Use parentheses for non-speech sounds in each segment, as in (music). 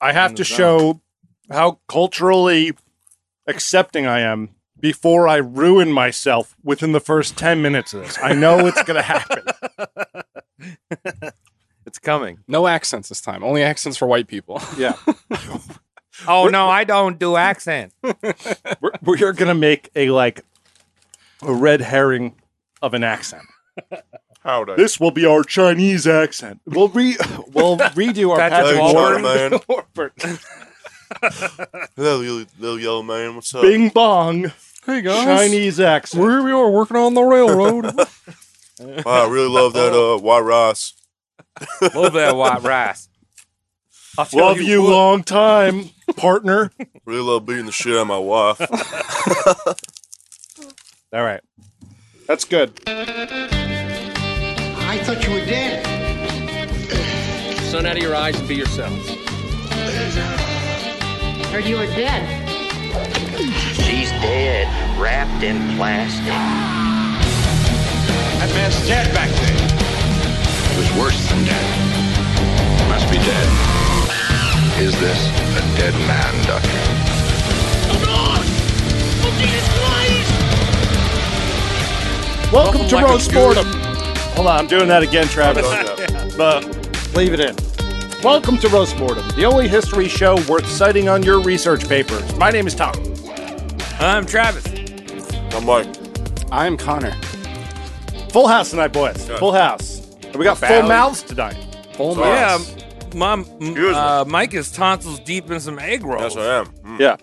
I have In to the zone. show how culturally accepting I am before I ruin myself within the first 10 minutes of this. I know it's going to (laughs) happen. It's coming. No accents this time. Only accents for white people. (laughs) Yeah. Oh no, I don't do accent. We're, we're going to make a like a red herring of an accent. Howdy. This will be our Chinese accent. We'll re (laughs) we'll redo our That's Patrick Hello, Warburton. China (laughs) man. Warburton. Hello, you little yellow man. What's up? Bing bong Hey Chinese accent. Here we are working on the railroad. Wow, I really love that uh, white rice. (laughs) Love that white rice. I'll tell Love you what. long (laughs) time, partner. Really love beating the shit out of my (laughs) wife. All right. That's good. I thought you were dead. Sun out of your eyes and be yourselves. Heard you were dead. She's dead, wrapped in plastic. That man's dead back there. It was worse than dead. Must be dead. Is this a dead man, Doctor? Welcome to like a Road Sportum. Hold on, I'm doing that again, Travis. But leave it in. Welcome to Roast Mortem, the only history show worth citing on your research papers. My name is Tom. I'm Travis. I'm like, I'm Connor. Full house tonight, boys. Full house. And we got full Valley. mouths tonight. Full Yeah, mouth. my Excuse me. uh, Mike is tonsils deep in some egg rolls. yes, I am. Mm. Hmm. Yeah.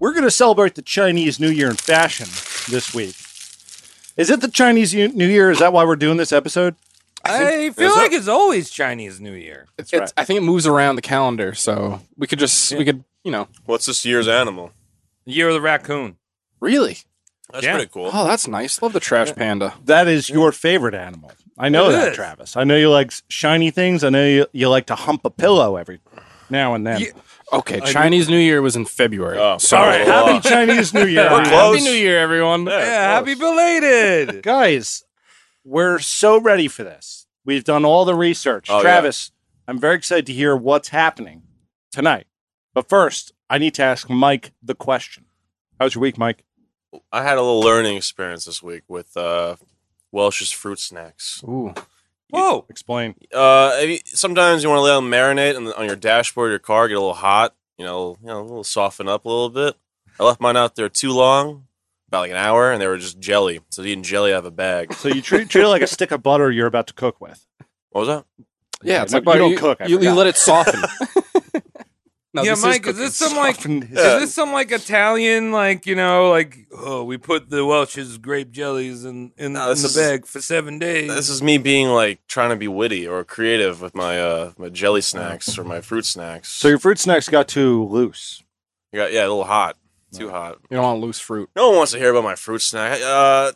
We're going to celebrate the Chinese New Year in fashion this week. Is it the Chinese U- New Year? Is that why we're doing this episode? I feel Is like it? it's always Chinese New Year. It's, I think it moves around the calendar, so we could just we could you know What's this year's animal? Year of the raccoon. really. That's Yeah. pretty cool. Oh, that's nice. Love the trash panda. That is your favorite animal. I know It that, is. Travis. I know you like s- shiny things. I know you, you like to hump a pillow every now and then. Ye- Okay, Chinese New Year was in February. Oh, so all right, happy, Happy Chinese New (laughs) Year. We're everyone. close. New Year, everyone. Yeah, happy belated. (laughs) Guys, we're so ready for this. We've done all the research. Oh, yeah. Travis, I'm very excited to hear what's happening tonight. But first, I need to ask Mike the question. How's your week, Mike? I had a little learning experience this week with uh, Welsh's fruit snacks. Ooh, Whoa. Explain. Uh, if you- sometimes you want to let them marinate on, the, on your dashboard of your car, get a little hot, you know, you know, a little soften up a little bit. I left mine out there too long, about like an hour, and they were just jelly. So eating jelly out of a bag. So you treat, treat it like a stick of butter you're about to cook with. What was that? yeah. It's no, like well, you don't cook, I You, you forgot. let it soften. no, yeah, this Mike, is cooking. this some like Softened his- uh, is this some like Italian like you know like oh we put the Welch's grape jellies in in, No, in this the is- bag for seven days? This is me being like trying to be witty or creative with my uh my jelly snacks or my fruit snacks. So your fruit snacks got too loose. You got- yeah, a little hot, too hot. You don't want loose fruit. No one wants to hear about my fruit snack. Uh,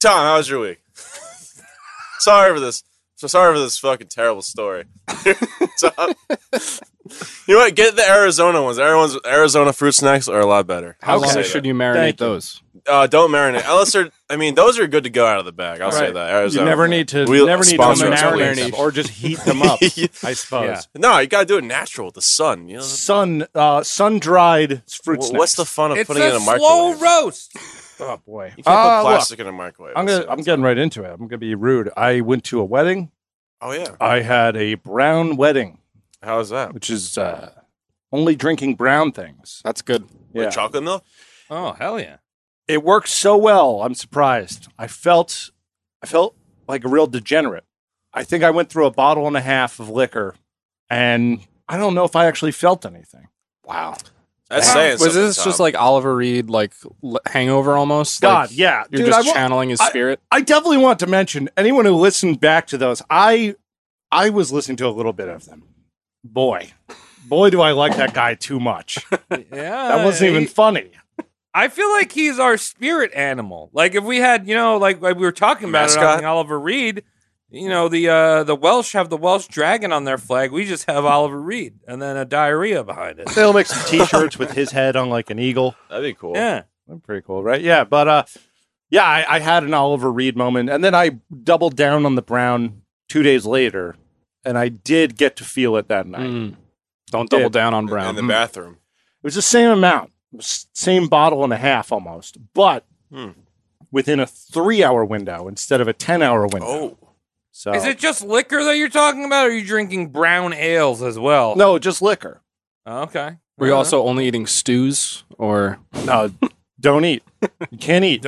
Tom, how was your week? (laughs) sorry for this. So sorry for this fucking terrible story. (laughs) Tom. you know what? Get the Arizona ones. Everyone's Arizona fruit snacks are a lot better. How I'll long say should that. you marinate Thank you. those? Uh, don't marinate. Unless they're, I mean, those are good to go out of the bag. I'll say Right. that. Arizona. You never need to We- never need to sponsor us, marinate please. them or just heat them (laughs) up. I suppose. Yeah. No, you gotta do it natural with the sun. You know, Sun uh, sun dried fruit Wh- snacks. what's (laughs) the fun of it's putting it in a a slow microwave? roast. oh boy? You can't Ah, put look, plastic in a microwave. I'm gonna I'm getting right into it. I'm gonna be rude. I went to a wedding. Oh yeah. I had a brown wedding, How is that? which is uh, only drinking brown things. That's good. With chocolate milk? Oh hell (laughs) yeah! it worked so well. I'm surprised. I felt, I felt like a real degenerate. I think I went through a bottle and a half of liquor, and I don't know if I actually felt anything. Wow. That's Wow. saying Was something, this just Tom. like Oliver Reed, like l- hangover almost? God, Like, yeah, You're dude. I, just wa- channeling his spirit. I definitely want to mention anyone who listened back to those. I, I was listening to a little bit of them. Boy, boy, do I like that guy too much. Yeah, That wasn't even funny. I feel like he's our spirit animal. Like if we had, you know, like, like we were talking about it Mascot? on Oliver Reed, you know, the uh, the Welsh have the Welsh dragon on their flag. We just have Oliver Reed and then a diarrhea behind it. They'll make some T-shirts with his head on like an eagle. That'd be cool. Yeah. I'm pretty cool, right? Yeah, but uh, yeah, I, I had an Oliver Reed moment, and then I doubled down on the Brown two days later, and I did get to feel it that night. Mm. Don't double did. down on in brown. the Hmm. Mm. bathroom. It was the same amount, It was same bottle and a half almost, but Hmm. within a three-hour window instead of a ten-hour window. Oh, so Is it just liquor that you're talking about, or are you drinking brown ales as well? no, just liquor. Okay. Were you also only eating stews or No, don't eat. You can't eat.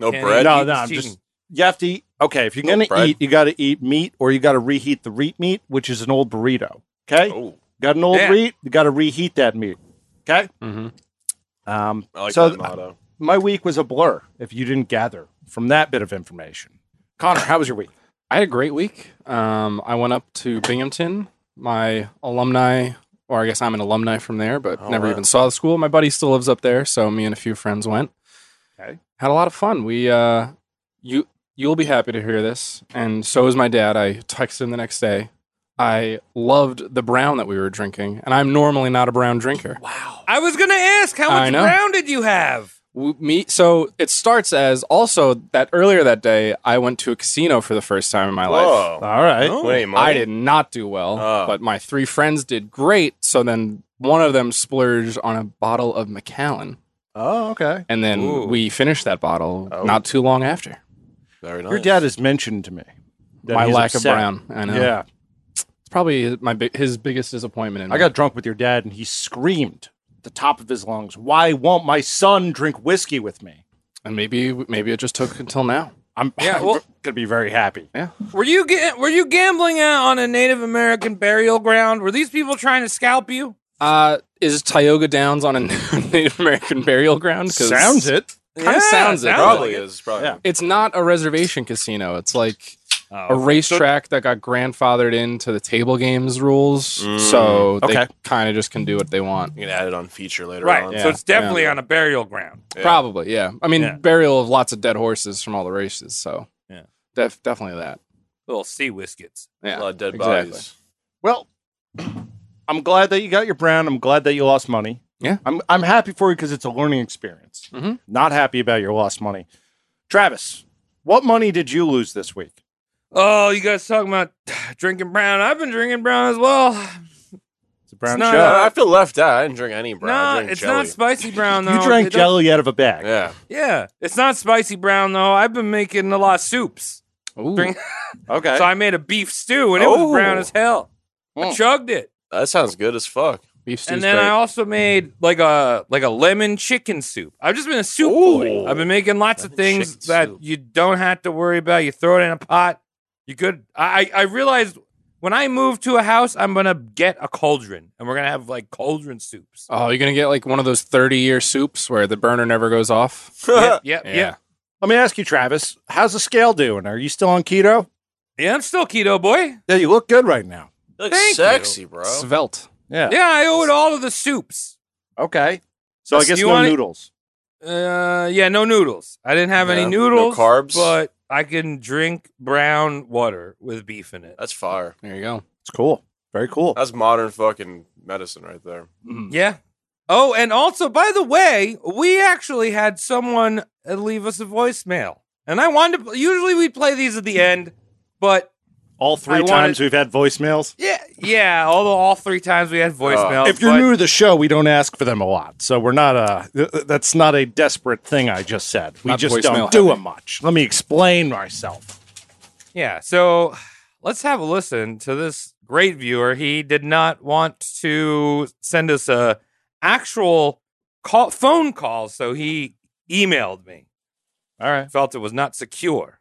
no Can't bread. eat. no, Eat no, is I'm cheating. just. You have to eat. Okay, if you're No gonna bread. eat, you got to eat meat, or you got to reheat the reet meat, which is an old burrito. Okay, Oh, got an old Yeah. reet, you got to reheat that meat. Okay, Mhm. um, I like So- that motto. my week was a blur. If you didn't gather from that bit of information, Connor, how was your week? I had a great week. Um, I went up to Binghamton. My alumni, or I guess I'm an alumni from there, but Oh, never wow. even saw the school. My buddy still lives up there, so me and a few friends went. Okay. Had a lot of fun. We, uh, you, you'll be happy to hear this, and so is my dad. I texted him the next day. I loved the brown that we were drinking, and I'm normally not a brown drinker. I was gonna ask how I much know. brown did you have? W- me so it starts as also that earlier that day I went to a casino for the first time in my life. Whoa. All right, Oh. Wait, I Marty. did not do well, Oh. but my three friends did great. So then one of them splurged on a bottle of Macallan, oh, okay. and then Ooh. we finished that bottle Oh. not too long after. Very nice. Your dad has mentioned to me that my he's lack upset. of brown, I know. Yeah, It's probably my bi- his biggest disappointment. In I me. got drunk with your dad, and he screamed at the top of his lungs, "Why won't my son drink whiskey with me?" and maybe maybe it just took until now. I'm, Yeah, (laughs) I'm well- gonna be very happy. Were you ga- were you gambling out on a Native American burial ground? Were these people trying to scalp you? Uh, is Tioga Downs on a (laughs) Native American burial ground? 'Cause it. Kinda sounds it. probably like is. Probably. Yeah. It's not a reservation casino. It's like a Oh. racetrack that got grandfathered into the table games rules, Mm. so they Okay. kind of just can do what they want. You can add it on feature later Right, on. so it's definitely yeah. on a burial ground. Yeah. Probably, yeah. I mean, Yeah. burial of lots of dead horses from all the races, so Yeah. def- definitely that. Little sea whiskets. Yeah, A lot of dead exactly. bodies. Well, I'm glad that you got your brown. I'm glad that you lost money. Yeah. I'm I'm happy for you because it's a learning experience. Mhm. Not happy about your lost money. Travis, what money did you lose this week? Oh, you guys talking about (sighs) drinking brown? I've been drinking brown as well. It's a brown not- show. I feel left out. I didn't drink any brown. I No, drank it's jelly. not (laughs) spicy brown though. you drank They don't- jelly out of a bag. Yeah. Yeah, it's not spicy brown though. I've been making a lot of soups, Ooh. Drink- Okay. so I made a beef stew and it was Oh. brown as hell. I Mm. chugged it. That sounds good as (laughs) fuck. beef stew's and then great. I also made like a like a lemon chicken soup. I've just been a soup boy. Ooh. I've been making lots of Lemon things chicken that soup. you don't have to worry about. You throw it in a pot. You could. I I I realized when I move to a house, I'm gonna get a cauldron, and we're gonna have like cauldron soups. (laughs) oh, you're gonna get like one of those thirty-year soups where the burner never goes off. yep, yep, Yeah. yep. Let me ask you, Travis, how's the scale doing? Are you still on keto? Yeah, I'm still keto boy. Yeah, you look good right now. You look Thank sexy, bro. Svelte. Yeah. Yeah, I owe it all to the soups. Okay. So I Yes, guess you no want it? noodles. Uh, yeah, no noodles. I didn't have any No, no noodles. carbs? but I can drink brown water with beef in it. That's fire. There you go. It's cool. Very cool. That's modern fucking medicine right there. Mm. Yeah. Oh, and also, by the way, we actually had someone uh, leave us a voicemail, and I wanted to. Usually, we play these at the end, but All I three wanted- times we've had voicemails. yeah, yeah. Although all three times we had voicemails. if you're but- new to the show, we don't ask for them a lot, so we're not a. th- th- That's not a desperate thing I just said. We Not just voicemail don't do it much. Let me explain myself. yeah. So let's have a listen to this great viewer. He did not want to send us a actual call phone call, so he emailed me. All right. Felt it was not secure.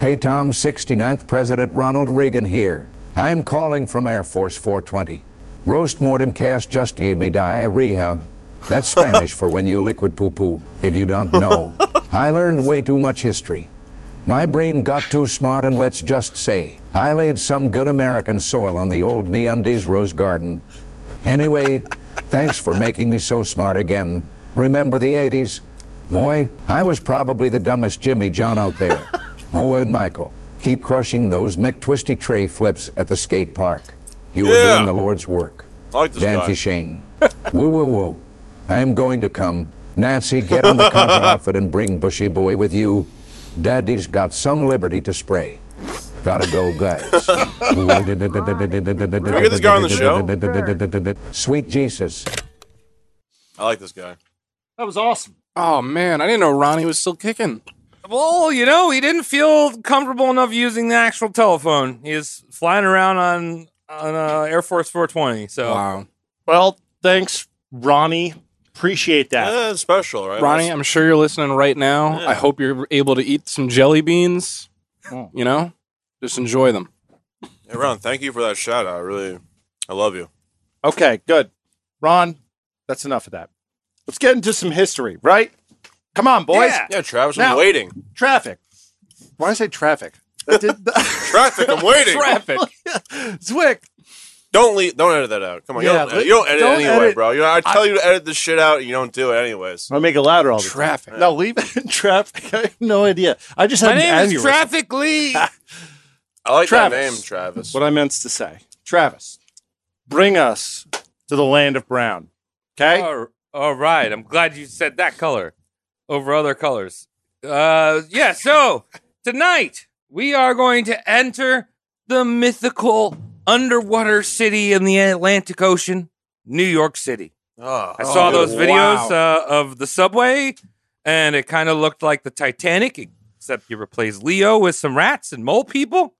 Hey Tom, 69th President Ronald Reagan here. I'm calling from Air Force 420. Roast mortem cast just gave me diarrhea. That's Spanish for when you liquid poo poo, if you don't know. I learned way too much history. My brain got too smart, and let's just say, I laid some good American soil on the old MeUndies rose garden. Anyway, thanks for making me so smart again. Remember the 80s? Boy, I was probably the dumbest Jimmy John out there. Oh, and Michael, keep crushing those McTwisty tray flips at the skate park. You were Yeah. doing the Lord's work. I like this Dancy guy. (laughs) Shane. woo, woo, woo. I'm going to come. Nancy, get in (laughs) the cover outfit and bring (laughs) Bushy Boy with you. Daddy's got some liberty to spray. Gotta go, guys. we get this guy on the show? Sweet Jesus. I like this guy. That was awesome. Oh man, I didn't know Ronnie was still kicking. Well, you know, he didn't feel comfortable enough using the actual telephone. He is flying around on on uh, Air Force 420. So Wow, Well, thanks, Ronnie. Appreciate that. Yeah, it's special, right? Ronnie, I'm sure you're listening right now. I hope you're able to eat some jelly beans. Oh. Mm. You know, just enjoy them. Hey, Ron, thank you for that shout out. Really, I love you. Okay, good. Ron, that's enough of that. Let's get into some history, right? Come on, boys. Yeah. Yeah, Travis, Now- I'm waiting. Traffic. Why did I say traffic? That (laughs) did- Traffic, I'm waiting. Traffic. (laughs) Zwick. Don't leave. Don't edit that out. Come on. Yeah, you, don't, you don't edit don't anyway, edit. bro. You know, I tell you to edit this shit out, and you don't do it anyways. I make it louder all the time. Traffic. No, leave it in traffic. (laughs) I have no idea. I just had my name an is aneurysm. Traffic Lee. I like that Travis. name, Travis. what I meant to say. Travis, bring us to the land of brown. Okay? All- all right. I'm glad you said that color over other colors. Uh, yeah. So tonight we are going to enter the mythical underwater city in the Atlantic Ocean, New York City. Oh, I saw Oh, those videos wow. uh, of the subway, and it kind of looked like the Titanic, except you replace Leo with some rats and mole people.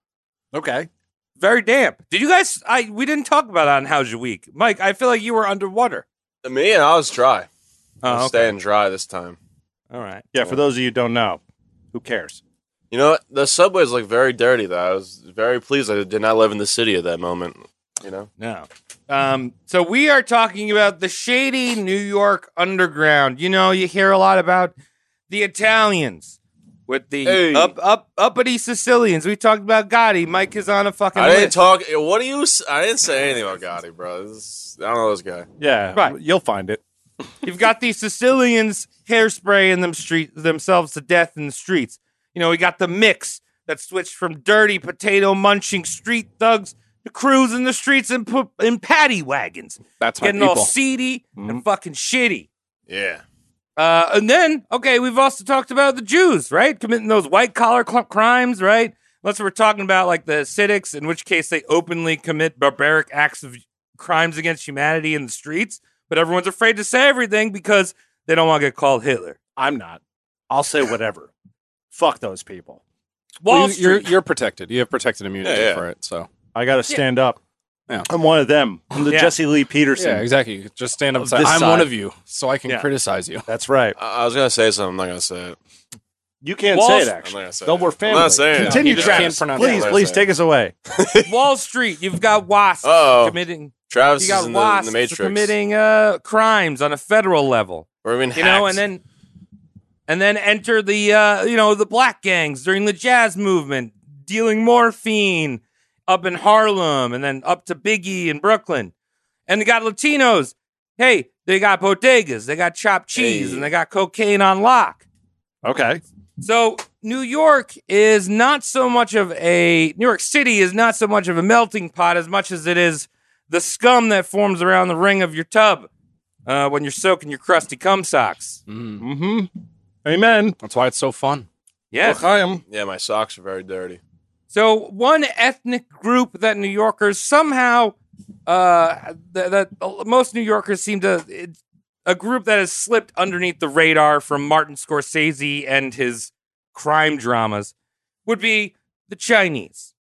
okay. Very damp. Did you guys? I we didn't talk about it on How's Your Week, Mike. I feel like you were underwater. me and I was dry. I'm Oh, okay. staying dry this time. All right. Yeah, for those of you who don't know, who cares? You know, what? the subways look very dirty. Though I was very pleased I did not live in the city at that moment. You know, No. Um, so we are talking about the shady New York underground. You know, you hear a lot about the Italians with the Hey. up up uppity Sicilians. We talked about Gotti. Mike is on a fucking I didn't list. talk. What do you? s- I didn't say anything about Gotti, bro. This, I don't know this guy. Yeah, Right. you'll find it. You've got these Sicilians hairspraying them street themselves to death in the streets. You know, we got the mix that switched from dirty potato munching street thugs to cruising the streets in, pu- in paddy wagons, That's my getting all people. seedy and fucking shitty. Yeah. Uh, and then, okay, we've also talked about the Jews, right? Committing those white collar cl- crimes, right? Unless we're talking about like the Hasidics, in which case they openly commit barbaric acts of crimes against humanity in the streets, but everyone's afraid to say everything because they don't want to get called Hitler. I'm not. I'll say whatever. (laughs) Fuck those people. Wall Well, you- you're, Street. you're protected. You have protected immunity Yeah, yeah. for it. So I got to stand up. Yeah. I'm one of them. I'm the Yeah. Jesse Lee Peterson. yeah, exactly. You Just stand up. and say, This I'm side. one of you, so I can Yeah. criticize you. That's right. I, I was gonna say something. I'm not gonna say it. You can't Wall say it, Street- I'm not actually. gonna say No, it. we're family. I'm not saying it. Continue, You just Travis. can't pronounce please, it. please take us away. Wall Street. You've got wasps Uh-oh. committing. Travis You is got in the, in wasps the Matrix. committing uh, crimes on a federal level. We're being you know, hacked. and then and then enter the uh, you know the black gangs during the jazz movement, dealing morphine up in Harlem, and then up to Biggie in Brooklyn, and they got Latinos. Hey, they got bodegas, they got chopped cheese, Hey. and they got cocaine on lock. Okay. So New York is not so much of a New York City is not so much of a melting pot as much as it is the scum that forms around the ring of your tub uh, when you're soaking your crusty cum socks. Mm. Mm-hmm. Amen. That's why it's so fun. Yeah. L'chaim. yeah, my socks are very dirty. So one ethnic group that New Yorkers somehow uh, that, that most New Yorkers seem to it's a group that has slipped underneath the radar from Martin Scorsese and his crime dramas would be the Chinese,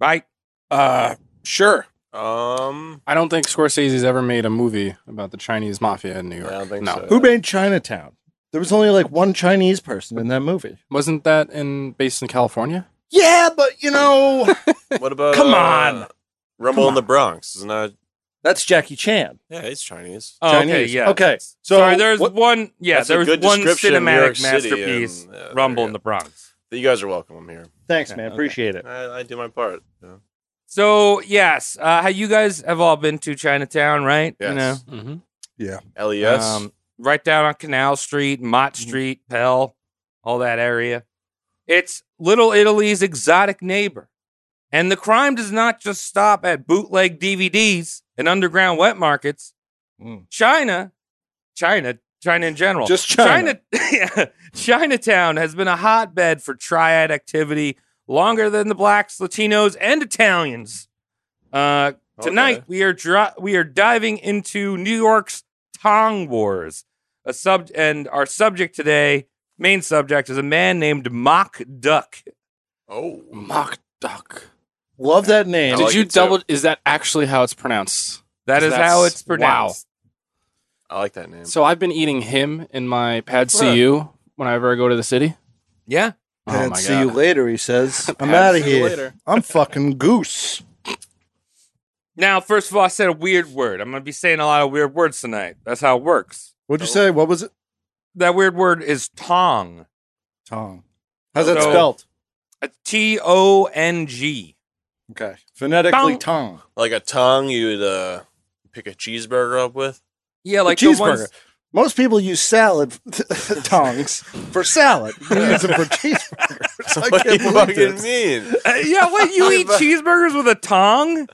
right? Uh, sure. Um, I don't think Scorsese's ever made a movie about the Chinese mafia in New York. I don't think no. so. Who made Chinatown? There was only like one Chinese person in that movie. Wasn't that in based in California? Yeah, but you know, what about? Come uh, on. Rumble in the Bronx isn't that? that's Jackie Chan. Yeah, he's Chinese. Oh, okay, Chinese. yeah. Okay. So So Sorry, there's what- one. Yeah, That's a there was good one description of New York cinematic City and- uh, masterpiece, yeah, there Rumble you in go. the Bronx. You guys are welcome. I'm here. Thanks, man. Appreciate it. I, I do my part. you know. So yes, uh, how you guys have all been to Chinatown, right? You Yes. E know, Mm-hmm. LES. Um, um, right down on Canal Street, Mott Mm-hmm. Street, Pell, all that area. It's Little Italy's exotic neighbor. And the crime does not just stop at bootleg DVDs and underground wet markets. Mm. China, China, China in general. Just China. (laughs) China yeah, Chinatown has been a hotbed for triad activity longer than the blacks, Latinos, and Italians. Uh, tonight Okay. we are dri- we are diving into New York's Tong Wars. A sub and our subject today, main subject, is a man named Mock Duck. Oh, Mock duck. Love that name. I Did like you it too. double? Is that actually how it's pronounced? That is That's- how it's wow. pronounced. I like that name. So I've been eating him in my pad CU whenever I go to the city. Yeah. Oh And my see you god! later, he says. I'm Pat, out of see you here. later. I'm fucking goose. Now, first of all, I said a weird word. I'm going to be saying a lot of weird words tonight. That's how it works. What'd you say? What was it? That weird word is tong. Tong. How's that So- spelled? A T O N G. Okay. Phonetically, Tong. tongue. like a tongue you'd uh, pick a cheeseburger up with. Yeah, like A the cheeseburger. (laughs) ones, Most people use salad (laughs) tongs for salad. You use them for cheeseburgers. I What do you can't believe fucking this. (laughs) mean? Uh, yeah, what you (laughs) eat cheeseburgers with a tong?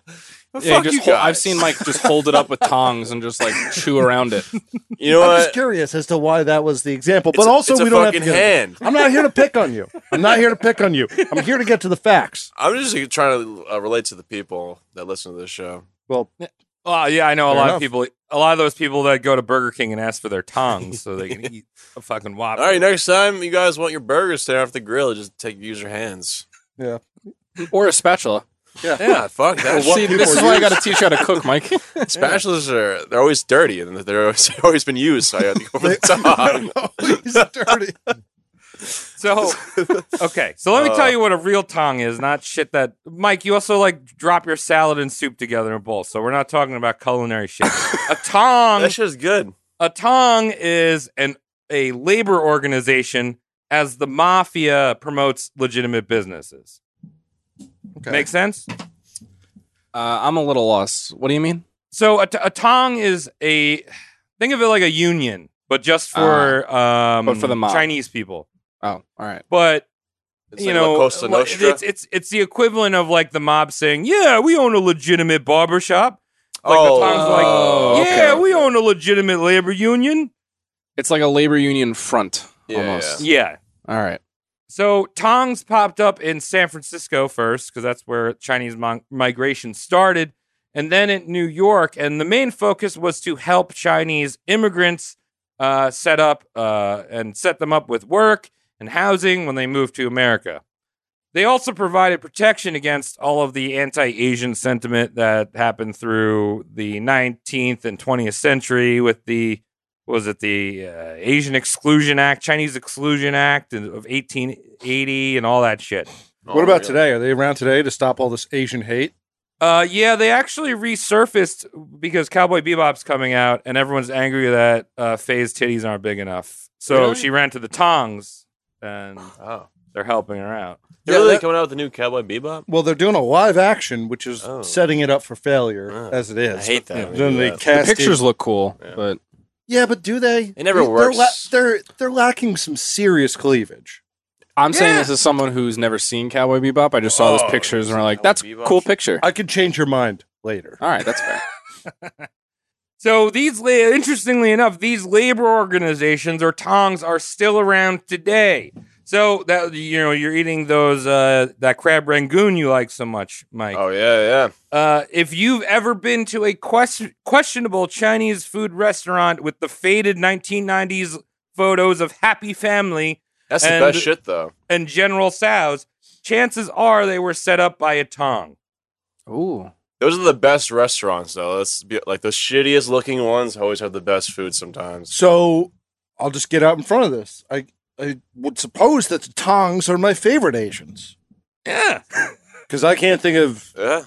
The Yeah, fuck just you hol- I've guys? seen Mike just hold it up with tongs and just like chew around it. You know I'm just what? curious as to why that was the example, but It's a- also it's a we don't have to fucking get into- hand. I'm not here to pick on you. I'm not here to pick on you. I'm here to get to the facts. I'm just like, trying to uh, relate to the people that listen to this show. Well, Oh, yeah, I know a Fair lot enough. of people, a lot of those people that go to Burger King and ask for their tongs so they (laughs) can eat a fucking All whopper. right, next time you guys want your burgers to off the grill, just take use your hands. yeah. Or a spatula. (laughs) Yeah, fuck that. See, shit. this is why I got to teach you how to cook, Mike. Uh, Spatulas are they're always dirty and they're always, (laughs) they've always been used. So I had to (laughs) go for the tongue. Um, He's dirty. So, okay, so let me Uh. tell you what a real tong is, not shit that. Mike, you also like drop your salad and soup together in a bowl, so we're not talking about culinary shit. (laughs) a tong That shit's good. a tong is an a labor organization as the mafia promotes legitimate businesses. Okay. Make sense? Uh, I'm a little lost. What do you mean? So a, t- a tong is a think of it like a union, but just for um Uh-huh. but for the mob. Chinese people. Oh, all right. But It's you like know, La Costa like, Nostra. it's it's it's the equivalent of like the mob saying, "Yeah, we own a legitimate barbershop." Like Oh. the tongs like, Oh, okay. "Yeah, we own a legitimate labor union." It's like a labor union front Yeah, almost. Yeah. All right. So tongs popped up in San Francisco first because that's where Chinese mon- migration started, and then in New York. And the main focus was to help Chinese immigrants uh, set up uh, and set them up with work and housing when they moved to America. They also provided protection against all of the anti Asian sentiment that happened through the 19th and 20th century with the what was it the uh, Asian Exclusion Act, Chinese Exclusion Act of 1880 and all that shit. Oh what my about God. today? Are they around today to stop all this Asian hate? Uh, yeah, they actually resurfaced because Cowboy Bebop's coming out and everyone's angry that uh, Faye's titties aren't big enough. So Really? she ran to the tongs and Oh. they're helping her out. They're Yeah, really that- coming out with the new Cowboy Bebop? Well, they're doing a live action, which is Oh. setting it up for failure Oh. as it is. I hate that when they Then do they that. The The cast pictures look cool, Yeah. but Yeah, but do they? It never They- they're la- works. They're they're lacking some serious cleavage. I'm saying Yeah. this is someone who's never seen Cowboy Bebop. I just saw Oh, those pictures and we're like, Cowboy that's Bebop. cool picture. I could change your mind later. All right, that's fair. (laughs) So these, la- interestingly enough, these labor organizations or tongs are still around today. So that you know, you're eating those uh, that crab rangoon you like so much, Mike. Oh yeah, yeah. Uh, if you've ever been to a question- questionable Chinese food restaurant with the faded 1990s photos of Happy Family That's the And- best shit though. and General Tso's, chances are they were set up by a Tong. Ooh. Those are the best restaurants though. That's be, like the shittiest looking ones always have the best food sometimes. So I'll just get out in front of this. I I would suppose that the Tongs are my favorite Asians (laughs) Yeah. because I can't think of Yeah.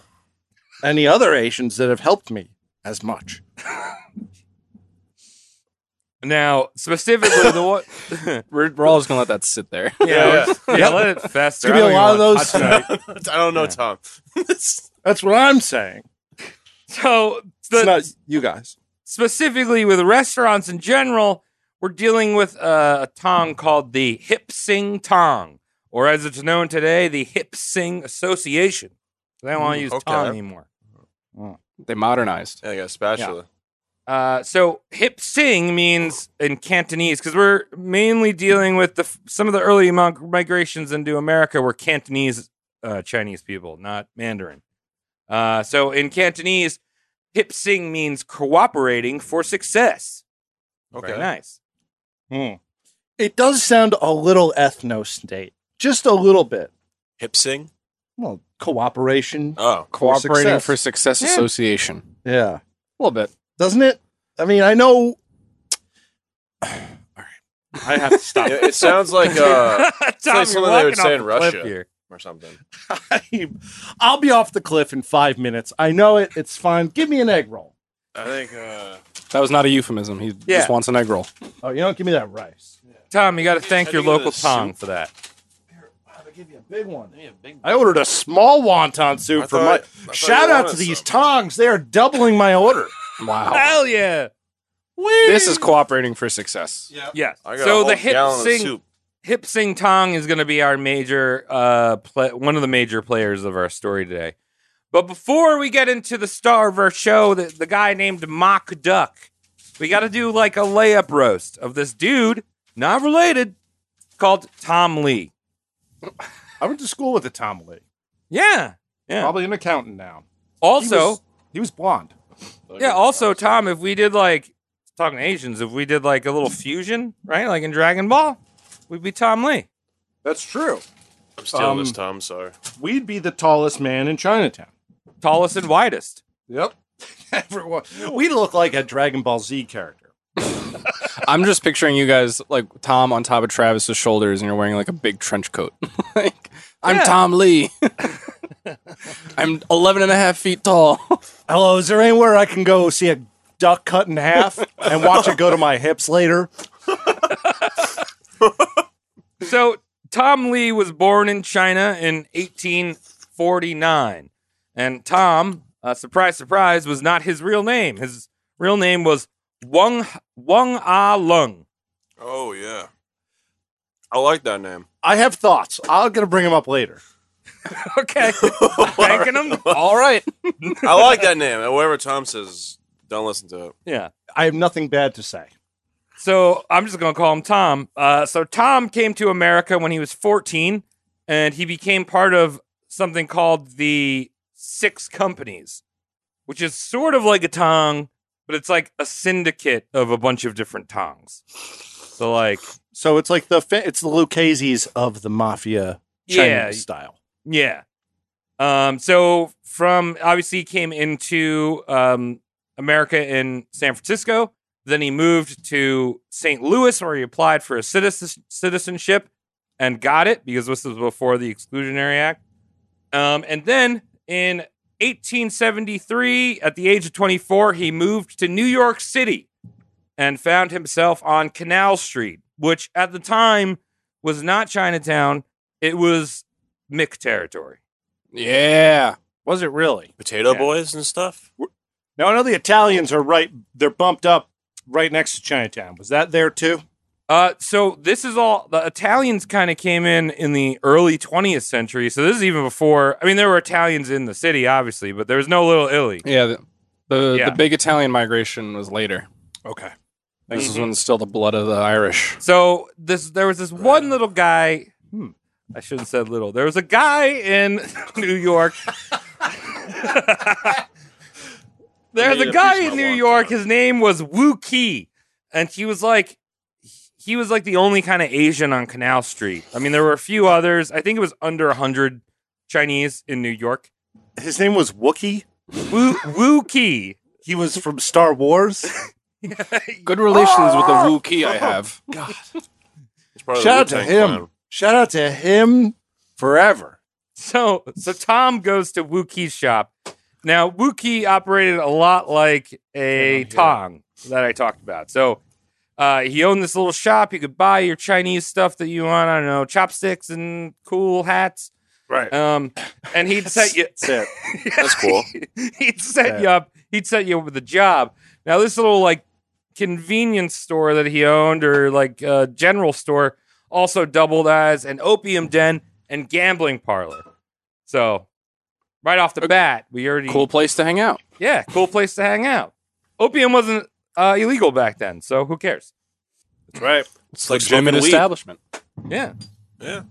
any other Asians that have helped me as much. Now, specifically the (laughs) one. We're, we're all just going to let that sit there. (laughs) yeah, yeah. yeah, let it It's fester. gonna be I a don't lot of even those. wanna touch that. (laughs) I don't know, Tom. That's what I'm saying. So It's the, not you guys. specifically with restaurants in general, we're dealing with uh, a tong called the Hip Sing Tong, or as it's known today, the Hip Sing Association. They don't want to Mm, use okay. tong anymore. They modernized. (laughs) yeah, I got a spatula. Uh, so hip sing means in Cantonese because we're mainly dealing with the f- some of the early mon- migrations into America were Cantonese uh, Chinese people, not Mandarin. Uh, so in Cantonese, hip sing means cooperating for success. Very nice. Hmm. It does sound a little ethno state, just a little bit. Hip sing. Well, cooperation. Oh, Cooperating success. for Success Yeah. Association. Yeah. A little bit. Doesn't it? I mean, I know. (sighs) All right. I have to stop. (laughs) it, it sounds like (laughs) uh, Tom, like something you're they would walking say off in the Russia. cliff here. or something. I'm- I'll be off the cliff in five minutes. I know it. It's fine. Give me an egg roll. I think. Uh, That was not a euphemism. He Yeah. just wants an egg roll. Oh, you don't give me that rice. Tom, you got to thank I your think it local was Tong soup. for that. I'll give you a big one. I ordered a small wonton soup I for thought- my. I thought Shout you out to wanted these some. tongs. They are doubling my order. Wow. Hell yeah! this is cooperating for success. Yes. I got So a the whole hip gallon of sing soup. hip sing tong is going to be our major uh pla one of the major players of our story today. But before we get into the star of our show, the, the guy named Mock Duck, we got to do like a layup roast of this dude, not related, called Tom Lee. I went to school with a Tom Lee, Yeah. Yeah. probably an accountant now. He also, was- he was blonde. yeah, also Tom, if we did like talking to Asians, if we did like a little fusion, right? Like in Dragon Ball, we'd be Tom Lee. That's true. I'm stealing um, this, Tom. Sorry. We'd be the tallest man in (laughs) Chinatown. Tallest and widest. Yep. Everyone. We'd look like a Dragon Ball Z character. I'm just picturing you guys like Tom on top of Travis's shoulders and you're wearing like a big trench coat. (laughs) like, I'm Yeah. Tom Lee. (laughs) I'm 11 and a half feet tall. (laughs) Hello, is there anywhere I can go see a duck cut in half and watch it go to my hips later? So Tom Lee was born in China in 1849, and Tom, uh, surprise, surprise, was not his real name. His real name was Wang Wang Ah Lung. (laughs) Oh yeah. I like that name. I have thoughts. I'm going to bring them up later. Okay, thanking him. All right. I like that name. And whatever Tom says, don't listen to it. Yeah. I have nothing bad to say. So I'm just gonna call him Tom. Uh, so Tom came to America when he was 14, and he became part of something called the Six Companies, which is sort of like a tong, but it's like a syndicate of a bunch of different tongs. So like, So it's like the fa- it's the Lucchese's of the mafia Chinese yeah, style. yeah. Um, so from obviously he came into um, America in San Francisco. Then he moved to St. Louis, where he applied for a citizen- citizenship and got it because this was before the Exclusionary Act. Um, and then in 1873, at the age of 24, he moved to New York City and found himself on Canal Street, which at the time was not Chinatown. It was Mick territory. yeah. Was it really? Potato Yeah. Boys and stuff. Now I know the Italians are right. They're bumped up right next to Chinatown. Was that there too? Uh, so this is all the Italians kind of came in in the early 20th century. So this is even before. I mean, there were Italians in the city, obviously, but there was no Little Italy. Yeah. The, the, Yeah. the big Italian migration was later. Okay. This Mm-hmm. is when still the blood of the Irish. So this there was this one little guy. Hmm, I shouldn't said little. There was a guy in (laughs) New York. There's need a a guy piece of in my New wonton. York. His name was Wu Ki, and he was like, he was like the only kind of Asian on Canal Street. I mean, there were a few others. I think it was under hundred Chinese in New York. His name was Wookie. Wu Wu Ki. He was from Star Wars. Good relations with the Wu Ki I have. It's part of the Shout out to Wu-Tang him. Clan. Shout out to him forever. So so Tom goes to Wookie's shop. Now Wookie operated a lot like a tong that I talked about. So uh, he owned this little shop. You could buy your Chinese stuff that you want. I don't know, chopsticks and cool hats. Right. Um, and he'd set you. That's it. (laughs) (laughs) That's cool. he'd set you up. He'd set you up with a job. Now this little like convenience store that he owned, or like uh, general store, also doubled as an opium den and gambling parlor. So right off (laughs) the bat, we already Cool place to hang out. yeah, cool place to hang out. Opium wasn't uh, illegal back then, so who cares? That's right. It's like Legitimate smoking weed. establishment. Yeah, Yeah.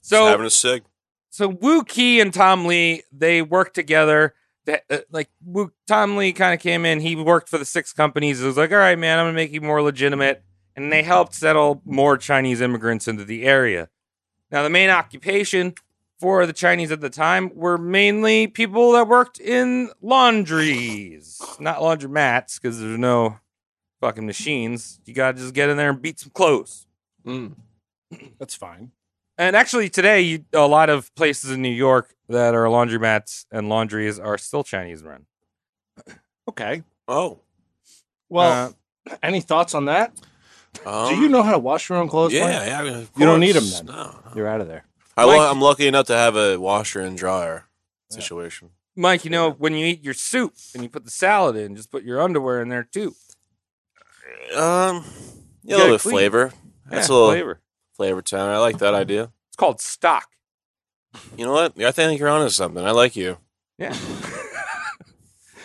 So Having a cig. so Wu Ki and Tom Lee they worked together. That uh, like Wu, Tom Lee kind of came in. He worked for the six companies. It was like, all right, man, I'm gonna make you more legitimate, and they helped settle more Chinese immigrants into the area. Now, the main occupation for the Chinese at the time were mainly people that worked in laundries, not laundromats, because there's no fucking machines. You gotta just get in there and beat some clothes. Mm. That's fine. And actually, today, you, a lot of places in New York that are laundromats and laundries are still Chinese run. Okay. Oh. Well, any thoughts on that? Uh, Um, Do you know how to wash your own clothes? Yeah, Mike? yeah. I mean, of You don't need course. 'em then. No, no. You're out of there. I Like- am lucky enough to have a washer and dryer situation. Mike, you know, when you eat your soup and you put the salad in, just put your underwear in there too. Um, You yeah, a little gotta bit clean. flavor. That's Yeah, a little flavor. flavor. town. I like that idea. It's called stock. You know what? I think you're onto something. I like you. Yeah.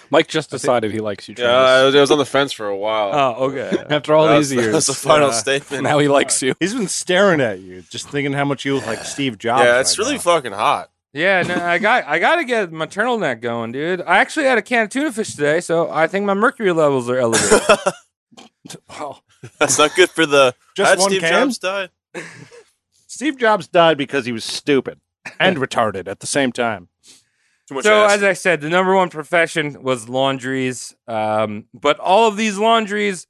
Mike just decided he likes you, Travis. I was on the fence for a while. (laughs) oh, okay. (laughs) After all That was- (laughs) these years, That's the final uh, statement. Now he likes you. He's been staring at you, just thinking how much you look like Steve Jobs. yeah, it's right really now. fucking hot. (laughs) Yeah, no, I got I got to get my turtleneck going, dude. I actually had a can of tuna fish today, so I think my mercury levels are elevated. Well, That's not good for the. Just How'd one Steve can? Jobs die? Steve Jobs died because he was stupid (laughs) and retarded at the same time. Too much. so acid. as I said, the number one profession was laundries, um, but all of these laundries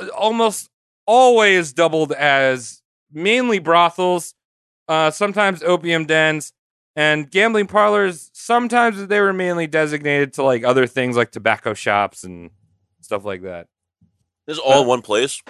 uh, almost always doubled as mainly brothels, uh, sometimes opium dens and gambling parlors. Sometimes they were mainly designated to like other things like tobacco shops and stuff like that. this is all in one place.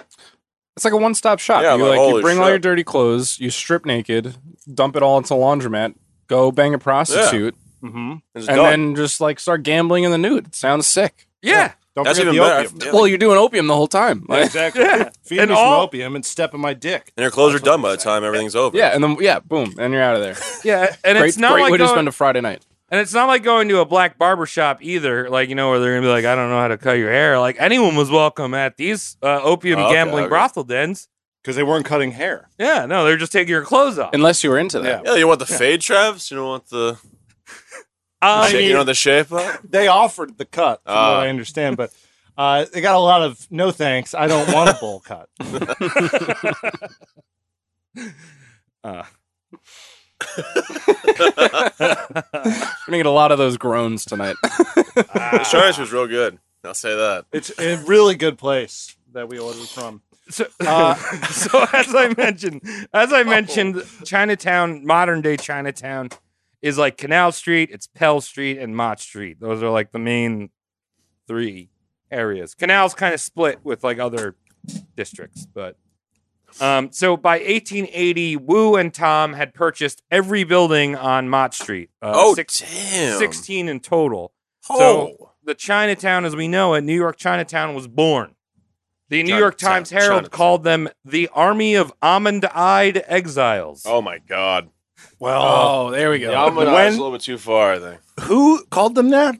It's like a one-stop shop. Yeah, you like, like you holy bring all your shit. dirty clothes, you strip naked, dump it all into a laundromat, go bang a prostitute, Mm-hmm. It's and done. then just like start gambling in the nude. It sounds sick. Yeah, Don't that's forget even the better. opium. Yeah, Well, like- you're doing opium the whole time. Like- Exactly. (laughs) Yeah. Feed And me some all- opium and step in my dick. and your clothes are done by the time everything's over. yeah, and then yeah, boom, and you're out of there. yeah, and great it's not great like way to going- spend a Friday night. And it's not like going to a black barber shop either, like, you know, where they're going to be like, I don't know how to cut your hair. Like, anyone was welcome at these uh, opium Oh, okay, gambling okay. brothel dens. Because they weren't cutting hair. Yeah, no, they're just taking your clothes off. Unless you were into that. Yeah, you want the fade, Travis? You don't want the I shape- mean, you don't want the shape up? (laughs) They offered the cut, from Ah. what I understand, but uh, they got a lot of no thanks. I don't want a bowl (laughs) cut. We're gonna get a lot of those (laughs) groans tonight. The Chinese was real good. I'll say that. It's a really good place that we ordered from. (laughs) so, Uh, (laughs) so as I mentioned, as Oh. I mentioned, Chinatown, modern day Chinatown, is like Canal Street, it's Pell Street, and Mott Street. Those are like the main three areas. Canal's kind of split with like other districts, but um, so by 1880, Wu and Tom had purchased every building on Mott Street. Uh, Oh, six- damn. 16 in total. Oh. So the Chinatown, as we know it, New York Chinatown was born. The New Chinatown, York Times Herald Chinatown. called them the army of almond-eyed exiles. oh, my God. Well, there we Yeah, I'm gonna, When- it's a little bit too far, I think. who called them that?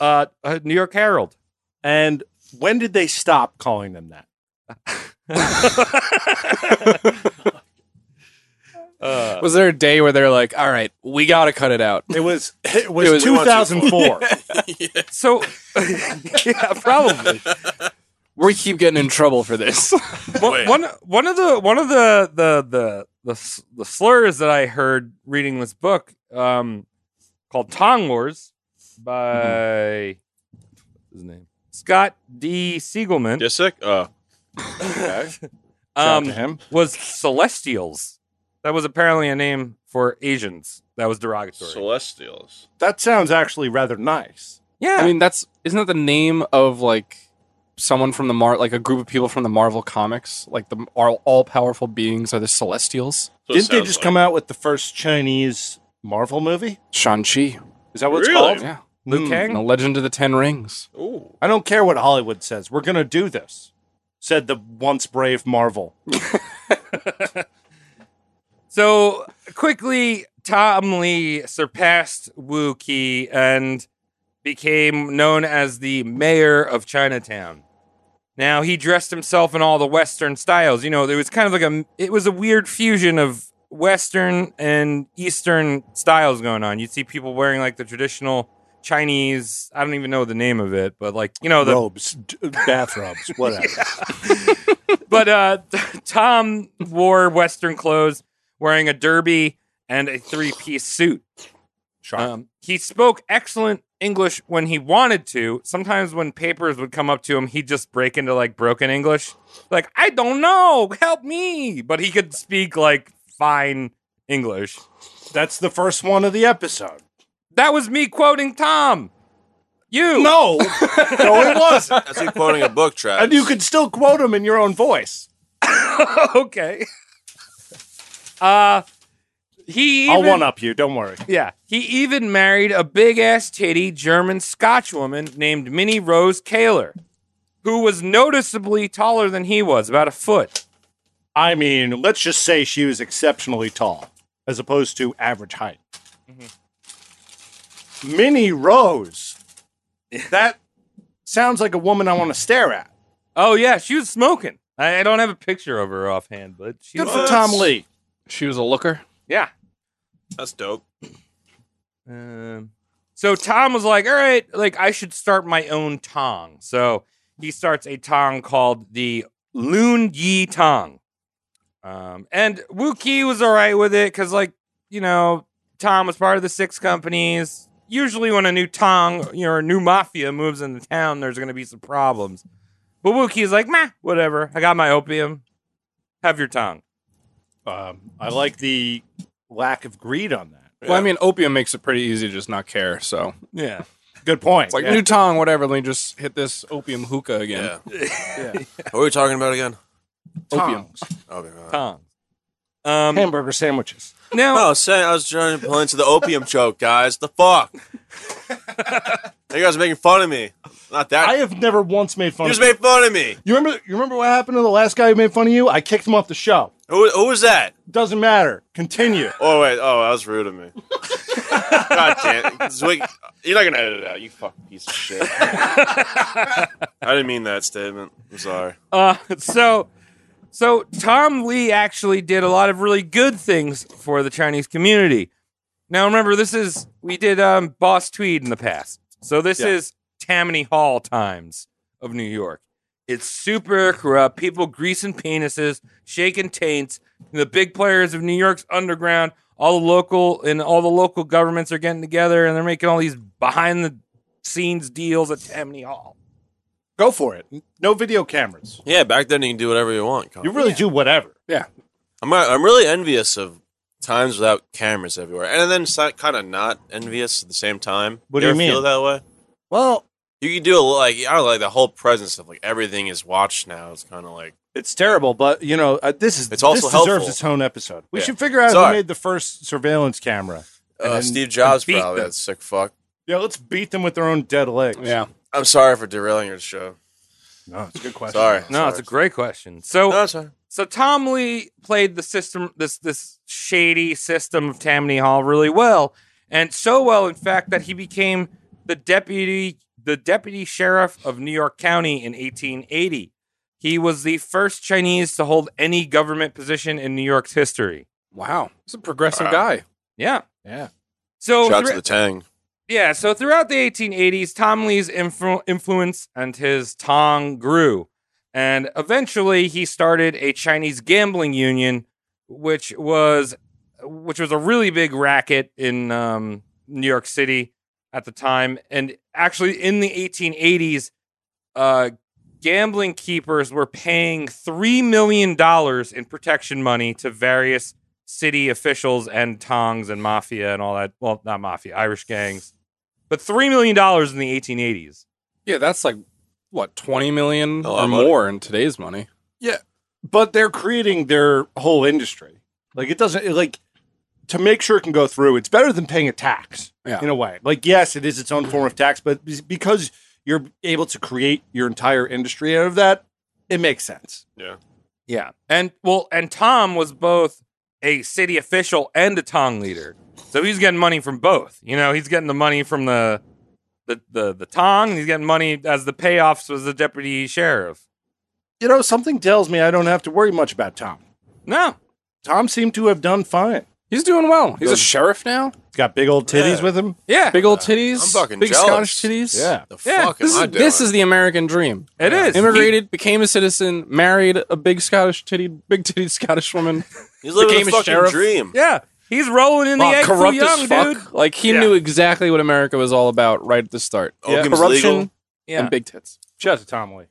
Uh, uh, New York Herald. And when did they stop calling them that? Uh, Was there a day where they're like, "All right, we gotta cut it out"? It was (laughs) it was, It was- (laughs) 2004. so, (laughs) yeah, (laughs) probably. We keep getting in trouble for (laughs) this. one, Wait. one one of the one of the the the the, s- the slurs that I heard reading this book um, called Tong Wars by Mm-hmm. what's his name Scott D. Siegelman Disick? Uh, Shout out to um, him. was Celestials. That was apparently a name for Asians. That was derogatory. Celestials. That sounds actually rather nice. yeah, I mean, that's isn't that the name of like someone from the Mar, like a group of people from the Marvel comics, like the all, all powerful beings are the Celestials. So it Didn't they sounds just like- come out with the first Chinese Marvel movie? Shang Chi, Is that what it's Really? called? yeah, Liu Hmm. and Kang. the Legend of the Ten Rings. Ooh. I don't care what Hollywood says. We're going to do this, said the once brave Marvel. So quickly, Tom Lee surpassed Wu Ki and became known as the mayor of Chinatown. Now he dressed himself in all the Western styles. You know, it was kind of like a it was a weird fusion of Western and Eastern styles going on. You'd see people wearing like the traditional Chinese, I don't even know the name of it, but like, you know, the robes, d- (laughs) bathrobes, whatever. but uh, (laughs) Tom wore Western clothes, wearing a derby and a three piece suit. Sharp. Um, he spoke excellent English when he wanted to. Sometimes when papers would come up to him, he'd just break into like broken English. Like, I don't know, help me. But he could speak like fine English. That's the first one of the episode. That was me quoting Tom. You. No, no, it wasn't. That's you quoting a book, Travis. And you could still quote him in your own voice. (laughs) okay. (laughs) Uh, he. I'll even- one up you. Don't worry. Yeah. He even married a big ass titty German Scotch woman named Minnie Rose Kaler, who was noticeably taller than he was, about a foot. I mean, let's just say she was exceptionally tall, as opposed to average height. Mm-hmm. Minnie Rose. That sounds like a woman I want to stare at. Oh, yeah. She was smoking. I, I don't have a picture of her offhand, but she Good was. for Tom Lee. She was a looker. Yeah. That's dope. Um, so Tom was like, all right, like I should start my own tong. So he starts a tong called the Loon Yi Tong. Um, and Wu Ki was all right with it because, like, you know, Tom was part of the six companies. Usually, when a new tong, you know, or a new mafia moves into town, there's going to be some problems. But Wu Ki is like, meh, whatever. I got my opium. Have your tong. Um, I like the lack of greed on that. Well, I mean, opium makes it pretty easy to just not care. So Yeah. Good point. it's like Yeah. new tongue, whatever. Let me just hit this opium hookah again. (laughs) Yeah. What are we talking about again? Opium. Tongs. Oh, God. Tong. Um, hamburger sandwiches. now, No, I was saying I was trying to pull into the opium joke, guys. The fuck. you guys are making fun of me. Not that. I have never once made you fun just of you. made fun of me. You remember you remember what happened to the last guy who made fun of you? I kicked him off the show. Who, who was that? Doesn't matter. Continue. Oh wait. Oh, that was rude of me. God damn. It's like- You're not gonna edit it out. You fucking piece of shit. (laughs) I didn't mean that statement. I'm sorry. Uh, so, so Tom Lee actually did a lot of really good things for the Chinese community. Now, remember, this is we did um, Boss Tweed in the past, so this is Tammany Hall times of New York. It's super corrupt. People greasing penises, shaking taints. The big players of New York's underground, all the local and all the local governments are getting together and they're making all these behind the scenes deals at Tammany Hall. Go for it. No video cameras. Yeah, back then you can do whatever you want. Colin. You really do whatever. I'm uh, I'm really envious of times without cameras everywhere, and then kind of not envious at the same time. What do you ever Feel mean? that way? Well, You can do a, like I don't know, like the whole presence of like everything is watched now. It's kind of like it's terrible, but you know uh, this is It's also this deserves helpful. its own episode. We Yeah. should figure out Sorry. who made the first surveillance camera. uh, then- Steve Jobs beat probably them. that sick fuck. Yeah, let's beat them with their own dead legs. Yeah. I'm sorry for derailing your show. no, it's a good question. Sorry. No, sorry. it's a great question. So, No, sorry. So Tom Lee played the system, this this shady system of Tammany Hall really well, and so well, in fact, that he became the deputy the deputy sheriff of New York County in 1880. He was the first Chinese to hold any government position in New York's history. Wow. He's a progressive Wow. guy. Yeah, Yeah. So Shout out through- to the Tang. yeah, so throughout the 1880s, Tom Lee's influ- influence and his tong grew. And eventually he started a Chinese gambling union, which was which was a really big racket in um, New York City at the time. And actually in the 1880s, uh, gambling keepers were paying $3 million in protection money to various city officials and tongs and mafia and all that. Well, not mafia, Irish gangs. But $3 million in the 1880s. Yeah, that's like what twenty million A lot or of money. more in today's money. But they're creating their whole industry. Like it doesn't like to make sure it can go through. It's better than paying a tax Yeah. in a way. Like yes, it is its own form of tax, but be- because you're able to create your entire industry out of that, it makes sense. Yeah. Yeah. And well, and Tom was both a city official and a tong leader. So he's getting money from both. You know, he's getting the money from the the the, the tong, and he's getting money as the payoffs was the deputy sheriff. You know, something tells me I don't have to worry much about Tom. No. Tom seemed to have done fine. He's doing well. He's a sheriff now. He's got big old titties Yeah. with him. Yeah, Big old titties. I'm fucking Big jealous. Scottish titties. Yeah. The Yeah, fuck This am I is, doing? this is the American dream. it is. Immigrated, became a citizen, married a big Scottish titty, big titty Scottish woman. He's living became the a fucking sheriff. dream. He- yeah, he's rolling in the Wow, egg too corrupt young, as fuck. dude. Like he Yeah. knew exactly what America was all about right at the start. Occam's Corruption Oh, legal. Yeah. and big tits. Shout out to Tom Lee.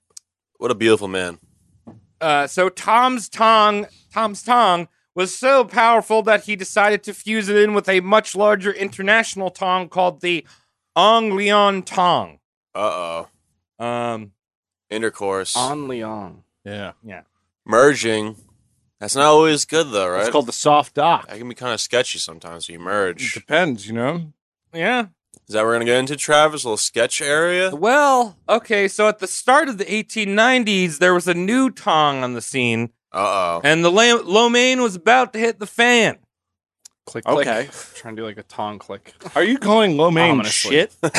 What a beautiful man. Uh, so Tom's tongue, Tom's tongue was so powerful that he decided to fuse it in with a much larger international tongue called the Ong Leon Tong. Uh oh. Um, Intercourse. On Leon. Yeah. Merging. That's not always good though, right? It's called the soft dock. that can be kind of sketchy sometimes when you It merge. depends, you know? yeah. Is that what we're gonna get into, Travis? A little sketch area? Well, okay. So at the start of the 1890s, there was a new Tong on the scene, Uh oh. and the la- lo mein was about to hit the fan. (laughs) Click, click. Okay. Trying to do like a tongue (laughs) click. Are you calling lo mein Ominously. (laughs) shit? no,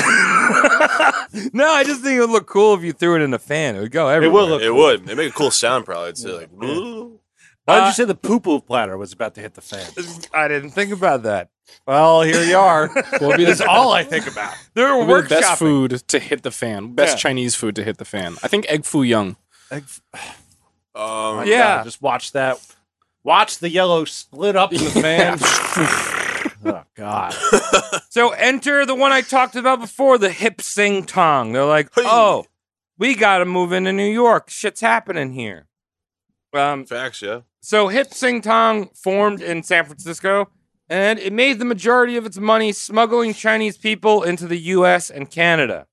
I just think it would look cool if you threw it in a fan. It would go everywhere. will look- It would. It'd make a cool sound probably. It's like Why did you Uh, say the poo poo platter was about to hit the fan? I didn't think about that. Well, here you are. What would be That's the, all I think about. They're what would be the workshopping. best food to hit the fan? Best Yeah. Chinese food to hit the fan. I think egg foo young. um, (laughs) My Yeah. God, just watch that. Watch the yellow split up in the (laughs) fan. oh God. So enter the one I talked about before, the hip sing tong. They're like, oh, we got to move into New York. Shit's happening here. Um, facts, yeah. so hip sing tong formed in San Francisco, and it made the majority of its money smuggling Chinese people into the U.S. and Canada.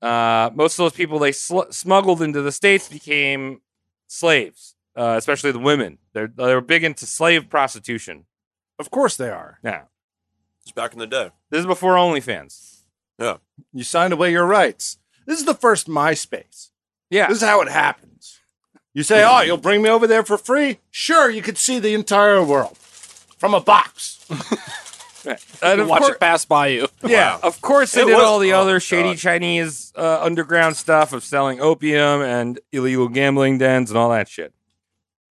Uh, most of those people they sl- smuggled into the states became slaves, uh, especially the women. They're they were big into slave prostitution. Of course they are. Yeah, It's back in the day. this is before OnlyFans. You signed away your rights. This is the first MySpace. Yeah, This is how it happens. You say, "Oh, you'll bring me over there for free?" Sure, you could see the entire world from a box. and of Watch cour- it pass by you. Yeah, of course they It did was- all the oh, other God. shady Chinese uh, underground stuff of selling opium and illegal gambling dens and all that shit.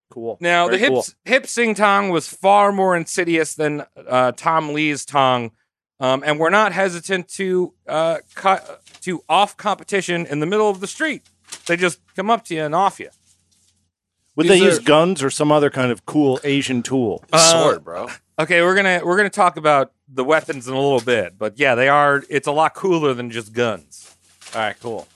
Cool. Now Very the hip cool. hip sing tong was far more insidious than uh, Tom Lee's tong, um, and we're not hesitant to uh, cut to off competition in the middle of the street. They just come up to you and off you. Would they These use are- guns or some other kind of cool Asian tool? Sword, bro. Okay, we're gonna we're gonna talk about the weapons in a little bit, but yeah, they are. It's a lot cooler than just guns. All right, cool.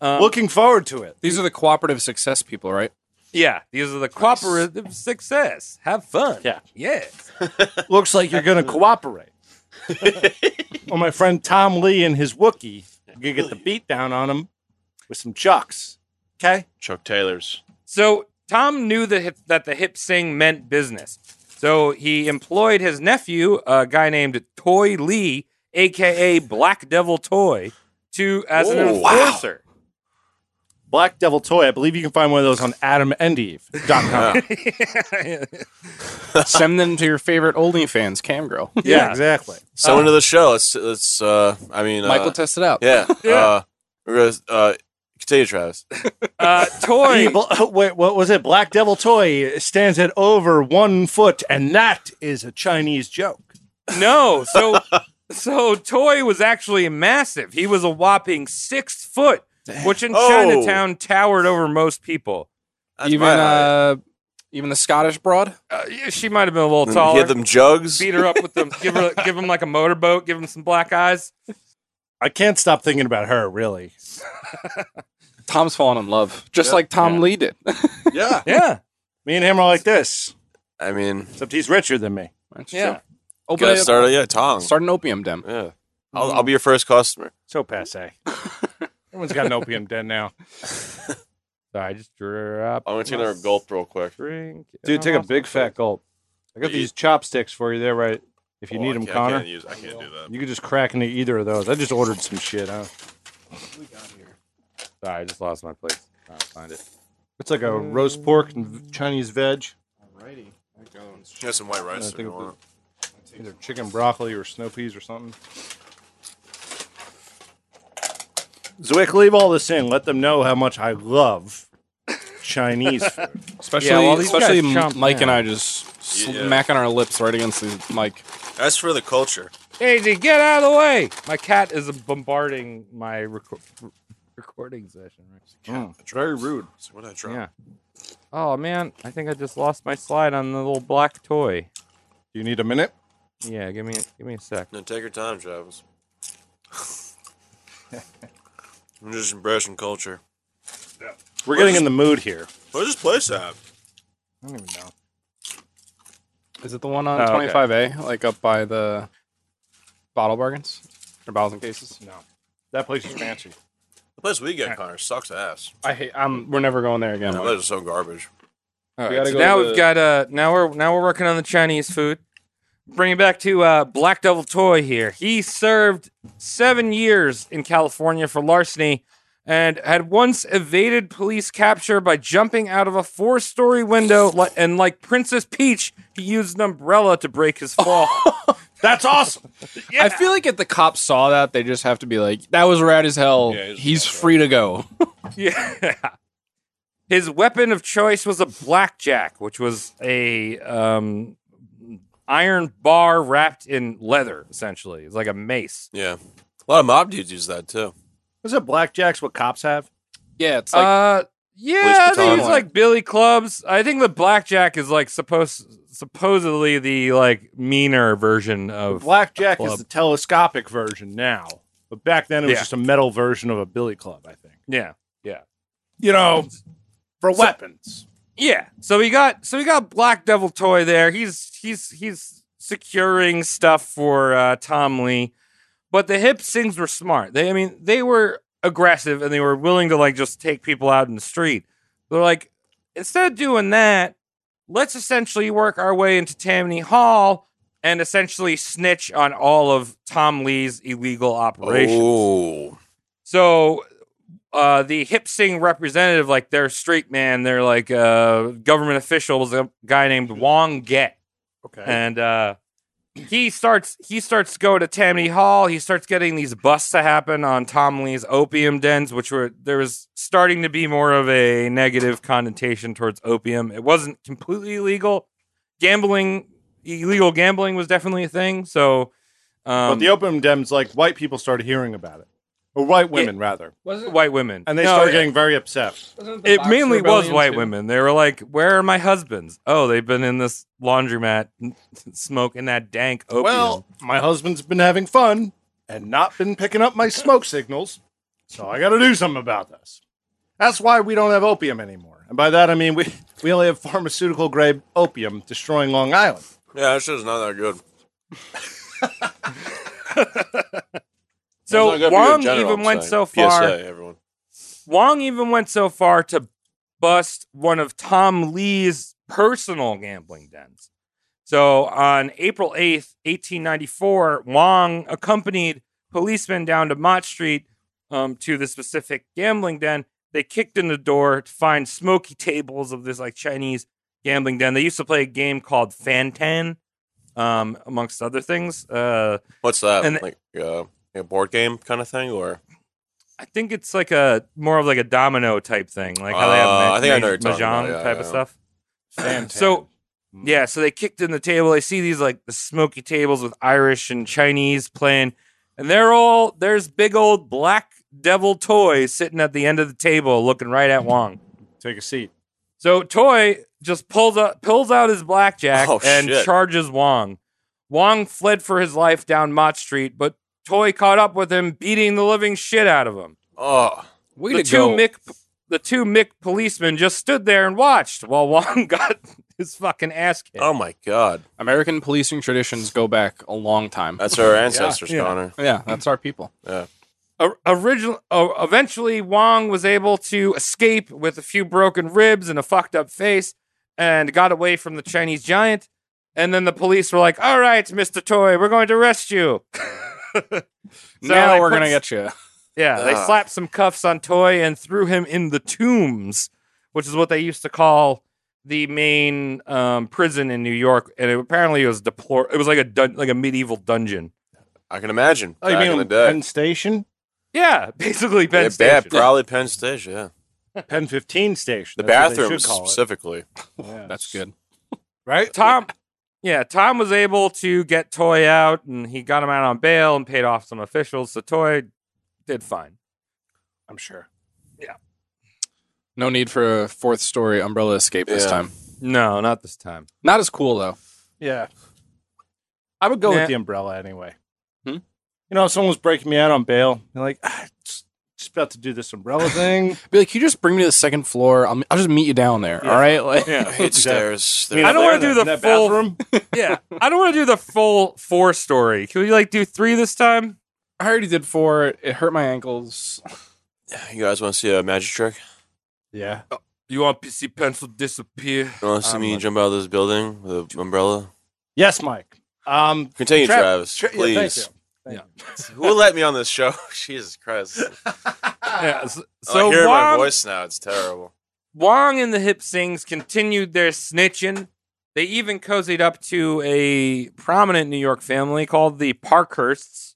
Um, Looking forward to it. These are the cooperative success people, (laughs) right? Yeah, these are the cooperative success. Have fun. Yeah. Yes. Looks like you're going to cooperate. (laughs) well, my friend Tom Lee and his Wookiee, you going get the beat down on him with some chucks. (laughs) Okay? Chuck Taylor's. So Tom knew that hip, that the hip sing meant business. So he employed his nephew, a guy named Toy Lee, aka Black Devil Toy, to as an Oh, wow. enforcer. Black Devil Toy. I believe you can find one of those on adamandeve.com. yeah, Send them to your favorite OnlyFans cam (laughs) girl. Uh, Yeah. exactly. Someone to the show. Let's let's uh I mean uh, Michael, test it out. Yeah. Uh we're gonna uh continue, Travis. Uh, (laughs) Toy. Evil, (laughs) wait, what was it? Black Devil Toy stands at over one foot, and that is a Chinese joke. No, so so Toy was actually massive. He was a whopping six foot, which in Oh. Chinatown towered over most people. That's even my highlight. uh, even the Scottish broad. Uh, she might have been a little And taller. Get them (laughs) jugs. beat her up with them. Give her, give him like a motorboat. Give him some black eyes. I can't stop thinking about her, really. Tom's fallen in love, just like Tom Lee did. (laughs) (laughs) Yeah. Yeah, (laughs) Me and him are like this, I mean except he's richer than me. That's Yeah. true. Open gotta it, start, start yeah, Tong. start an opium den. Yeah. I'll, I'll be your first customer. So passe. Everyone's got an opium den now. sorry, I just dropped. I'm gonna take my another gulp real quick. Drink, Dude, take a big fat gulp. I got Yeah, you- these chopsticks for you there, right? If you Oh, I need 'em need them, can't- I Connor. can't, use, I can't do that. You could just crack into either of those. I just ordered some shit, huh? Sorry, I just lost my place. I'll find it. It's like a roast pork and v- Chinese veg. You have some white rice if think you of the- want. Either chicken broccoli or snow peas or something. Zwick, leave all this in. Let them know how much I love Chinese food. Especially, Yeah, well, these especially guys chomp M- Mike and down. I just Yeah. smacking our lips right against the mic. That's for the culture. Daisy, get out of the way. My cat is bombarding my reco- r- recording session. It's very rude. So what did I drop? Yeah. Oh man, I think I just lost my slide on the little black toy. Do you need a minute? Yeah, give me give me a sec. No, take your time, Travis. (laughs) I'm just embracing culture. We're getting in the mood here. Where's this place at? I don't even know. Is it the one on Oh, okay. 25A, like up by the bottle bargains or bottles and cases? No, that place is fancy. The place we get, Connor, sucks ass. I hate. I'm, we're never going there again. That Mike. place is so garbage. All All right, right, so so now we've got uh now we're now we're working on the Chinese food. Bring it back to uh, Black Devil Toy here. He served seven years in California for larceny and had once evaded police capture by jumping out of a four-story window. Li- and like Princess Peach, he used an umbrella to break his fall. That's awesome. I feel like if the cops saw that, they just have to be like, "That was rad as hell. Yeah, it was he's free to go." Yeah. (laughs) His weapon of choice was a blackjack, which was a um, iron bar wrapped in leather, essentially. It's like a mace. Yeah. A lot of mob dudes use that, too. (laughs) Is it blackjacks what cops have? yeah, it's like uh, yeah, I baton think it's one. like billy clubs. I think the blackjack is like supposed supposedly the like meaner version of Blackjack is Club. the telescopic version now, but back then it was Yeah. just a metal version of a billy club. I think. yeah. You know, for weapons. Yeah. So we got so we got Black Devil Toy there. He's he's he's securing stuff for uh, Tom Lee, but the hip sings were smart. They I mean they were aggressive and they were willing to like just take people out in the street. They're like instead of doing that, let's essentially work our way into Tammany Hall and essentially snitch on all of Tom Lee's illegal operations. Oh. So uh, the hip sing representative, like their straight man, they're like uh, government official was a guy named Mm-hmm. Wong Get, Okay. and uh, he starts he starts to go to Tammany Hall. He starts getting these busts to happen on Tom Lee's opium dens, which were there was starting to be more of a negative connotation towards opium. It wasn't completely illegal. Gambling, illegal gambling was definitely a thing. So, um, but the opium dems, like white people, started hearing about it, or white women rather, wasn't white women and they No, started yeah. getting very upset. wasn't the it Boxer mainly was Rebellion white too? women. They were like, "Where are my husbands? Oh, they've been in this laundromat smoking that dank opium." Well, my husband's been having fun and not been picking up my smoke signals, so I got to do something about this. That's why we don't have opium anymore, and by that I mean we we only have pharmaceutical grade opium destroying Long (clears throat) Island. Yeah, that shit's not that good. It's not so good for you in Wong general, even I'm went saying. so far. PSA, everyone. Wong even went so far to bust one of Tom Lee's personal gambling dens. So on April 8th, 1894, Wong accompanied policemen down to Mott Street um, to the specific gambling den. They kicked in the door to find smoky tables of this like Chinese gambling den. They used to play a game called Fantan, um, amongst other things. Uh, What's that? And- like uh, a board game kind of thing? Or I think it's like a more of like a domino type thing, like how they have Uh, ma- I think I know what ma- you're talking mahjong about. Yeah, type yeah. Hmm. of stuff. Fantastic. So yeah, so they kicked in the table. They see these like the smoky tables with Irish and Chinese playing, and they're all there's big old black devil toy sitting at the end of the table, looking right at Wong. take a seat. So Toy just pulls up, pulls out his blackjack Oh, and shit. charges Wong. Wong fled for his life down Mott Street, but Toy caught up with him, beating the living shit out of him oh, Way the to two go. Mick the two Mick policemen just stood there and watched while Wong (laughs) got his fucking ass kicked. Uh, oh my god, American policing traditions go back a long time. that's our ancestors, yeah. Connor. yeah, that's our people. O- original, o- eventually, Wong was able to escape with a few broken ribs and a fucked up face, and got away from the Chinese giant. And then the police were like, "All right, Mister Toy, we're going to arrest you." (laughs) now they we're put- gonna get you. Yeah, they Ugh. slapped some cuffs on Toy and threw him in the tombs, which is what they used to call the main um, prison in New York. And it, apparently, it was deplor. It was like a dun- like a medieval dungeon. I can imagine. Oh, you back mean in the on day. Penn Station? Yeah, (laughs) basically Penn yeah, Station. bad, probably Penn Station. Yeah. Penn 15 station. The That's what they bathroom should call it. (laughs) specifically. Yeah. That's good. right? Tom, yeah, Tom was able to get Toy out, and he got him out on bail and paid off some officials. So Toy did fine. I'm sure. No need for a fourth story umbrella escape this Yeah. time. No, not this time. Not as cool though. Yeah. I would go Nah. with the umbrella anyway. Hmm? You know, if someone was breaking me out on bail, you're like, ah, just, just about to do this umbrella thing. Be like, "Can you just bring me to the second floor. I'll, I'll just meet you down there. All right. Like, I hate stairs. They're- I don't there wanna in do that- the in that full- bathroom. (laughs) Yeah, I don't want to do the full four story. Can we like do three this time? (laughs) I already did four. It hurt my ankles. You guys want to see a magic trick? (laughs) Yeah. You want to see pencil disappear? You want to see I'm me a- jump out of this building with an umbrella? Yes, Mike. Um, Continue, Tra- Travis. tra- yeah, please. thank you. (laughs) Who will let me on this show? Jesus Christ. Yeah, so So I so hear my Wong, voice now. It's terrible. Wong and the Hip Sings continued their snitching. They even cozied up to a prominent New York family called the Parkhursts.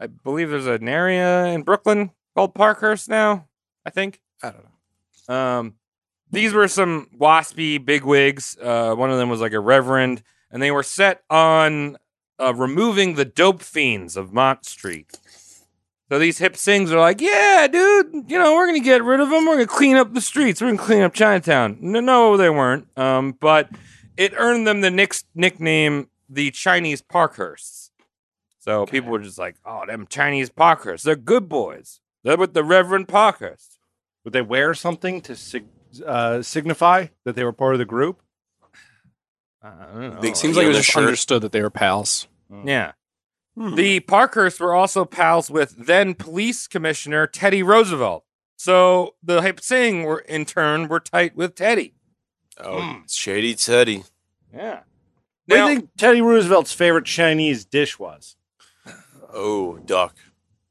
I believe there's an area in Brooklyn called Parkhurst now. I think. I don't know. Um, these were some waspy bigwigs. Uh, one of them was like a reverend, and they were set on uh, removing the dope fiends of Mont Street. So these hip sings are like, yeah, dude, you know, we're gonna get rid of them. We're gonna clean up the streets. We're gonna clean up Chinatown. No, no, they weren't. Um, but it earned them the nick- nickname the Chinese Parkhursts. So people were just like, oh, them Chinese Parkhursts. They're good boys. They're with the Reverend Parkhurst. Would they wear something to sig- uh, signify that they were part of the group? I don't know. Big Seems like it was Heal the just shirt. understood that they were pals. Yeah. Hmm. The Parkhursts were also pals with then police commissioner Teddy Roosevelt. So the Hip Singh were in turn were tight with Teddy. Oh, Hmm. Shady Teddy. Yeah. What Now, do you think Teddy Roosevelt's favorite Chinese dish was? Oh, duck.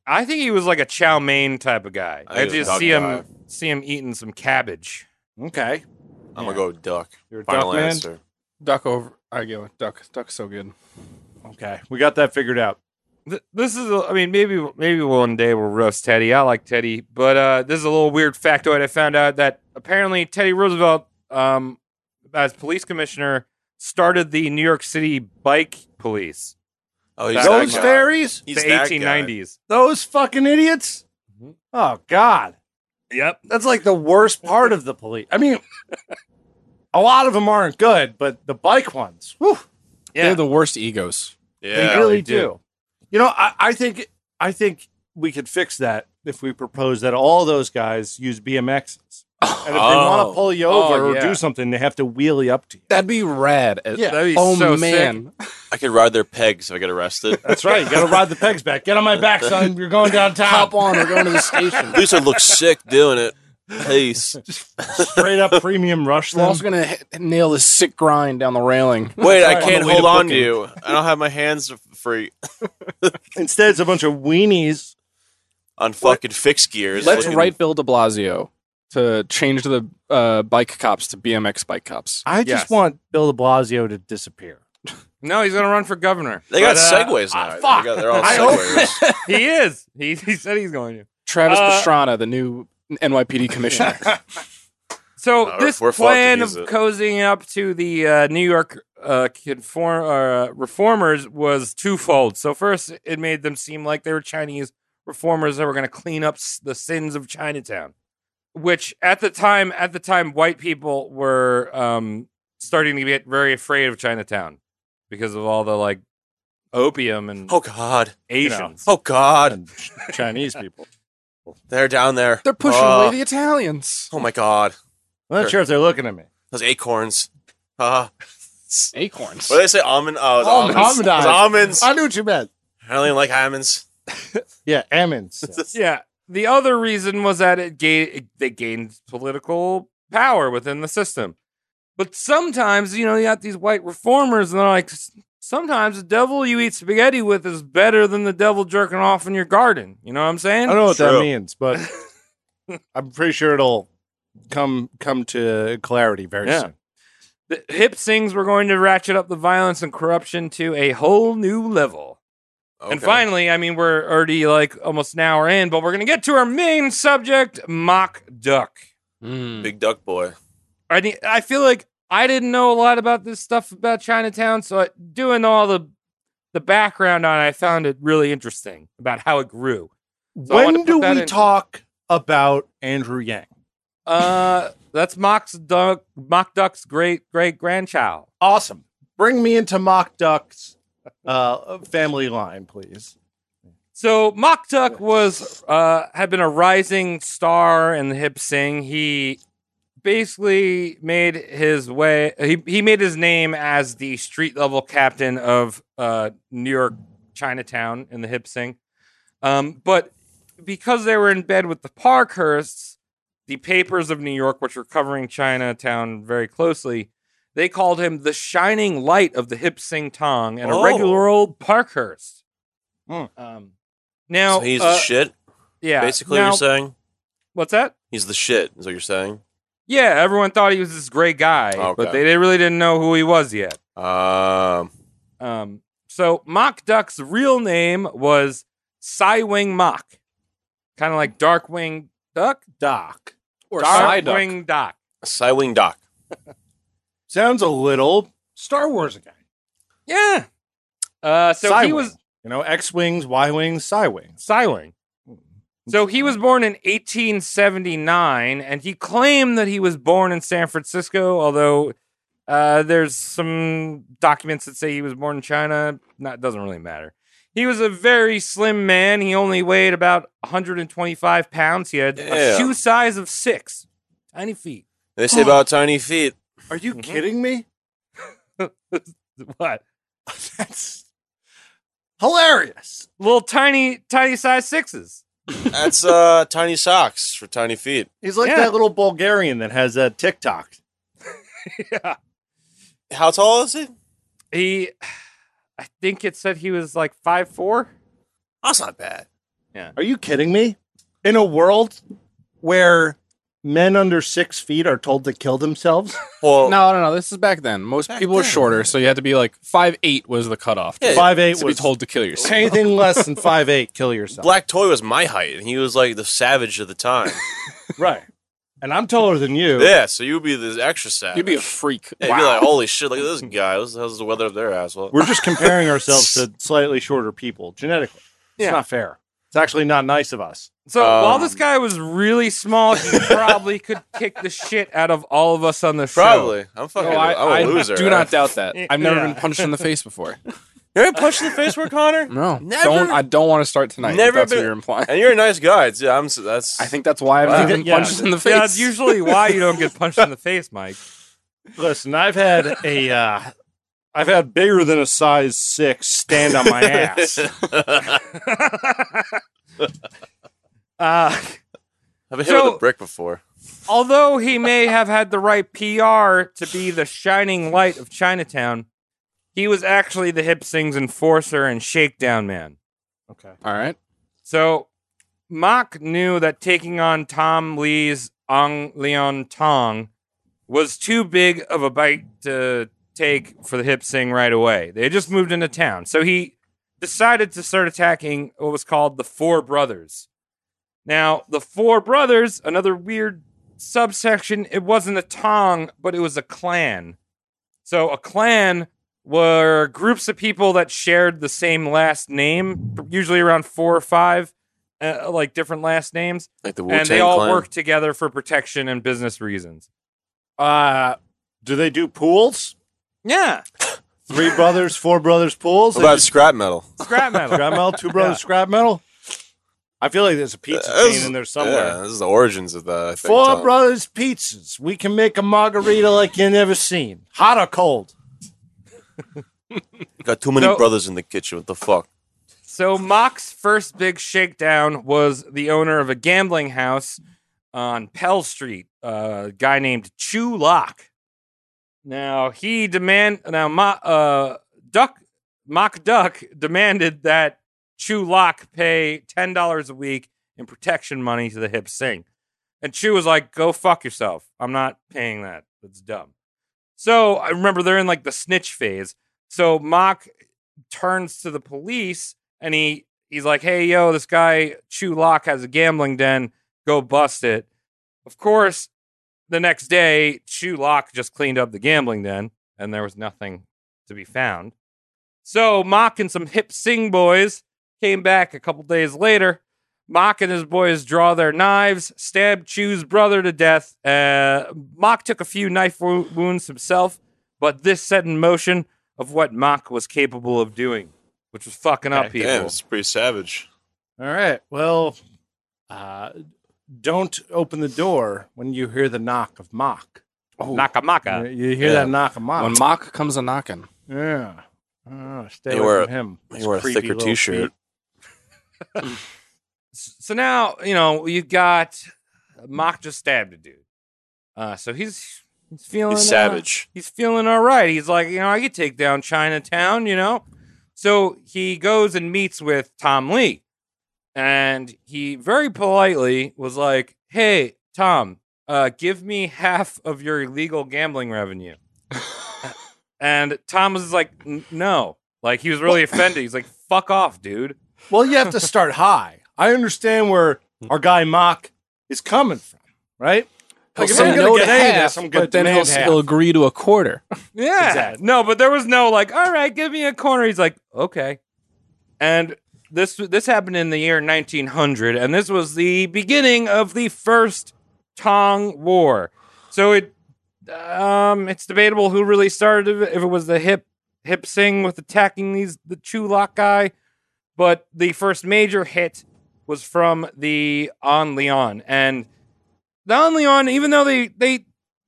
I think he was like a chow mein type of guy. I I, think he was just a see him dog guy. see him eating some cabbage. Okay. I'm going to go with duck. You're a Final duck man? answer. Duck over. I go with duck. Duck's so good. Okay. We got that figured out. Th- This is, a- I mean, maybe maybe one day we'll roast Teddy. I like Teddy, but uh, this is a little weird factoid. I found out that apparently Teddy Roosevelt, um, as police commissioner, started the New York City bike police. Oh, he's that Those guy. fairies? He's the that guy. 1890s. Those fucking idiots? Mhm. Oh, God. Yep. That's like the worst part of the police. I mean, a lot of them aren't good, but the bike ones, whew, Yeah. They're the worst egos. they Yeah. really they do. do. You know, I, I think I think we could fix that if we propose that all those guys use BMXs. And if they want Oh. to pull you over Oh, or yeah. do something, they have to wheelie up to you. That'd be rad. Yeah. That'd be oh so sick. man. I could ride their pegs if I get arrested. That's right. You got to ride the pegs back. Get on my back, son. You're going downtown. Hop on. We're going to the station. (laughs) At least I look sick doing it. Peace. Straight up premium rush. We're Them. also gonna hit, nail this sick grind down the railing. Wait, I Right. can't On the way to hold on to booking. you. I don't have my hands free Instead, it's a bunch of weenies. on fucking fixed gears. Let's Fucking- write Bill De Blasio to change the uh, bike cops to BMX bike cops. I just Yes. want Bill De Blasio to disappear. No, he's gonna run for (laughs) governor. They got But, uh, segways now. ah, They fuck. got- they're all I hope- segways. he is. He, he said he's going to. Travis Uh, Pastrana, the new (laughs) NYPD commissioner. So Uh, this we're fucked plan if of he's it. cozying up to the uh, New York uh, conform, uh, reformers was twofold. So first, it made them seem like they were Chinese reformers that were going to clean up s- the sins of Chinatown, which at the time, at the time, white people were um, starting to get very afraid of Chinatown because of all the like opium and (laughs) Oh, God. Asians. Oh, God. And (laughs) Chinese people. They're down there. They're pushing Ah. away the Italians. Oh, my God. I'm not sure if they're looking at me. Those acorns. Ah. Acorns. What do they say? Almond? Oh, it's Almond- almonds. almond eyes. It's almonds. I knew what you meant. I don't even like almonds. Yeah, (laughs) Ammons. Yeah. The other reason was that it, ga- it they gained political power within the system. But sometimes, you know, you got these white reformers, and they're like, "S- sometimes the devil you eat spaghetti with is better than the devil jerking off in your garden. You know what I'm saying? I don't know what that True. means, (laughs) but I'm pretty sure it'll come come to clarity very Yeah. soon. The hip sings were going to ratchet up the violence and corruption to a whole new level. And Okay. finally, I mean, we're already like almost an hour in, but we're going to get to our main subject mock duck. Mm. Big Duck Boy. I need, I feel like I didn't know a lot about this stuff about Chinatown, so I, doing all the the background on, it, I found it really interesting about how it grew. So I wanna when put do that we in- talk about Andrew Yang? Uh, that's Mock's duck, Mock Duck's great great grandchild. Awesome. Bring me into Mock Duck's uh, family line, please. So Mock Duck was uh, had been a rising star in the hip sing. He basically made his way. He, he made his name as the street level captain of uh, New York Chinatown in the hip sing. Um, but because they were in bed with the Parkhursts, the papers of New York, which were covering Chinatown very closely, they called him the shining light of the hip sing tong and Oh. a regular old Parkhurst. Hmm. Um, now so he's uh, the shit. yeah. Basically, Now- you're saying what's that? he's the shit. Is what you're saying? Yeah, everyone thought he was this great guy, but Okay. they, they really didn't know who he was yet. Um, Um, so Mock Duck's real name was Cywing Mock, kind of like Darkwing Duck, Doc. Or side duck. Darkwing Duck. Cywing Doc. Sounds a little Star Wars again. Yeah. Uh, so he was you know, X Wings, Y Wings, Psy Wings. Cywing. So he was born in 1879, and he claimed that he was born in San Francisco, although uh, there's some documents that say he was born in China. Not doesn't really matter. He was a very slim man. He only weighed about 125 pounds. He had Yeah. a shoe size of six, tiny feet. (laughs) They say about tiny feet. Are you Mhm. kidding me? What? (laughs) That's hilarious. Little tiny, tiny size sixes. That's uh, tiny socks for tiny feet. He's like Yeah. that little Bulgarian that has a TikTok. yeah. How tall is he? He, I think it said he was like five four. That's not bad. Are you kidding me? In a world where men under six feet are told to kill themselves? Well, No, no, no. This is back then. Most Back people were then. shorter, so you had to be like five eight was the cutoff to, Yeah, Five eight to was be told to kill yourself. anything less than five eight, kill yourself. Black Toy was my height, and he was like the savage of the time. Right. And I'm taller than you. yeah, so you would be the extra savage. You'd be a freak. Yeah, you'd be like, holy shit, look at this guy. What's- How's the weather up there, asshole? We're just comparing ourselves to slightly shorter people genetically. It's Yeah. not fair. It's actually not nice of us. So while Um, this guy was really small, (laughs) he probably could kick the shit out of all of us on the show. Probably. I'm No, fucking. I, I'm a I loser. do not doubt (laughs) that. I've never Yeah. been punched in the face before. You're a punch in the face, for Connor. (laughs) (laughs) No, Never- don't. I don't want to start tonight. if Never that's been- what you're implying. And you're a nice guy. It's- I'm. s- That's. I think that's why I haven't Wow. been Yeah. punched in the face. Yeah, that's usually why you don't get punched in the face, Mike. Listen, I've had a, uh, I've had bigger than a size six stand on my ass. Uh, I've been hit with So- a brick before. although he may have had the right PR to be the shining light of Chinatown, he was actually the hip sings enforcer and shakedown man. okay. All right. So Mock knew that taking on Tom Lee's Ong Leon Tong was too big of a bite to take for the hip sing right away. They had just moved into town. So he decided to start attacking what was called the Four Brothers. Now, the Four Brothers, another weird subsection, it wasn't a Tong, but it was a clan. So a clan were groups of people that shared the same last name, usually around four or five, uh, like different last names, Like the and they all work together for protection and business reasons. Uh, do they do pools? Yeah, Three brothers, four brothers pools? What about scrap metal? scrap metal. scrap metal, two brothers scrap metal? I feel like there's a pizza Uh, chain in there somewhere. Yeah, this is the origins of that. I think, Four Tom. brothers pizzas. We can make a margarita like you never seen. Hot or cold. Got too many So- brothers in the kitchen. What the fuck? So Mock's first big shakedown was the owner of a gambling house on Pell Street, uh, a guy named Chu Lock. Now he demand now Ma, uh, Duck Mock Duck demanded that Chu Lock pay ten dollars a week in protection money to the hip sing, and Chu was like, "Go fuck yourself. I'm not paying that. That's dumb." So I remember they're in like the snitch phase. So Mock turns to the police and he he's like, "Hey, yo, this guy Chu Lock has a gambling den. Go bust it." Of course, the next day, Chu Lock just cleaned up the gambling den, and there was nothing to be found. So Mock and some hip Sing boys came back a couple days later. Mock and his boys draw their knives, stab Chu's brother to death. Uh, Mock took a few knife wo- wounds himself, but this set in motion of what Mock was capable of doing, which was fucking up people. Damn, it's pretty savage. All right. Well, uh, don't open the door when you hear the knock of mock. Oh, You- Nakamaka. You hear Yeah. that knock of mock. when Mock comes a knocking. yeah. Oh, stay He away wore from him. He His wore a creepy thicker little T-shirt. feet. So now, you know, you got Mock just stabbed a dude. Uh, so he's, he's feeling He's uh, savage. he's feeling all right. He's like, you know, I could take down Chinatown, you know? So he goes and meets with Tom Lee. And he very politely was like, hey, Tom, uh, give me half of your illegal gambling (laughs) revenue. and Tom was like, "N- no. Like, he was really offended. He's like, fuck off, dude. Well, you have to (laughs) start high. I understand where our guy mock is coming from, right? He'll Like, if say I'm gonna no get to any of half, this, I'm gonna but then he'll, demand he'll half. agree to a quarter. Yeah. Exactly. No, but there was no like, all right, give me a corner. He's like, okay. And this this happened in the year 1900, and this was the beginning of the first Tong War. So it um it's debatable who really started it, if it was the hip hip sing with attacking these the Chulak guy, but the first major hit was from the On Leon. And the On Leon, even though they they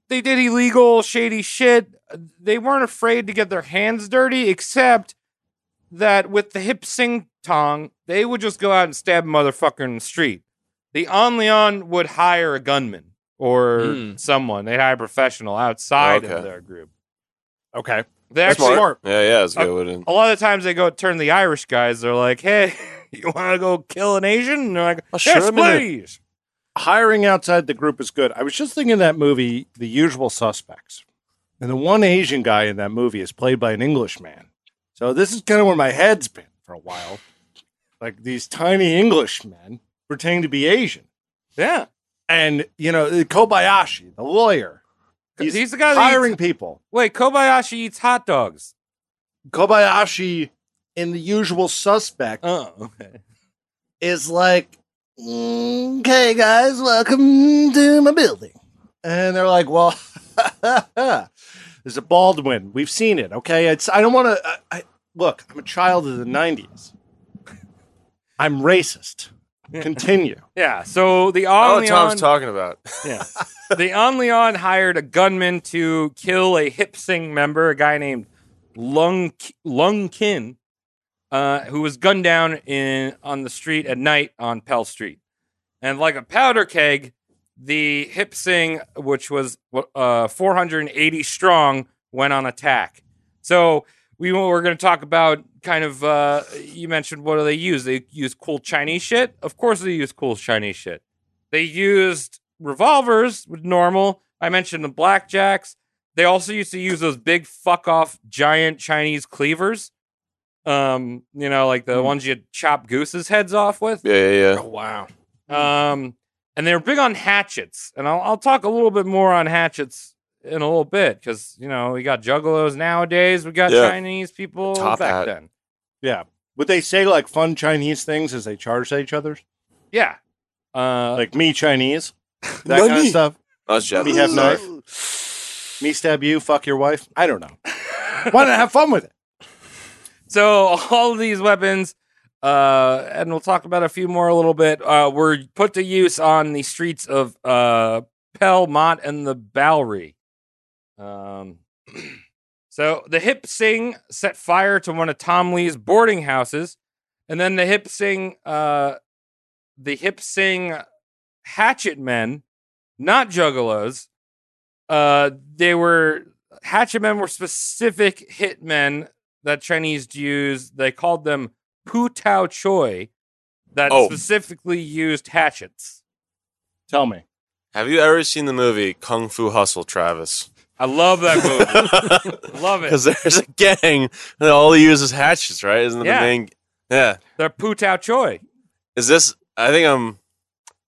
they did illegal, shady shit. They weren't afraid to get their hands dirty, except that with the hip sing tong, they would just go out and stab a motherfucker in the street. The On Leon would hire a gunman or Hmm. Mm. someone. They'd hire a professional outside Okay. of their group. Okay. They That's actually, smart. Yeah, yeah, it's Uh, good. wouldn't- a lot of the times they go turn the Irish guys. They're like, "Hey, (laughs) you want to go kill an Asian?" And they're like, I'll shoot "Yes, him in the- please." hiring outside the group is good. I was just thinking of that movie, The Usual Suspects. And the one Asian guy in that movie is played by an Englishman. So this is kind of where my head's been for a while. Like these tiny Englishmen pretending to be Asian. Yeah, And, you know, Kobayashi, the lawyer, he's, He's the guy that hiring Eats, people. wait, Kobayashi eats hot dogs. Kobayashi in The Usual Suspect Oh, okay. is like, okay, guys, welcome to my building. And they're like, well, (laughs) there's a Baldwin. We've seen it. Okay. It's, I don't want to, I, I, look, I'm a child of the 90s. I'm racist. Continue. Yeah. So the I On don't know what Tom's Leon, talking (laughs) about. yeah. (laughs) the On Leon hired a gunman to kill a hip sing member, a guy named Lung Lung Kin, uh, who was gunned down in on the street at night on Pell Street, and like a powder keg, the hip sing, which was uh, 480 strong, went on attack. So we were going to talk about kind of uh, you mentioned what do they use? They use cool Chinese shit. Of course, they use cool Chinese shit. They used revolvers with normal. I mentioned the blackjacks. They also used to use those big fuck off giant Chinese cleavers. Um, you know, like the ones you chop gooses' heads off with. Yeah, yeah, yeah. wow. Hmm. Um, and they were big on hatchets, and I'll, I'll talk a little bit more on hatchets in a little bit because you know we got juggalos nowadays. We got Yeah. Chinese people Top back hat. then. Yeah. Would they say like fun Chinese things as they charge at each other? Yeah. Uh, Like me Chinese, that kind of Nani? stuff. I was Me Japanese. have sorry. knife. Me stab you, fuck your wife. I don't know. Why not have fun with it? So (laughs) all of these weapons, uh, and we'll talk about a few more a little bit, uh, were put to use on the streets of uh, Pell, Mott, and the Bowery. Um, (clears throat) so the Hip Sing set fire to one of Tom Lee's boarding houses, and then the Hip Sing, uh, the Hip Sing hatchet men, not juggalos, uh, they were hatchet men were specific hitmen that Chinese use. They called them Pu Tao Choi that Oh. specifically used hatchets. Tell me. Have you ever seen the movie Kung Fu Hustle, (laughs) Travis? I love that (laughs) movie. love it. Because there's a gang that all they use is hatchets, right? Isn't it Yeah. the main? Yeah. They're Pu Tao Choi. Is this? I think I'm.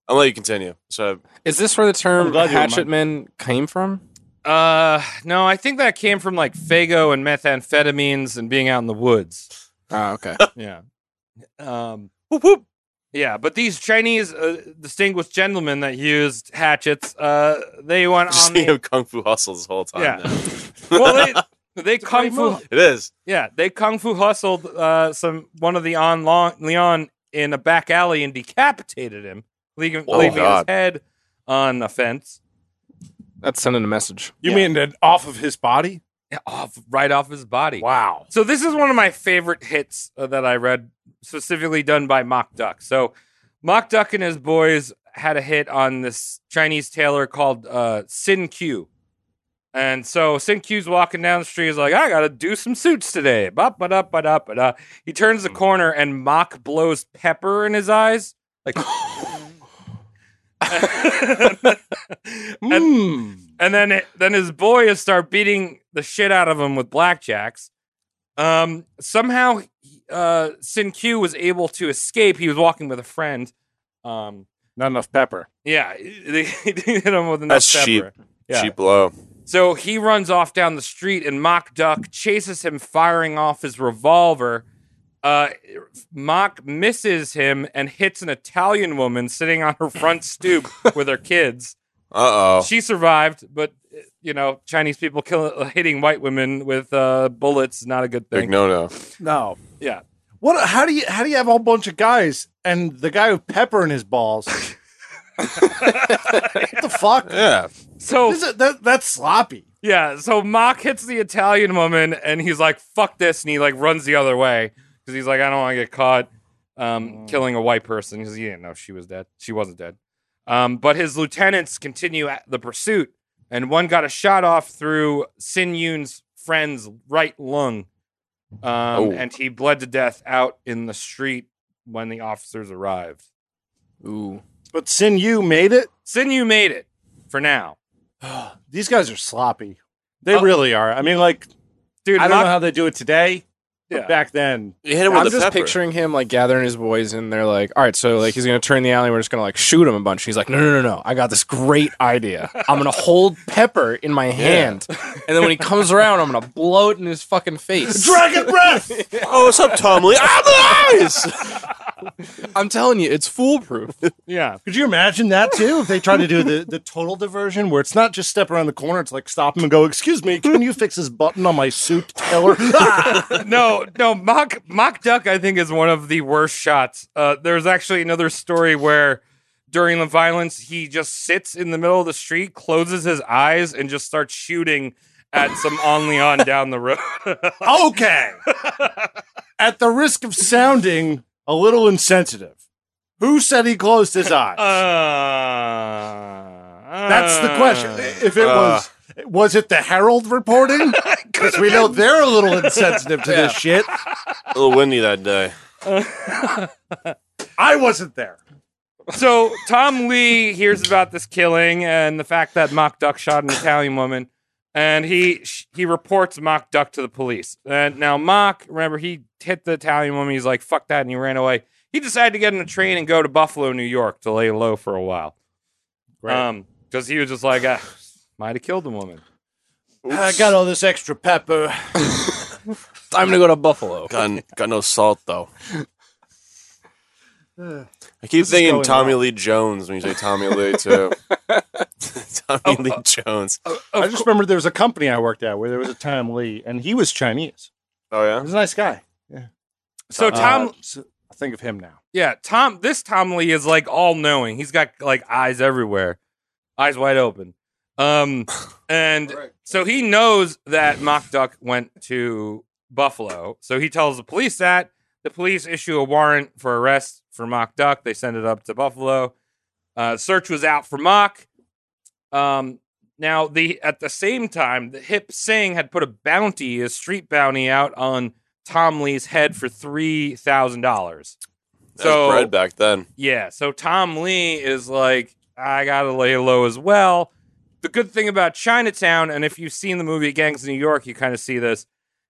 I'll let you continue. So Is this where the term I'm glad you hatchet men came from? Uh, no, I think that came from like Fago and methamphetamines and being out in the (laughs) woods. (laughs) Ah, okay. Yeah. Um, whoop, whoop. Yeah, but these Chinese uh, distinguished gentlemen that used hatchets, uh, they went just on. think The, of (laughs) Kung Fu Hustle this whole time. Yeah. now. (laughs) well, they, they kung fu. It is. Yeah, they kung fu hustled uh, some one of the on Lon- Leon in a back alley and decapitated him, leaving, Oh, leaving his God. head on a fence, That's sending a message. You mean that off of his body? off right off his body. Wow. So this is one of my favorite hits uh, that I read, specifically done by Mock Duck. So Mock Duck and his boys had a hit on this Chinese tailor called uh, Sin Q. And so Sin Q's walking down the street. He's like, I got to do some suits today. Bop, ba, da, ba, da, ba, da. He turns the corner and Mock blows pepper in his eyes. (laughs) Like, and, Hmm. and then it, then his boys start beating the shit out of him with blackjacks. Um, somehow uh, Sin Q was able to escape. He was walking with a friend. Um, Not enough pepper. yeah, (laughs) they, they hit him with enough That's cheap. pepper. Yeah. Cheap low. So he runs off down the street, and Mock Duck chases him, firing off his revolver. Uh, Mock misses him and hits an Italian woman sitting on her front (laughs) stoop with her kids Uh oh. she survived, but uh, you know, Chinese people kill, (laughs) hitting white women with uh, bullets is not a good Big thing. no no. No. Yeah. What? How do you? How do you have a whole bunch of guys and the guy with pepper in his (laughs) balls? what the fuck? Yeah. So This is- that, that's sloppy. yeah, so Mock hits the Italian woman, and he's like, "Fuck this," and he like runs the other way because he's like, "I don't want to get caught Mm. um, killing a white person," because he didn't know she was dead. She wasn't dead. Um, but his lieutenants continue at the pursuit, and one got a shot off through Sin Yun's friend's right lung, um, Oh. and he bled to death out in the street when the officers arrived. Ooh. But Sin Yu made it. (sighs) Sin Yu made it for now, These guys are sloppy. They Uh, really are. I mean, like dude. I don't Mock- know how they do it today. Yeah. But back then, You hit him with I'm the just pepper. picturing him like gathering his boys, and they're like, "All right, so like he's gonna turn the alley. We're just gonna like shoot him a bunch." He's like, "No, no, no, no! I got this great idea. I'm gonna hold pepper in my hand, and then when he comes around, I'm gonna blow it in his fucking face." dragon breath. Oh, what's up, Tom (laughs) Lee? I'm eyes. I'm telling you, it's foolproof. Yeah. (laughs) Could you imagine that too? If they try to do the, the total diversion where it's not just step around the corner, it's like stop 'em and go, excuse me, can you fix this button on my suit teller? (laughs) no, no, mock mock duck. I think is one of the worst shots. Uh, there's actually another story where during the violence, he just sits in the middle of the street, closes his eyes, and just starts shooting at some on Leon down the road. (laughs) okay. At the risk of sounding a little insensitive, who said he closed his eyes? Uh, That's the question. If it Uh. was was it the Herald (laughs) reporting? Because we know they're a little insensitive to this shit. (laughs) a little windy that day. I wasn't there. So Tom Lee hears about this killing and the fact that Mock Duck shot an Italian woman, and he sh- he reports Mock Duck to the police. And now Mock, remember, he hit the Italian woman. He's like, "Fuck that," and he ran away. He decided to get on a train and go to Buffalo, New York, to lay low for a while. Right. because he was just like, ah, "Might have killed the woman." I got all this extra (coughs) pepper. Time to go to Buffalo. Got, got no salt though. I keep thinking going Tommy well. Lee Jones when you say Tommy Lee too. (laughs) Tommy Lee Jones. I just remember there was a company I worked at where there was a Tom Lee, and he was Chinese. Oh He yeah. was a nice guy. So Tom, Uh, so I think of him now. yeah, Tom. This Tom Lee is like all knowing. He's got like eyes everywhere, eyes wide open. Um, and so he knows that Mock Duck went to Buffalo. So he tells the police that. The police issue a warrant for arrest for Mock Duck. They send it up to Buffalo. Uh, search was out for Mock. Um, now the at the same time, the Hip Singh had put a bounty, a street bounty, out on Tom Lee's head for three thousand dollars. That was bread back then. Yeah, so Tom Lee is like, I gotta lay low as well. The good thing about Chinatown, and if you've seen the movie Gangs of New York, you kind of see this.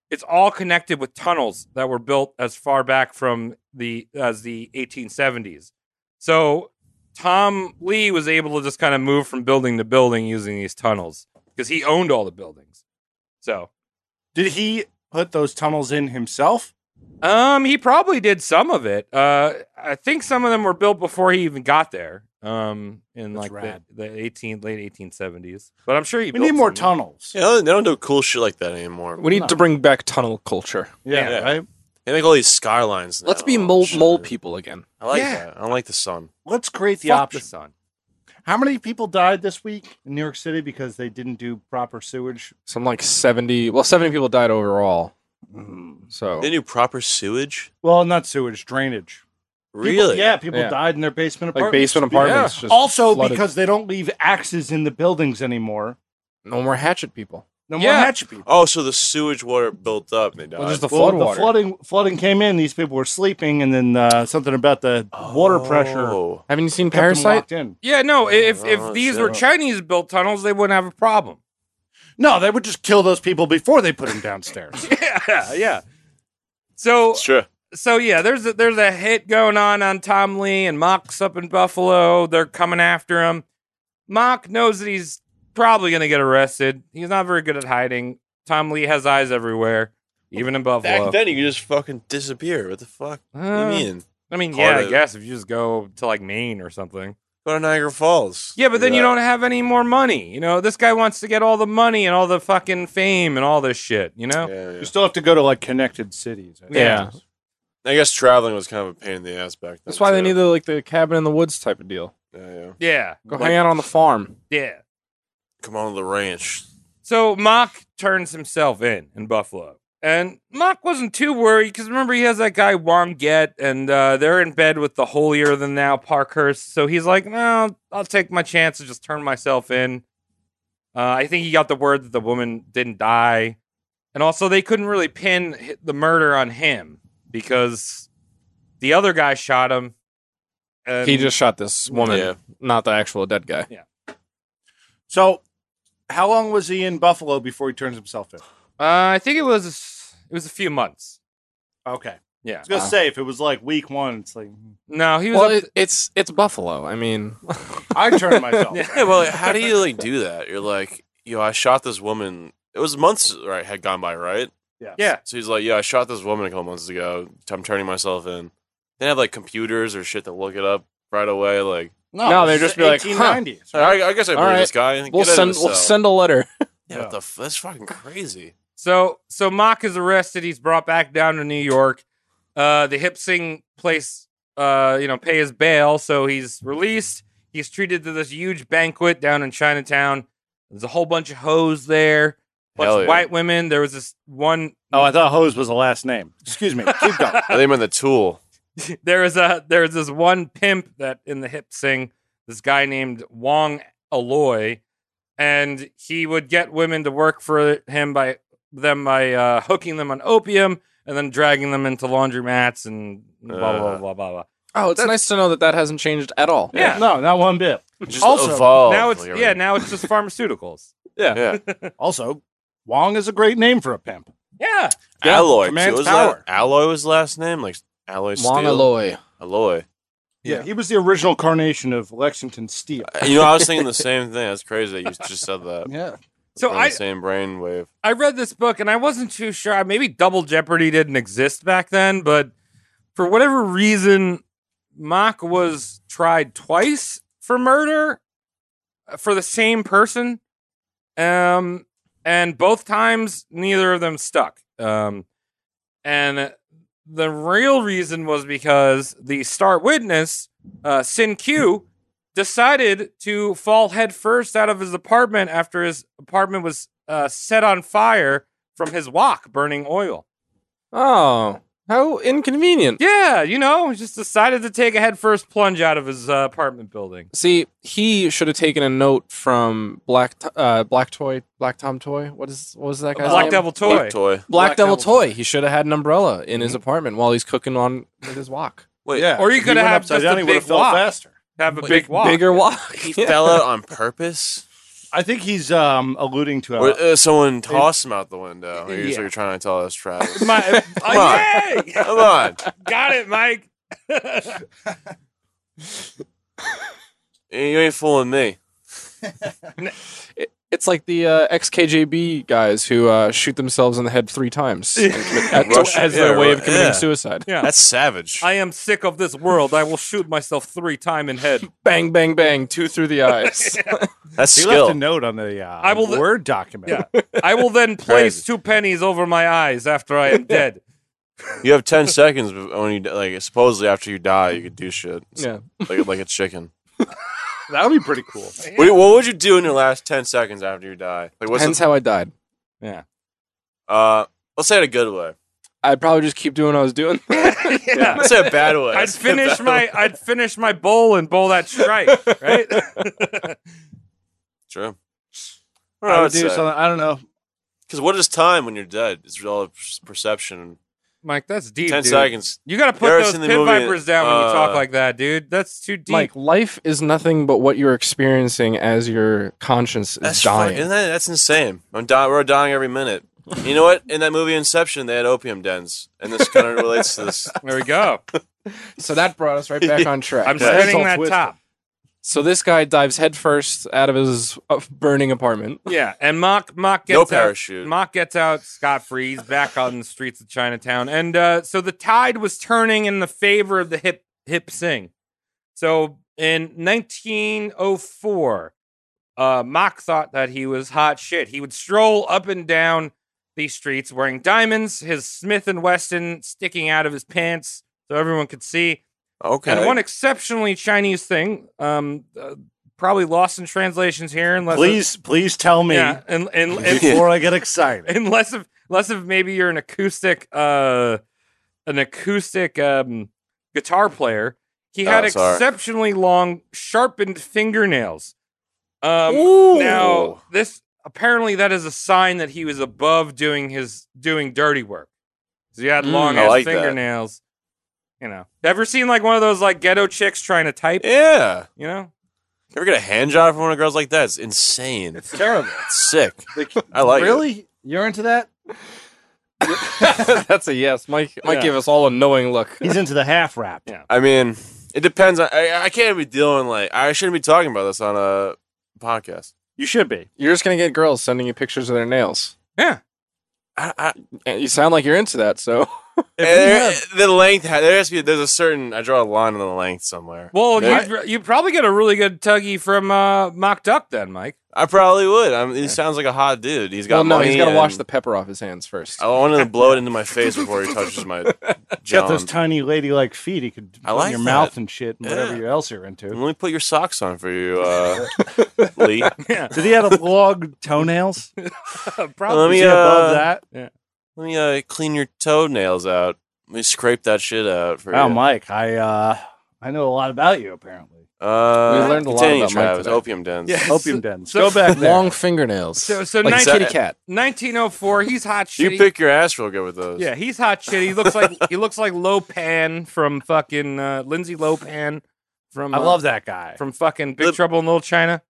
It's all connected with tunnels that were built as far back from the as the 1870s. So Tom Lee was able to just kind of move from building to building using these tunnels because he owned all the buildings. So, Did he put those tunnels in himself? um, he probably did some of it. Uh, I think some of them were built before he even got there. Um, in That's like rad. the, the eighteen late eighteen seventies. But I'm sure he We built need more some. tunnels. Yeah, they don't- they don't do cool shit like that anymore. We need to bring back tunnel culture. Yeah, Yeah. right. They make all these skylines. Now. Oh, Let's be mole, Shit. mole people again. I like Yeah. that. I like the sun. Let's create the Fuck the option. sun. How many people died this week in New York City because they didn't do proper sewage? Some like 70, well, 70 people died overall. So They do proper sewage. Well, not sewage, drainage. People- Really? yeah, people Yeah. died in their basement like apartments. basement apartments just also, flooded. because they don't leave axes in the buildings anymore. no more hatchet people. No more Yeah. hatchet people. Oh, so the sewage water built up and they died. Well, just the Well, flood the water. flooding flooding came in. These people were sleeping, and then uh, something about the water pressure. kept Oh. Haven't you seen them Parasite? locked in. Yeah, no. If if Oh, these shit. were Chinese built tunnels, they wouldn't have a problem. (laughs) No, they would just kill those people before they put them downstairs. Yeah, yeah. So It's true. so yeah, there's a, there's a hit going on on Tom Lee and Mock's up in Buffalo. They're coming after him. Mock knows that he's probably going to get arrested. He's not very good at hiding. Tom Lee has eyes everywhere, even in Back Buffalo. then, you could just fucking disappear. What the fuck? Uh, what do you mean? I mean, Part yeah, I of- guess if you just go to like Maine or something. Go to Niagara Falls. Yeah, but Do then you that. don't have any more money. You know, this guy wants to get all the money and all the fucking fame and all this shit. You know, Yeah, (laughs) yeah. you still have to go to like connected cities. I think. Yeah. I guess traveling was kind of a pain in the ass back then. That's why they too. need the like the cabin in the woods type of deal. Yeah, yeah. yeah, Go Like, hang out on the farm. yeah. Come on to the ranch. So Mock turns himself in in Buffalo. And Mock wasn't too worried because remember, he has that guy Wong Get, and uh, they're in bed with the holier than thou Parkhurst. So he's like, no, I'll take my chance and just turn myself in. Uh, I think he got the word that the woman didn't die. And also, they couldn't really pin hi- the murder on him because the other guy shot him. And He just shot this woman, Yeah. not the actual dead guy. So, how long was he in Buffalo before he turns himself in? Uh, I think it was it was a few months. Okay, I Yeah. was gonna say if it was like week one, it's like No, he was Uh, Well, up it, it's it's Buffalo. I mean, I (laughs) turned myself. (laughs) Yeah, well, like, how do you like do that? You're like, yo, I shot this woman. It was months right had gone by, right? Yeah. So he's like, yeah, I shot this woman a couple months ago. I'm turning myself in. They have like computers or shit to look it up right away. Like, No, this they'd is just be like, huh. 1890s. I, I guess I All believe right. this guy. we'll Get out of send this we'll cell. send a letter. Yeah, what the f- that's (laughs) fucking crazy. So so Mock is arrested. He's brought back down to New York. Uh, the Hipsing place, uh, you know, pay his bail, so he's released. He's treated to this huge banquet down in Chinatown. There's a whole bunch of hoes there, bunch Hell of yeah. white women. There was this one. Oh, I thought hose was the last name. Excuse (laughs) me. Keep going. I think I'm in the tool. There was a there was this one pimp that in the Hipsing, this guy named Wong Aloy, and he would get women to work for him by them by uh, hooking them on opium and then dragging them into laundromats and blah blah blah Uh. blah blah. blah. Oh, it's nice to know that that hasn't changed at all. Yeah. No, not one bit. Just Also, evolve. now it's Like, yeah. Now it's just pharmaceuticals. yeah. Also, Wong is a great name for a pimp. Yeah. Yeah. Alloy. Man's too. What was power. That? Alloy was last name, like Alloy Steel. Wong Aloy. Alloy. Yeah. He was the original carnation of Lexington Steel. You know, I was thinking the same thing. That's crazy that you just said that. Yeah. So We're on I the same brain wave. I read this book and I wasn't too sure. Maybe Double Jeopardy didn't exist back then, but for whatever reason, Mock was tried twice for murder uh, for the same person. Um, and both times, neither of them stuck. Um, and the real reason was because the star witness, uh, Sin Q, decided to fall headfirst out of his apartment after his apartment was uh, set on fire from his wok burning oil. Oh, how inconvenient. Yeah, you know, he just decided to take a headfirst plunge out of his uh, apartment building. See, he should have taken a note from Black T- uh, Black Toy, Black Tom Toy. What is what was that guy's Black name? Devil Toy. Toy. toy. Black, Black Devil Devil Toy. He should have had an umbrella in his apartment while he's cooking on with his wok. Wait, (laughs) yeah. Or you If could went have upside just down, a he would've big fell wok. faster. Have a big wok. Bigger wok. (laughs) Yeah. fell out on purpose? I think he's um, alluding to a, or uh, someone tossed him out the window? Yeah. Here's what you're trying to tell us, Travis. (laughs) My, (laughs) Come on. oh, yay! Come on. Got it, Mike. You ain't fooling me. It's like the uh, ex-KGB guys who uh, shoot themselves in the head three times and commit- as, Russian- as their yeah, way Ru- of committing yeah. suicide. Yeah. That's savage. I am sick of this world. I will shoot myself three time in head. Bang, bang, bang, two through the eyes. That's He skill. left a note on the uh, I will- Word document. I will then place two pennies over my eyes after I (laughs) am dead. You have ten seconds bef- when you d- like. Supposedly after you die, you could do shit. It's yeah. Like like (laughs) a chicken. That would be pretty cool. What, what would you do in your last ten seconds after you die? Like what's Hence the, how I died. uh? Let's say it a good way. I'd probably just keep doing what I was doing. yeah. Let's say a bad (laughs) way. (laughs) I'd finish my I'd finish my bowl and bowl that strike, right? True. I would do something. I don't know. Because what is time when you're dead? It's all perception. (laughs) Mike, that's deep. Ten dude. seconds. You gotta put There those is in the pin movie, vipers down when you talk uh, like that, dude. That's too deep. Like life is nothing but what you're experiencing as your conscience is That's dying. dying. isn't that, that's insane. I'm di- we're dying every minute. You know what? In that movie Inception, they had opium dens, and this kind of relates to this. there we go. So that brought us right back on track. (laughs) I'm Yeah. spinning all that twisted. top. so this guy dives headfirst out of his uh, burning apartment. Yeah, and Mock Mock gets No out, parachute. Mock gets out scot free. He's back on the streets of Chinatown, and uh, so the tide was turning in the favor of the hip hip sing. So in 1904, uh, Mock thought that he was hot shit. He would stroll up and down these streets wearing diamonds, his Smith and Wesson sticking out of his pants, so everyone could see. (laughs) Okay. And (laughs) one exceptionally Chinese thing, um, uh, probably lost in translations here, unless Please, please tell me yeah, and and, and before I get (laughs) excited. unless if unless if maybe you're an acoustic uh an acoustic um guitar player he had Oh, sorry. exceptionally long sharpened fingernails um now this apparently that is a sign that he was above doing his doing dirty work 'Cause he had Mm, long Hmm, I ass like that. fingernails you know ever seen like one of those like ghetto chicks trying to type yeah. you (laughs) know You ever get a hand job from one of the girls like that? It's insane. It's It's terrible. sick. I like it. really? You're into that? That's a yes. Mike Mike Yeah. gave us all a knowing look. He's into the half rap. Yeah. I mean, it depends. on- I, I can't be dealing like I shouldn't be talking about this on a podcast. You should be. You're just gonna get girls sending you pictures of their nails. yeah I, I, And you sound like you're into that, (laughs) so there- the length ha- there has to be. There's a certain. I draw a line on the length somewhere. well Yeah. you'd, you'd probably get a really good tuggy from uh mock duck then mike I probably would. I mean, he sounds like a hot dude. He's got well, no, money. he's gotta and Oh, wash the pepper off his hands first. I want him to blow (laughs) it into my face before he touches my. You John. got those tiny ladylike feet. He could I put in like your that. mouth and shit and whatever Yeah. you else you're (laughs) into. Let me put your socks on for (laughs) you, uh, Lee. Did he have long toenails? (laughs) probably Let Is me he above uh, that? Let me uh, clean your toenails out. Let me scrape that shit out for Oh, Wow, you. Oh, Mike, I uh, I know a lot about you apparently. Uh, We learned a lot continue, about Mike Travis. today. Opium dens. Yeah. Opium dens. so- Go back there. Long fingernails. So- so like 19 kitty cat. 1904. He's hot shit. You pick your ass real good with those. yeah, he's hot shit. He looks like he looks like Lopan from fucking uh, Lindsay Lopan from I uh, love that guy. from fucking Big The- Trouble in Little China.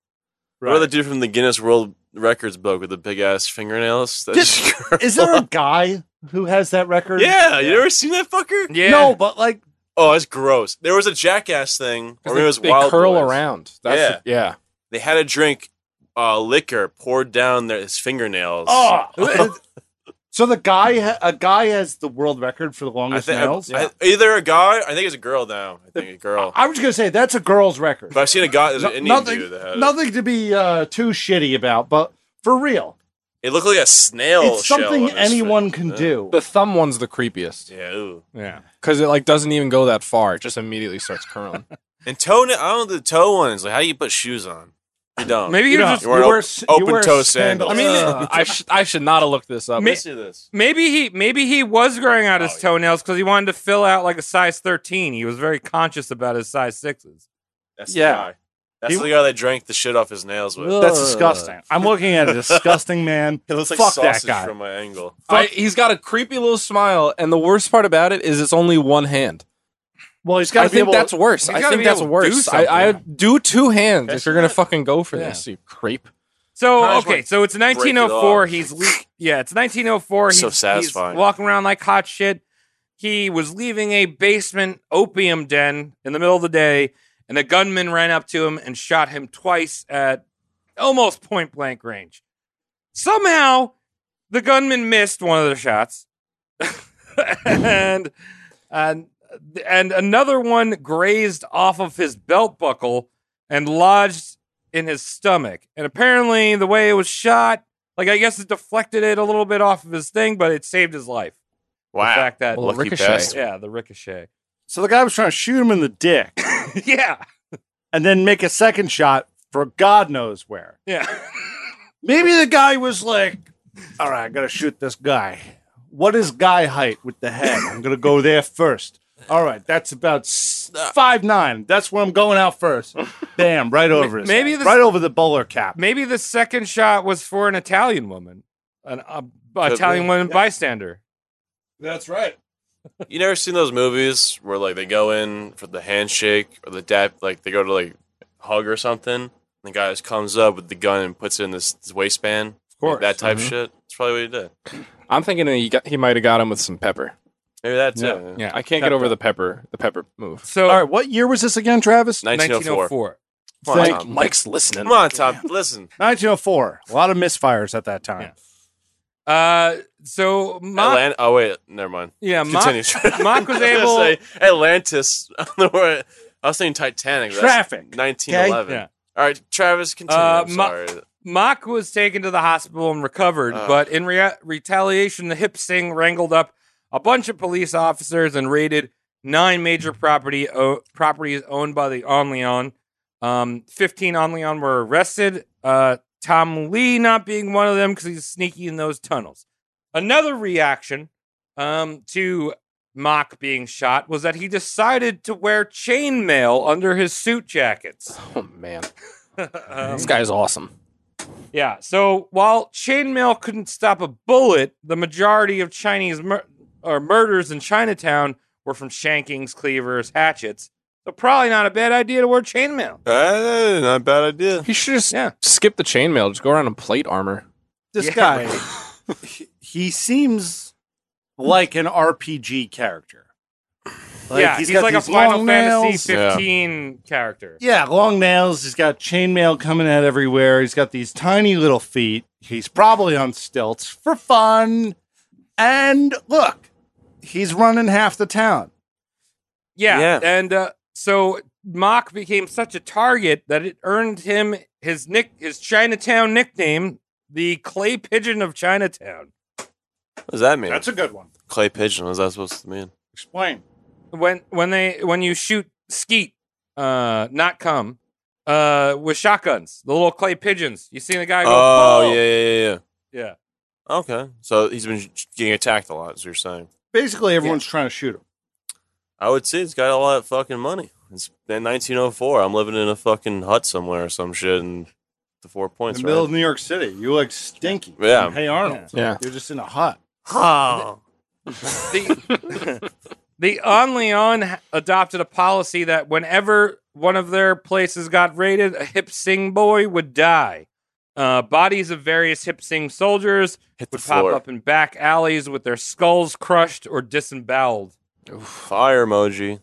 What about the dude from the Guinness World Records book with the big ass fingernails? That Just- just curl Is there up? a guy who has that record? (laughs) Yeah, you ever seen that fucker? Yeah, No, but like Oh, it's gross. There was a jackass thing. Or maybe it was they Wild curl Boys. around. That's Yeah. the- yeah. They had a drink, uh, liquor poured down their his fingernails. (laughs) oh. So the guy, ha- a guy has the world record for the I longest think nails. I- either a guy. I think it's a girl now. I (laughs) think a girl. I was gonna say that's a girl's record. But I've seen a guy. There's an No- Indian dude that had nothing, it. nothing to be uh, too shitty about, but for real, It looked like a snail. it's shell on something his anyone fin- can uh, do. The thumb one's the creepiest Yeah. Ooh. yeah, because it like doesn't even go that far. It just immediately starts curling. (laughs) And toe. I don't know the toe ones. Like how do you put shoes on? You don't. maybe you know, just you wear op- s- open wear toe sandals. sandals. I mean, Uh, Ugh. I should I should not have looked this up. Ma- see this. maybe he maybe he was growing Oh, out his toenails because he wanted to fill out like a size 13. He was very conscious about his size sixes. That's Yeah. the guy. That's He- the guy that drank the shit off his nails with. Ugh. that's disgusting. I'm looking (laughs) at a disgusting man. It looks like Fuck that sausage guy. from my angle. I, he's got a creepy little smile, and the worst part about it is it's only one hand. Well, he's got I to be think able. that's That's, worse. he's I gotta think be that's able to worse. do I, I something. do two hands That's if you're gonna not- fucking go for Yeah. this, you creep. So Kinda just okay, wanna so it's it 1904. off. He's le- yeah, it's 1904. He's, So He's satisfying. walking around like hot shit. He was leaving a basement opium den in the middle of the day, and the gunman ran up to him and shot him twice at almost point blank range. Somehow, the gunman missed one of the shots, (laughs) and and and another one grazed off of his belt buckle and lodged in his stomach. And apparently, the way it was shot, like I guess it deflected it a little bit off of his thing, but it saved his life. The Wow. fact that Well, Ah, Lucky ricochet. bastard. yeah, the (laughs) ricochet. So the guy was trying to shoot him in the dick yeah, and then make a second shot for God knows where. yeah. (laughs) Maybe the guy was like, all right, I got to shoot this guy. What is guy height with the head? I'm going to go there first. All right, that's about s- five nine. That's where I'm going out first. Bam, right over his Maybe head. this- right over the bowler cap. Maybe the second shot was for an Italian woman, an uh, Italian be. woman bystander. That's right. You never seen those movies where like they go in for the handshake or the dap, like they go to like hug or something, and the guy just comes up with the gun and puts it in this, this waistband. Of course. that type Mm-hmm. shit. That's probably what he did. I'm thinking he got, he might have got him with some pepper. Maybe that's Yeah. it. I can't get over the pepper the pepper move. So All right, what year was this again, Travis? 1904. 1904. Come on, Thank- Tom. um, Mike's listening. Come on, Tom. Listen, 1904. A lot of misfires at that time. Uh, so Mock, Atlant- Oh wait, never mind. yeah, Mock, (laughs) (laughs) Continue. Mock was I gonna able. say Atlantis. (laughs) I don't know where- I was thinking Titanic. but that's Traffic. 1911. okay? All right, Travis, continue. Uh, I'm Ma- sorry. Mock was taken to the hospital and recovered, Ugh. but in rea- retaliation, the hip sing wrangled up a bunch of police officers and raided nine major property o- properties owned by the Onleon. Um, Fifteen Onleon were arrested. Uh, Tom Lee not being one of them because he's sneaky in those tunnels. Another reaction um, to Mock being shot was that he decided to wear chainmail under his suit jackets. (laughs) Oh man, Um, this guy's awesome. yeah. So while chainmail couldn't stop a bullet, the majority of Chinese mur- or murders in Chinatown were from shankings, cleavers, hatchets. So probably not a bad idea to wear chainmail. Uh, not a bad idea. He should just Yeah. skip the chainmail. Just go around in plate (laughs) armor. This Yeah, (laughs) guy, he, he seems like an RPG character. Like, yeah, he's, got like a these Final long Fantasy nails. 15 character. Yeah, long nails. He's got chainmail coming out everywhere. He's got these tiny little feet. He's probably on stilts for fun. And look, he's running half the town. Yeah. Yeah. And uh, so Mock became such a target that it earned him his nick his Chinatown nickname, the clay pigeon of Chinatown. What does that mean? a good one. clay pigeon. What is that supposed to mean? Explain. when when they when you shoot skeet, uh, not come, uh, with shotguns, the little clay pigeons. You seen the guy go? oh "Whoa!" yeah, yeah, yeah, yeah. yeah. Okay, so he's been sh- getting attacked a lot. Is what you're saying? Basically, everyone's trying to shoot him. I would say he's got a lot of fucking money. It's in 1904. I'm living in a fucking hut somewhere or some shit in the Four In Points. the middle Right? of New York City, you look stinky. Yeah. Hey, Arnold. Yeah. You're just in a hut. Oh. The the Onleon adopted a policy that whenever one of their places got raided, a hip sing boy would die. Uh, bodies of various hip sing soldiers Hit the would pop floor. up in back alleys with their skulls crushed or disemboweled. (laughs) Fire emoji.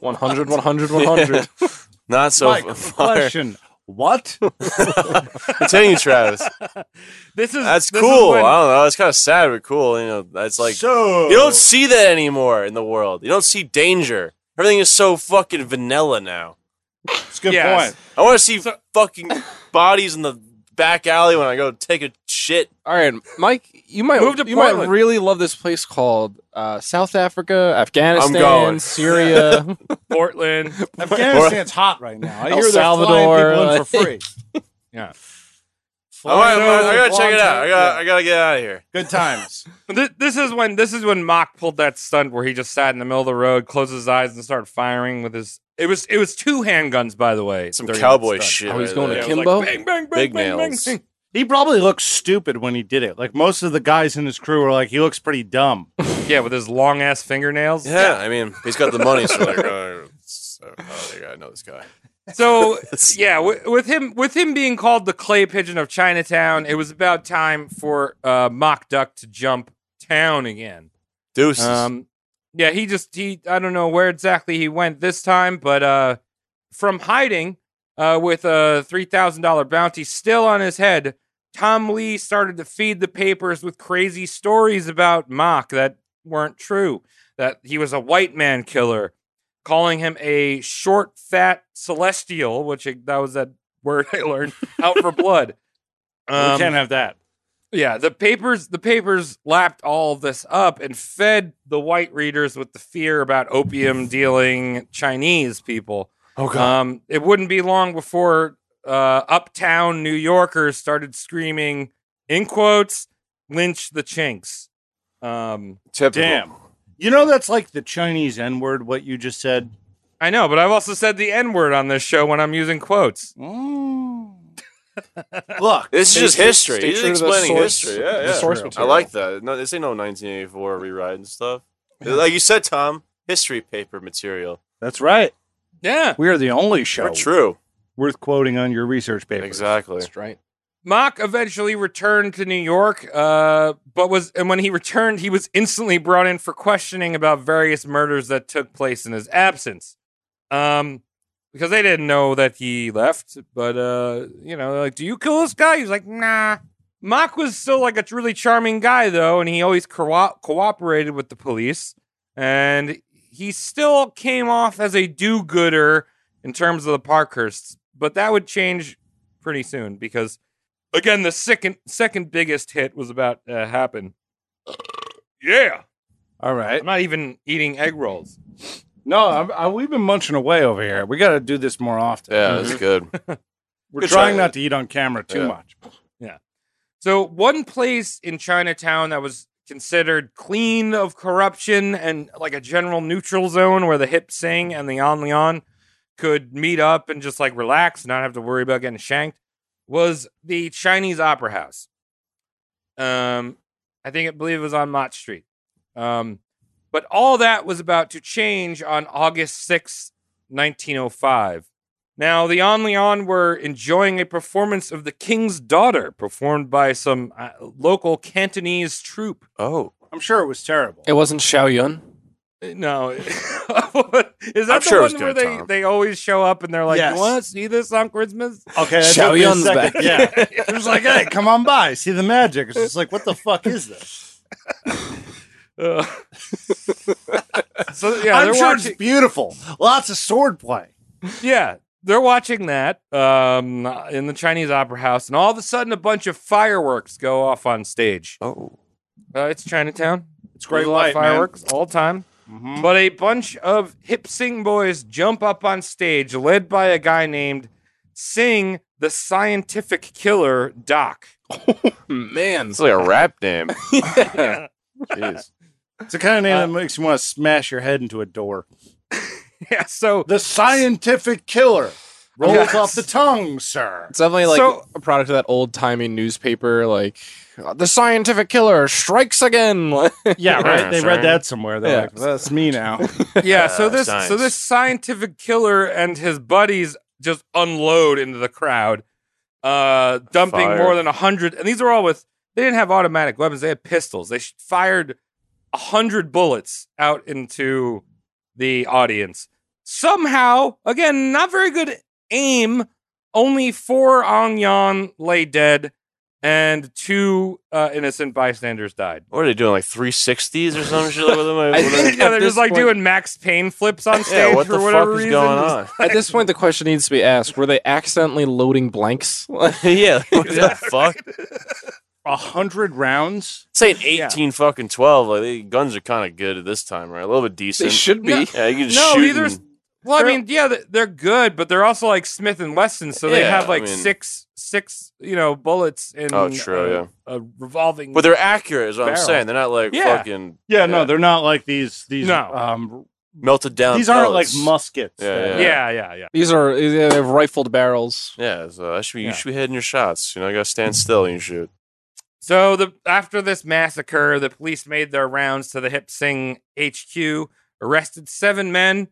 100, 100, 100. (laughs) Not so (laughs) Mike, f- fire. question. What? (laughs) Continue, Travis. This is That's this is cool. when- I don't know. That's kind of sad, but cool. You know, that's like so you don't see that anymore in the world. You don't see danger. Everything is so fucking vanilla now. It's a good Yes. point. I want to see fucking bodies in the back alley when I go take a shit. All right, Mike, you might Move to you might Portland. really love this place called uh, South Africa, Afghanistan, (laughs) going. Syria. (laughs) Portland. Afghanistan's hot right now. I El hear they're Salvador, flying people in for free. like- yeah. All right, Florida, I gotta check it out. I Guantanamo. gotta, I gotta get out of here. Good times. This, this is when this is when Mock pulled that stunt where he just sat in the middle of the road, closed his eyes, and started firing with his. It was it was two handguns, by the way. Some during that cowboy stunt. shit. Oh, he's right going there. to It was Kimbo? Like, bang, bang, bang, Big bang, bang, nails. bang. He probably looked stupid when he did it. Like most of the guys in his crew were like, he looks pretty dumb. Yeah, with his long ass fingernails. Yeah, I mean, he's got the money, so like, oh, so, oh, yeah, I know this guy. (laughs) So yeah, with, with him with him being called the clay pigeon of Chinatown, it was about time for uh, Mock Duck to jump town again. Deuces. Um, yeah, he just he I don't know where exactly he went this time, but uh from hiding uh with a three thousand dollar bounty still on his head, Tom Lee started to feed the papers with crazy stories about Mock that weren't true. That he was a white man killer, calling him a short, fat celestial, which uh, that was that (laughs) word I learned out for blood. we Um, can't have that. yeah, the papers the papers lapped all of this up and fed the white readers with the fear about opium dealing Chinese people. Oh Um, it wouldn't be long before uh, uptown New Yorkers started screaming, in quotes, "Lynch the Chinks." Um, Typical. damn. You know that's like the Chinese N word. What you just said. I know, but I've also said the N word on this show when I'm using quotes. Look, This is just Stay- history. stay He's true to the explaining source- history. Yeah, yeah. The source I material. like that. No, this ain't no 1984 rewrite and stuff. Like you said, Tom, history paper material. that's right. Yeah, We are the only show We're true. worth quoting on your research paper. Exactly. That's right. Mock eventually returned to New York, uh, but was and when he returned, he was instantly brought in for questioning about various murders that took place in his absence. Um, because they didn't know that he left, but uh, you know, like, do you kill this guy? He was like, nah. Mock was still like a really charming guy though, and he always co- cooperated with the police, and he still came off as a do-gooder in terms of the Parkhursts. But that would change pretty soon because again the second second biggest hit was about to happen yeah All right. i'm not even eating egg rolls No, I'm, I, we've been munching away over here. We got to do this more often. Yeah, that's Mm-hmm. good. (laughs) We're Good trying try. not to eat on camera too Yeah. much. so one place in chinatown that was considered clean of corruption and like a general neutral zone where the hip sing and the on leon could meet up and just like relax not have to worry about getting shanked was the chinese opera house um i think i believe it was on mott street um but all that was about to change on august oh 6th 1905 Now, the On Leon were enjoying a performance of The King's Daughter, performed by some uh, local Cantonese troupe. Oh, I'm sure it was terrible. It wasn't Xiao Yun. Uh, No, (laughs) is that the sure it was one where good, they, Tom. they always show up and they're like, Yes. "You want to see this on Christmas?" Okay, that Xiao took me a Yun's second. back. Yeah, it was like, hey, come on by, see the magic. It's just like, what the fuck is this? Uh, so yeah, I'm they're sure watching. it's beautiful. Lots of sword play. yeah, they're watching that um, in the Chinese opera house, and all of a sudden, a bunch of fireworks go off on stage. oh, Uh, it's Chinatown. It's great There's a lot of light, fireworks all the time. Mhm. But a bunch of hip sing boys jump up on stage, led by a guy named Sing the Scientific (laughs) Killer Doc. Man, it's like a rap name. Jeez. It's the kind of name that makes you want to smash your head into a door. yeah, so The scientific killer rolls Yes. off the tongue, sir. (laughs) it's definitely like So- a product of that old timey newspaper. Like "Uh, the scientific killer strikes again. (laughs) (laughs) Yeah, right. They read that somewhere. They're Yeah. like, that's me now. yeah, so Uh, this science. so this scientific killer and his buddies just unload into the crowd, uh, dumping Fire. more than a hundred. And these are all with they didn't have automatic weapons; they had pistols. They sh- fired a hundred bullets out into the audience. Somehow, again, not very good aim. Only four Anyan lay dead, and two uh, innocent bystanders died. What are they doing? Like 360s or some shit? Like, what am I- I what am I- think- (laughs) Yeah, they're At this just like point- doing Max Payne flips on stage yeah, what for the whatever fuck is reason. going Just- on? At this point, the question needs to be asked: Were they accidentally loading blanks? (laughs) yeah, like, what the fuck? (laughs) A hundred rounds. It's ain't 18 fucking 12. Like, the guns are kind of good at this time, right? A little bit decent. they should be. No. Yeah, you can No, shoot. either- and- Well, I mean, yeah, they- they're good, but they're also like Smith and Wesson, so they Yeah, have I like mean- six, six, you know, bullets in Oh, true, a, yeah. a revolving. But they're accurate, is what Barrel. I'm saying. They're not like Yeah. fucking Yeah, Yeah. no, they're not like these. These No. um, melted down. these aren't like pellets. muskets. Uh, Yeah, that- yeah. yeah, yeah, yeah. These are they have rifled barrels. Yeah, so that should be, Yeah. you should be hitting your shots. You know, you gotta stand still and you shoot. So the after this massacre, the police made their rounds to the Hip Sing HQ, arrested seven men,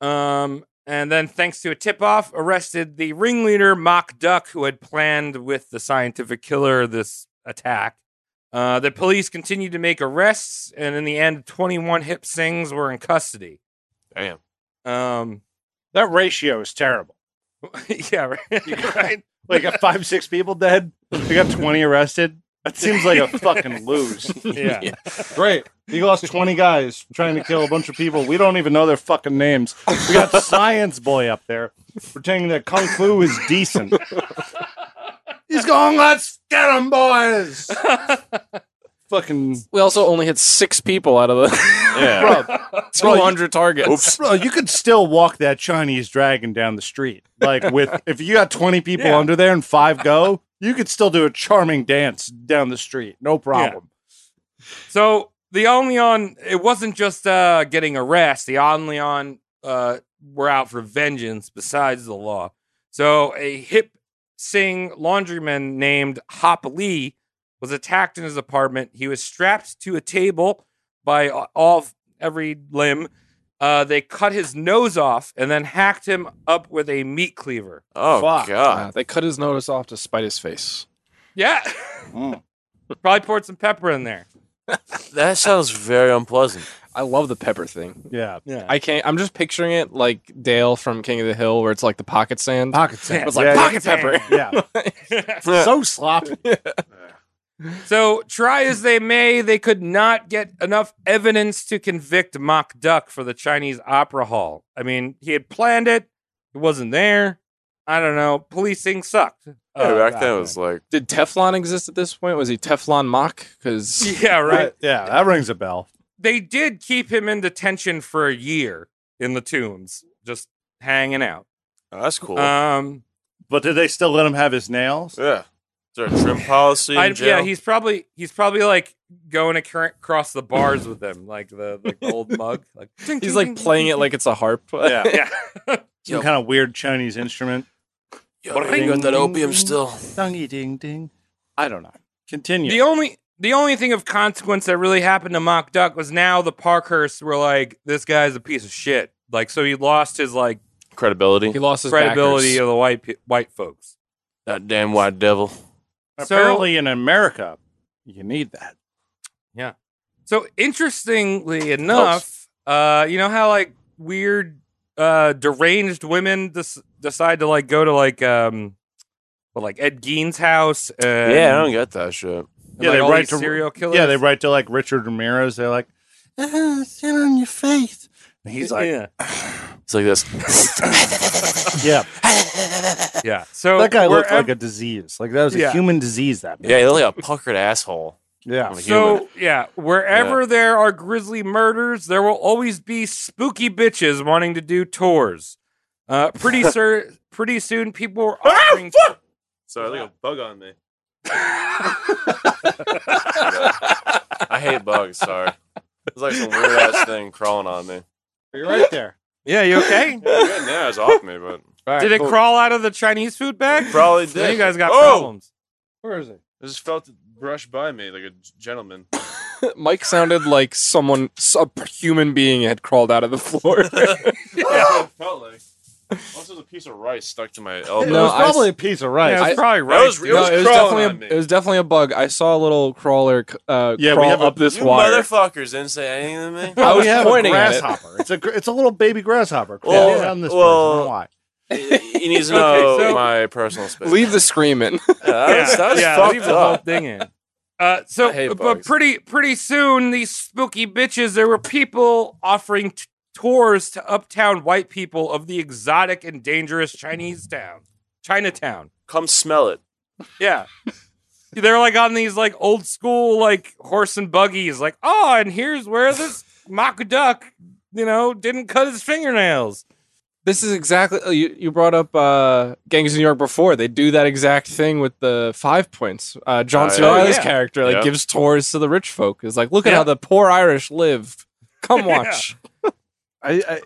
um, and then thanks to a tip off, arrested the ringleader Mock Duck, who had planned with the scientific killer this attack. Uh, the police continued to make arrests, and in the end, 21 Hip Sings were in custody. Damn. Um, (laughs) That ratio is (laughs) terrible. yeah, right. right? Like, got five, six people dead. We got 20 arrested. That seems like (laughs) a fucking lose. Yeah. Great. You lost 20 guys trying to kill a bunch of people. We don't even know their fucking names. We (laughs) got Science Boy up there pretending that Kung Fu is decent. He's going, let's get him, (laughs) boys. fucking. We also only hit six people out of the (laughs) Yeah. Bro, 200 Oh, targets. bro, you could still walk that Chinese dragon down the street. Like, with if you got 20 people Yeah. under there and five go, you could still do a charming dance down the street. No problem. So the Onlyon, it wasn't just uh, getting arrest. The Onlyon uh, were out for vengeance besides the law. So a hip Singh laundryman named Hop Lee was attacked in his apartment. He was strapped to a table by a- all every limb. Uh, they cut his nose off and then hacked him up with a meat cleaver. Oh Fuck. god. Uh, they cut his notice off to spite his face. Yeah, Mm. (laughs) probably poured some pepper in there. That sounds very unpleasant. I love the pepper thing. Yeah. Yeah, I can't. I'm just picturing it like Dale from King of the Hill, where it's like the pocket sand. Pocket sand. It's like Yeah, pocket pepper. yeah. (laughs) so sloppy. So, try as they may, they could not get enough evidence to convict Mock Duck for the Chinese Opera Hall. I mean, he had planned it, it wasn't there. I don't know. Policing sucked. (laughs) Yeah, Uh, back then it was like Did Teflon exist at this point? Was he Teflon Mock? Because (laughs) yeah, right. Yeah, that rings a bell. They did keep him in detention for a year in the tombs, just hanging out. oh, that's cool. Um, But did they still let him have his nails? yeah. Is there a trim policy in I, jail? yeah, he's probably he's probably like going acro- across the bars with them, like the like the old (laughs) mug. Like he's like playing it like it's a harp. (laughs) Yeah. yeah. (laughs) Some Yo. kind of weird Chinese instrument. Yo, What you got ding, that ding, opium ding. still? Dungy ding ding. I don't know. Continue. The only the only thing of consequence that really happened to Mock Duck was now the Parkhursts were like, this guy's a piece of shit. Like, so he lost his like Credibility. He lost his credibility backers. of the white pe- white folks. That damn white devil. Apparently in America, you need that. So interestingly enough, uh, you know how like weird, uh, deranged women des- decide to like go to like um, well, like Ed Gein's house. And, yeah, I don't get that shit. and, like, all these serial killers. Yeah, they write to like Richard Ramirez. They're like, ah, sit on your face. And he's like, yeah. yeah, It's like this. yeah. So That guy looked wherever- like a disease. Like that was a Yeah. human disease. That man. (laughs) yeah, he looked like a puckered asshole. yeah. Like, human. So yeah, wherever there are grisly murders, there will always be spooky bitches wanting to do tours. Uh, (laughs) pretty sir, pretty soon people were offering. Sorry, I think a bug (laughs) on me. I hate bugs. Sorry, it's like some weird ass thing crawling on me. You're right there. yeah, you (laughs) okay? Good now, it's off me, but Did it crawl out of the Chinese food bag? probably Then did. you guys got oh! problems. Where is it? I just felt it brush by me like a (laughs) gentleman. (laughs) Mike sounded like someone, a human being, had crawled out of the floor. yeah, it felt like. Also, there's a piece of rice stuck to my elbow. it No, was I probably a piece of rice. Yeah, I- it's probably that right. was dude. (laughs) real- no, it was crawling on definitely me. a, it was definitely a bug. I saw a little crawler c- uh, Yeah, we crawl have a- up this you wire. motherfuckers didn't say anything to (laughs) me. I was we have pointing a at it. Oh, grasshopper. It's a gr- it's a little baby grasshopper. Well, Crawling on this well- person. Why? he needs to know so- my personal space. Leave the screaming. Yeah, that was, that was yeah, leave fucked the whole up. thing in. (laughs) Uh, I hate so, but bugs. pretty pretty soon, these spooky bitches. There were people offering t- tours to uptown white people of the exotic and dangerous Chinese town, Chinatown. Come smell it. Yeah, they're like on these like old school like horse and buggies. Like, oh, and here's where this mock duck, you know, didn't cut his fingernails. This is exactly oh, you. You brought up uh, Gangs of New York before. They do that exact thing with the Five Points. Uh, John Oh, C. Reilly's yeah. character like Yeah. gives tours to the rich folk. It's like, look at Yeah. how the poor Irish live. Come watch. I, I,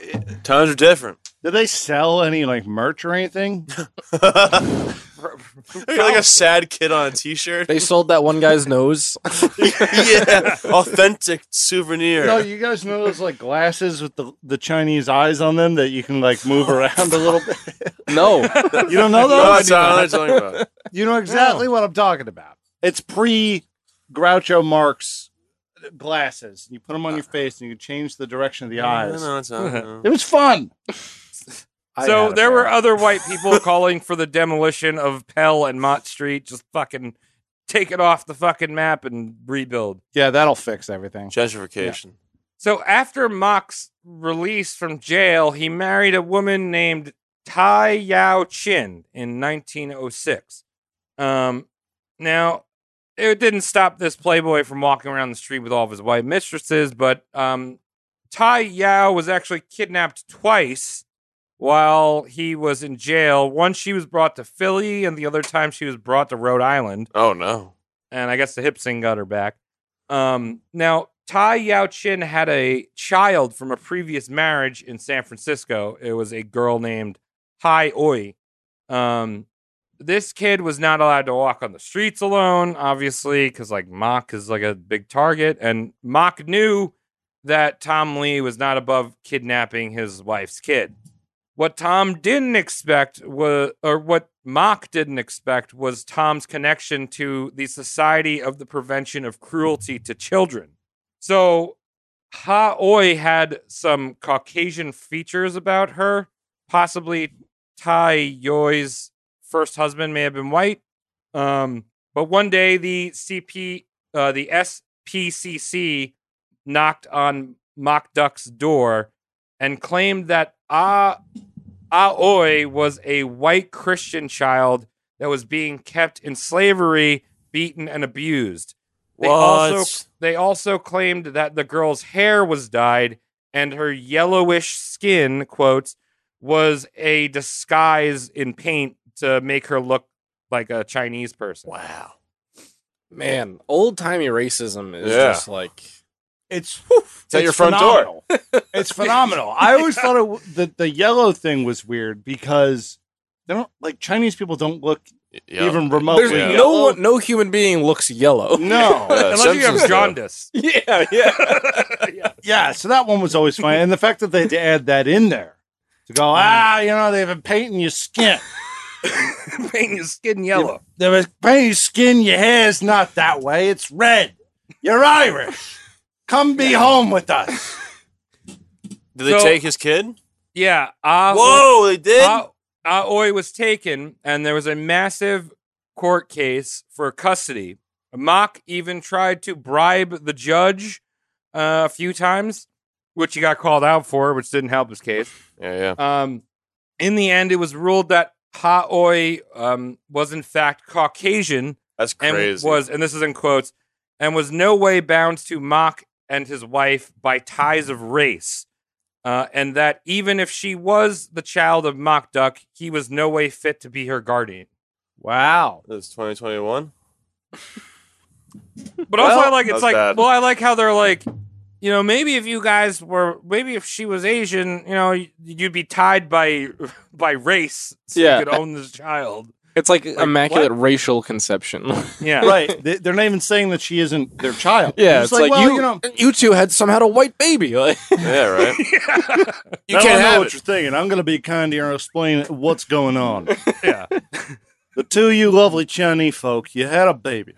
Times are different. do they sell any like merch or anything? You're like a sad kid on a (laughs) t-shirt. They sold that one guy's nose. yeah, (laughs) authentic souvenir. no, you guys know those like glasses with the, the Chinese eyes on them that you can like move around a little bit. (laughs) no, You don't know (laughs) No, those? it's not what I'm talking about. You know exactly what I'm talking about. It's pre Groucho Marx glasses. You put them on your face and you change the direction of the No, eyes. no, it's not. no. (laughs) It was fun. I so had a there were ball. other (laughs) white people calling for the demolition of Pell and Mott Street. Just fucking take it off the fucking map and rebuild. yeah, that'll fix everything. Gentrification. So after Mock's release from jail, he married a woman named Tai Yao Chin in 1906. Um, now, it didn't stop this playboy from walking around the street with all of his white mistresses, but um, Tai Yao was actually kidnapped twice while he was in jail. Once she was brought to Philly, and the other time she was brought to Rhode Island Oh no. and I guess the hip sing got her back. Um, now, Tai Yao Chin had a child from a previous marriage in San Francisco. It was a girl named Hai Oi. Um, this kid was not allowed to walk on the streets alone, obviously, because like Mock is like a big target, and Mock knew that Tom Lee was not above kidnapping his wife's kid. What Tom didn't expect was, or what Mock didn't expect was Tom's connection to the Society of the Prevention of Cruelty to Children. So Ha Oi had some Caucasian features about her. Possibly Tai Yoi's first husband may have been white. Um, but one day the CP, uh, the SPCC knocked on Mock Duck's door and claimed that Ah Aoi was a white Christian child that was being kept in slavery, beaten, and abused. They also What? they also claimed that the girl's hair was dyed and her yellowish skin, quotes, was a disguise in paint to make her look like a Chinese person. Wow. Man, old timey racism is Yeah. just like It's It's at your It's front door. phenomenal. it's phenomenal. I always thought it w- the the yellow thing was weird because they don't like Chinese people don't look Yeah. even there's remotely. yeah. no yellow. one, no human being looks (laughs) yellow. No, Yeah, Unless you Simpsons have though. jaundice. yeah, yeah. yeah. So that one was always funny, and the fact that they had to add that in there to go, ah, you know, they've been painting your skin. (laughs) Paint your skin yellow. They were painting your skin. Your hair's not that way. It's red. You're Irish. Come be home with us. Did they So- take his kid? Yeah. Ah, Whoa, they did. Ah- Aoi was taken, and there was a massive court case for custody. Mock even tried to bribe the judge uh, a few times, which he got called out for, which didn't help his case. yeah, yeah. Um, in the end, it was ruled that Haoi um, was in fact Caucasian That's and crazy. was, and this is in quotes, and was no way bound to Mock and his wife by ties of race. Uh, and that even if she was the child of Mock Duck, he was no way fit to be her guardian. Wow. It's 2021. But also, Well, I like it's that's like, bad. well, I like how they're like, you know, maybe if you guys were, maybe if she was Asian, you know, you'd be tied by (laughs) by race, so Yeah. you could own this child. It's like, immaculate what? racial conception. (laughs) Yeah, Right. They- They're not even saying that she isn't their child. yeah, It's like, well, you, know, you two had somehow a white baby. (laughs) Like, Yeah, right. you can't know what you're thinking. I'm going to be kind here and explain what's going on. (laughs) Yeah. The two of you lovely Chinese folk, you had a baby.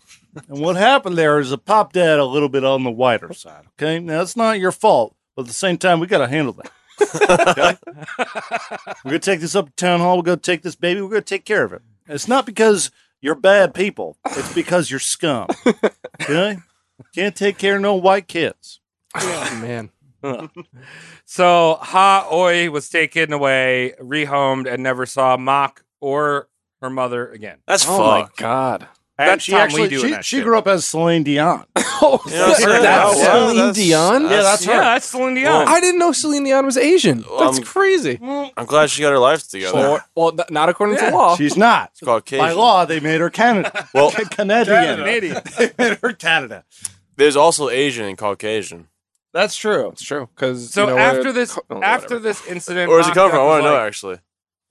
And what happened there is it popped out a little bit on the whiter side. Okay. Now, it's not your fault, but at the same time, we got to handle that. Okay? (laughs) We're going to take this up to town hall. We're going to take this baby. We're going to take care of it. And it's not because you're bad people, it's because you're scum. Okay. Can't take care of no white kids. oh, man, So Ha Oi was taken away, rehomed, and never saw Mock or her mother again. That's oh my fuck. god. And That's she Tom Lee actually doing she, that she shit. grew up as Celine Dion. (laughs) Oh, You know what I'm saying? that's Yeah, Celine that's- Dion. Yeah, that's yeah, that's Celine Dion. I didn't know Celine Dion was Asian. That's Um, crazy. I'm glad she got her life together. Well, well, th- not according Yeah. to law. She's not. It's Caucasian. By law, they made her (laughs) Canada. Well, Canadian. Canadian. (laughs) they made her Canada. there's also Asian and Caucasian. That's true. It's true. Because so after this, after this incident, Oh, Or is it Mock come from? I Duck want to was know like- actually.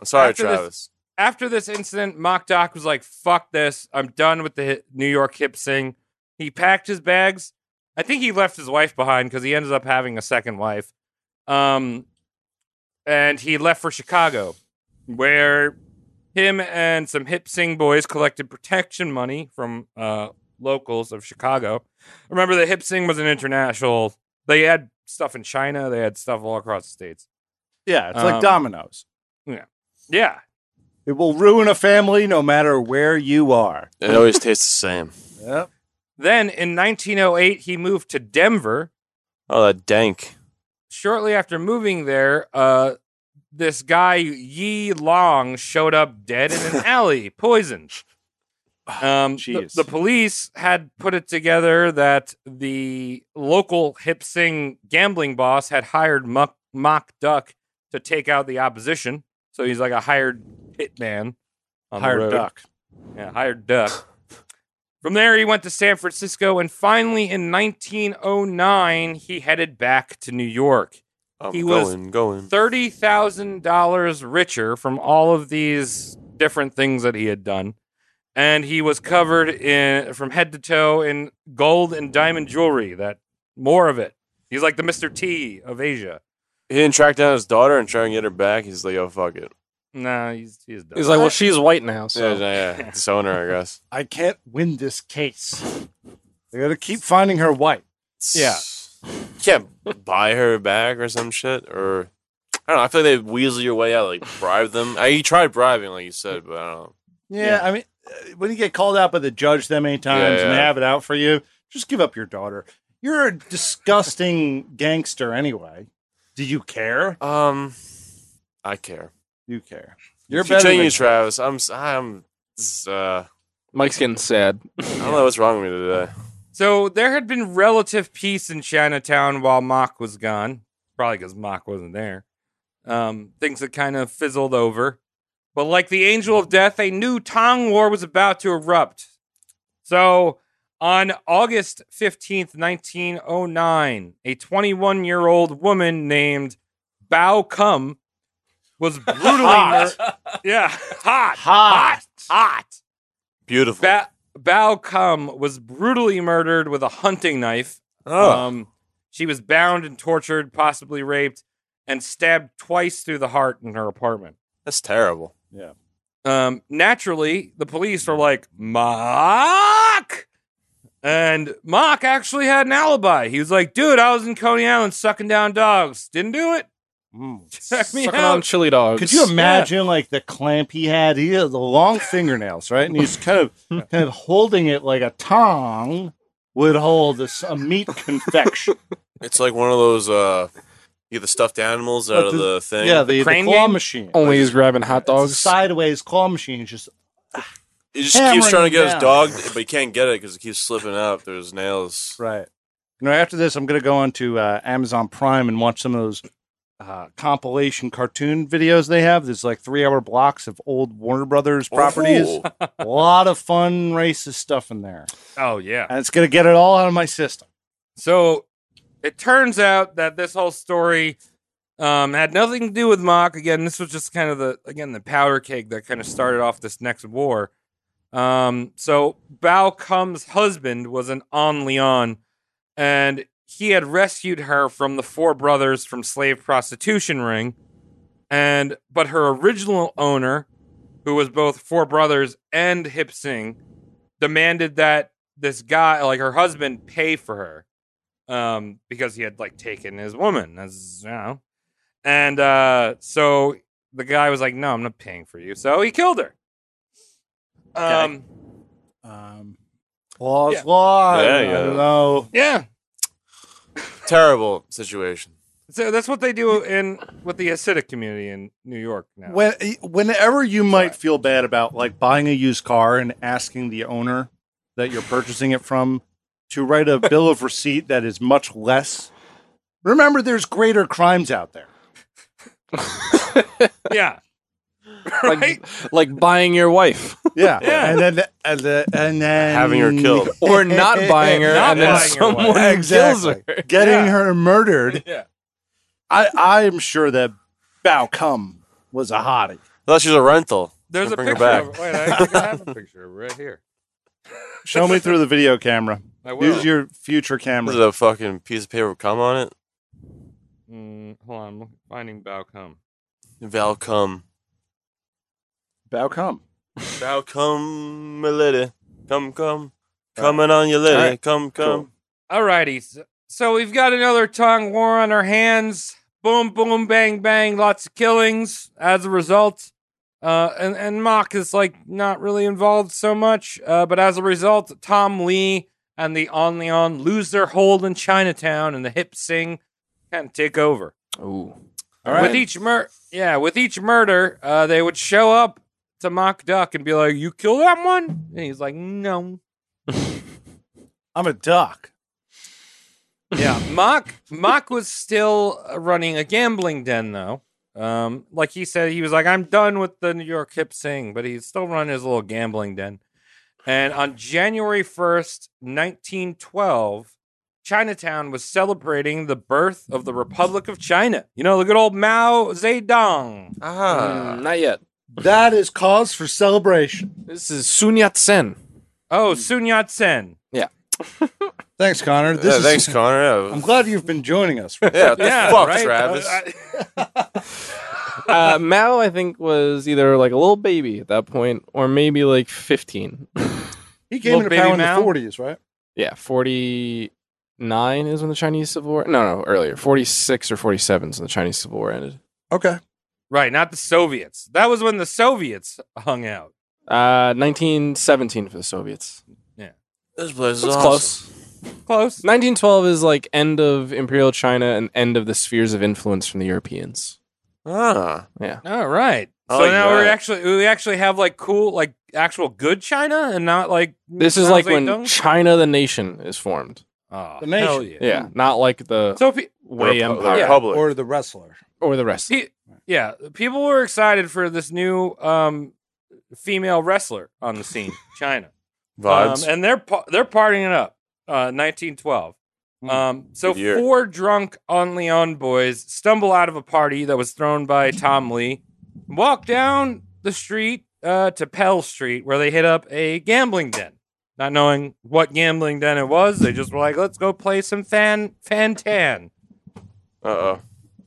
I'm sorry, After this- Travis. After this incident, Mock Doc was like, "Fuck this! I'm done with the hi- New York hip sing." He packed his bags. I think he left his wife behind because he ended up having a second wife. Um, and he left for Chicago, where him and some hip sing boys collected protection money from uh, locals of Chicago. Remember, the hip sing was an international. They had stuff in China. They had stuff all across the states. Yeah, it's Um, like dominoes. Yeah, It will ruin a family no matter where you are. It always tastes the same. Yep. Then in 1908, he moved to Denver. Oh, that dank. Shortly after moving there, uh, this guy Yi Long showed up dead in (laughs) an alley, poisoned. Um, the, Ah, Jeez. the police had put it together that the local hip sing gambling boss had hired Muck, Mock Duck to take out the opposition. So he's like a hired hitman. on the Hired road. duck. Yeah, hired duck. From there, he went to San Francisco, and finally, in 1909, he headed back to New York. I'm He was- going, going. Thirty thousand dollars richer from all of these different things that he had done, and he was covered in from head to toe in gold and diamond jewelry. That more of it. He's like the Mister T of Asia. He didn't track down his daughter and try and get her back. He's like, oh, fuck it. Nah, he's he's done. He's like, well, she's white now, so yeah, yeah, yeah. It's owner, (laughs) I guess. I can't win this case. They gotta keep finding her white. Yeah. can't buy her back or some shit. Or, I don't know. I feel like they weasel your way out, like bribe them. I, he tried bribing, like you said, but I don't know. Yeah, I mean, uh, when you get called out by the judge that many times and they yeah. have it out for you, just give up your daughter. You're a disgusting gangster anyway. Do you care? Um, I care. You care. You're Keep better changing than you, Travis. I'm, s- I'm, s- uh, Mike's getting sad. I don't know what's wrong with me today. So there had been relative peace in Chinatown while Mock was gone, probably because Mock wasn't there. Um, things had kind of fizzled over. But like the Angel of Death, a new Tang War was about to erupt. So on August 15th, 1909, a 21 year old woman named Bao Kum was brutally mur- yeah, (laughs) hot, hot, hot. Beautiful. Ba- Bao Kum was brutally murdered with a hunting knife. oh, Um, she was bound and tortured, possibly raped, and stabbed twice through the heart in her apartment. that's terrible. Um, naturally, the police are like, Mock! And Mock actually had an alibi. He was like, dude, I was in Coney Island sucking down dogs. Didn't do it. (laughs) Hmm. Check me Sucking out. on chili dogs. Could you imagine like the clamp he had? He had the long fingernails, right? And he's (laughs) kind of kind of holding it like a tong would hold a, s- a meat confection. It's like one of those, uh, you get the stuffed animals out of the thing. yeah, Oh, the, the crane claw game? machine. Only he's grabbing hot It's a (laughs) dogs. sideways claw machine. It's Just He just keeps hammering trying to get his down. dog, but he can't get it because it keeps slipping out through his nails. right. You know, after this, I'm going to go on to uh, Amazon Prime and watch some of those uh, compilation cartoon videos they have. There's like three hour blocks of old Warner Brothers properties. (laughs) Ooh. a lot of fun racist stuff in there, Oh, yeah. and it's going to get it all out of my system. So it turns out that this whole story um, had nothing to do with Mock. Again, this was just kind of the again the powder keg that kind of started off this next war. Um, so Bao Kum's husband was an On Leon, and he had rescued her from the four brothers from slave prostitution ring. And but her original owner, who was both four brothers and Hip Sing, demanded that this guy, like her husband, pay for her um, because he had like taken his woman, as you know. And uh, so the guy was like, "No, I'm not paying for you." So he killed her. Um, Um, law's Yeah. law. Yeah, I yeah. don't know. yeah. Terrible situation. So that's what they do in with the Hasidic community in New York now. When, eh, whenever you might feel bad about like buying a used car and asking the owner that you're purchasing it from to write (laughs) a bill of receipt that is much less, remember there's greater crimes out there. yeah, like, like buying your wife Yeah, and then and, the, and then Having her killed. (laughs) or not buying her, Not and then buying her wife. someone (laughs) kills exactly her. getting Yeah. her murdered. Yeah. I I am sure that Bao Cum was a hottie. Unless she's a rental. there's a Bring her picture. Of, wait, I think I have a picture right here. Show me through the video camera. (laughs) I will. Use your future Is camera. it a fucking piece of paper with cum on it? Mm, hold on, I'm looking- finding Balcom. Val cum. Bao Cum. Val cum, my lady. Come, come. Coming on your lady. Alright, Come, come. Alrighty. So, so we've got another tongue war on our hands. Boom, boom, bang, bang. Lots of killings as a result. Uh, and, and Mock is like not really involved so much. Uh, but as a result, Tom Lee and the On Leon lose their hold in Chinatown and the hip sing kind of take over. Ooh. All right. With each mur- yeah, with each murder, uh, they would show up to Mock Duck and be like, You kill that one? And he's like, No. I'm a duck. yeah, Mock Mock was still uh, running a gambling den though. Um, like he said, he was like, "I'm done with the New York hip sing," but he's still running his little gambling den. And on January first, nineteen twelve, Chinatown was celebrating the birth of the Republic of China. You know, the good old Mao Zedong. Mm. Ah. not yet. That is cause for celebration. This is Sun Yat sen. Oh, Sun Yat Sen. Thanks, Connor. This Yeah, is, (laughs) thanks, Connor. Yeah, I'm glad you've been joining us. (laughs) yeah, what the Yeah, fuck, right? Travis. Uh, Mao, I think, was either like a little baby at that point or maybe like 15. He came Little into power baby in the Mao? 40s, right? yeah, 49 is when the Chinese Civil War. No, no, earlier. 46 or 47 is when the Chinese Civil War ended. Okay. Right, not the Soviets. That was when the Soviets hung out. Uh, 1917 for the Soviets. this place is That's awesome. close. Close. 1912 is like end of Imperial China and end of the spheres of influence from the Europeans. Ah. All right. I so like now we're that. actually we actually have like cool like actual good China and not like This is Mao like when Zedong? China the nation is formed. oh, The nation. hell yeah. Yeah, not like the So pe- Wei Repu- Empire the Republic. Or the wrestler. or the rest. pe- yeah, people were excited for this new um female wrestler on the scene, China. Um, Vibes. and they're pa- they're partying it up. Uh, 1912. Um, so Hmm. Good year. four drunk on Leon boys stumble out of a party that was thrown by Tom Lee, walk down the street uh, to Pell Street where they hit up a gambling den. Not knowing what gambling den it was, they just were like, "Let's go play some fan fan tan." Uh-oh.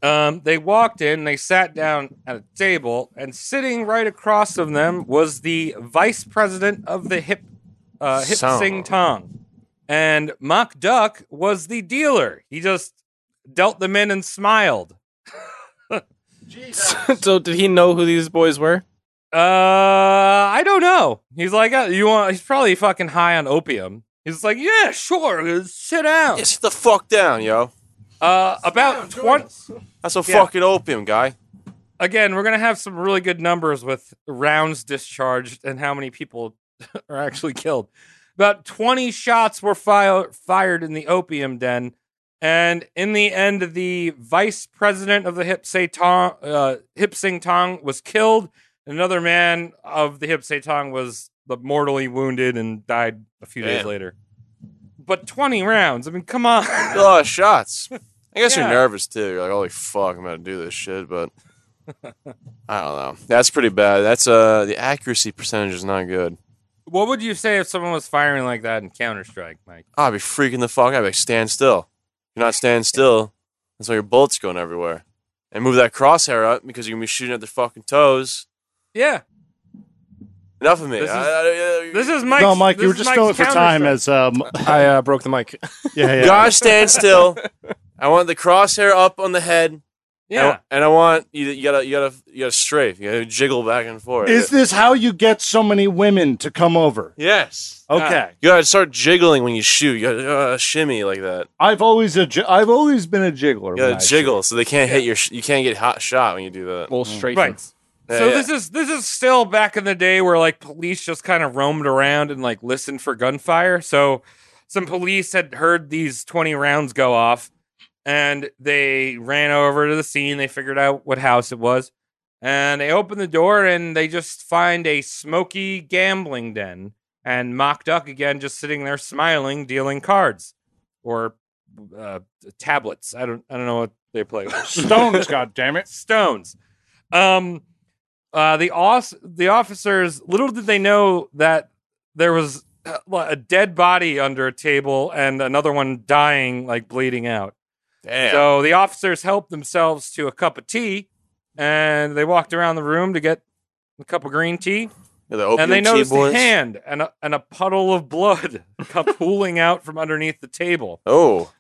Um, they walked in, they sat down at a table, and sitting right across from them was the vice president of the hip, uh, hip Song. sing tong, and Mock Duck was the dealer. He just dealt them in and smiled. (laughs) so did he know who these boys were? Uh, I don't know. He's like, uh, you want? He's probably fucking high on opium. He's like, yeah, sure, uh, sit down. Yeah, sit the fuck down, yo. Uh, about twenty. That's a Yeah. fucking opium guy. again, we're gonna have some really good numbers with rounds discharged and how many people (laughs) are actually killed. About twenty shots were fire- fired in the opium den, and in the end, the vice president of the Hip Se Tong, uh, Hip Sing Tong, was killed. Another man of the Hip Se Tong was mortally wounded and died a few days Damn. later. But twenty rounds. I mean, come on. (laughs) A lot of shots. I guess Yeah. you're nervous too. You're like, holy fuck, I'm gonna do this shit, but I don't know. That's pretty bad. That's uh the accuracy percentage is not good. what would you say if someone was firing like that in Counter Strike, Mike? Ah, I'd be freaking the fuck out. I'd be like, stand still. You're not standing still. That's why your bullet's going everywhere. And move that crosshair up because you're gonna be shooting at their fucking toes. Yeah. Enough of me. This is- I- I- This is Mike's. no, Mike, this you were is just Mike's doing it for time Counter-Strike. as (laughs) um I uh, broke the mic. yeah, yeah. You gotta stand still. I want the crosshair up on the head. yeah. And, and I want you, you gotta you gotta you gotta strafe. You gotta jiggle back and forth. Is this how you get so many women to come over? yes. Okay. You gotta start jiggling when you shoot. You gotta uh, shimmy like that. I've always a gi- I've always been a jiggler. You gotta when I jiggle so they can't hit your. Sh- you can't get hot shot when you do that. Little straight. Right. Yeah, so yeah. this is this is still back in the day where like police just kind of roamed around and like listened for gunfire. So some police had heard these 20 rounds go off and they ran over to the scene, they figured out what house it was, and they opened the door and they just find a smoky gambling den and Mock Duck again just sitting there smiling dealing cards or uh, tablets. I don't I don't know what they play with. shoot. Stones, (laughs) god damn it. Stones. Um, uh, the os- the officers little did they know that there was uh, a dead body under a table and another one dying, like bleeding out. Damn. So the officers helped themselves to a cup of tea, and they walked around the room to get a cup of green tea. Yeah, the opium and they noticed tea boys. a hand and a, and a puddle of blood (laughs) come pooling out from underneath the table. Oh.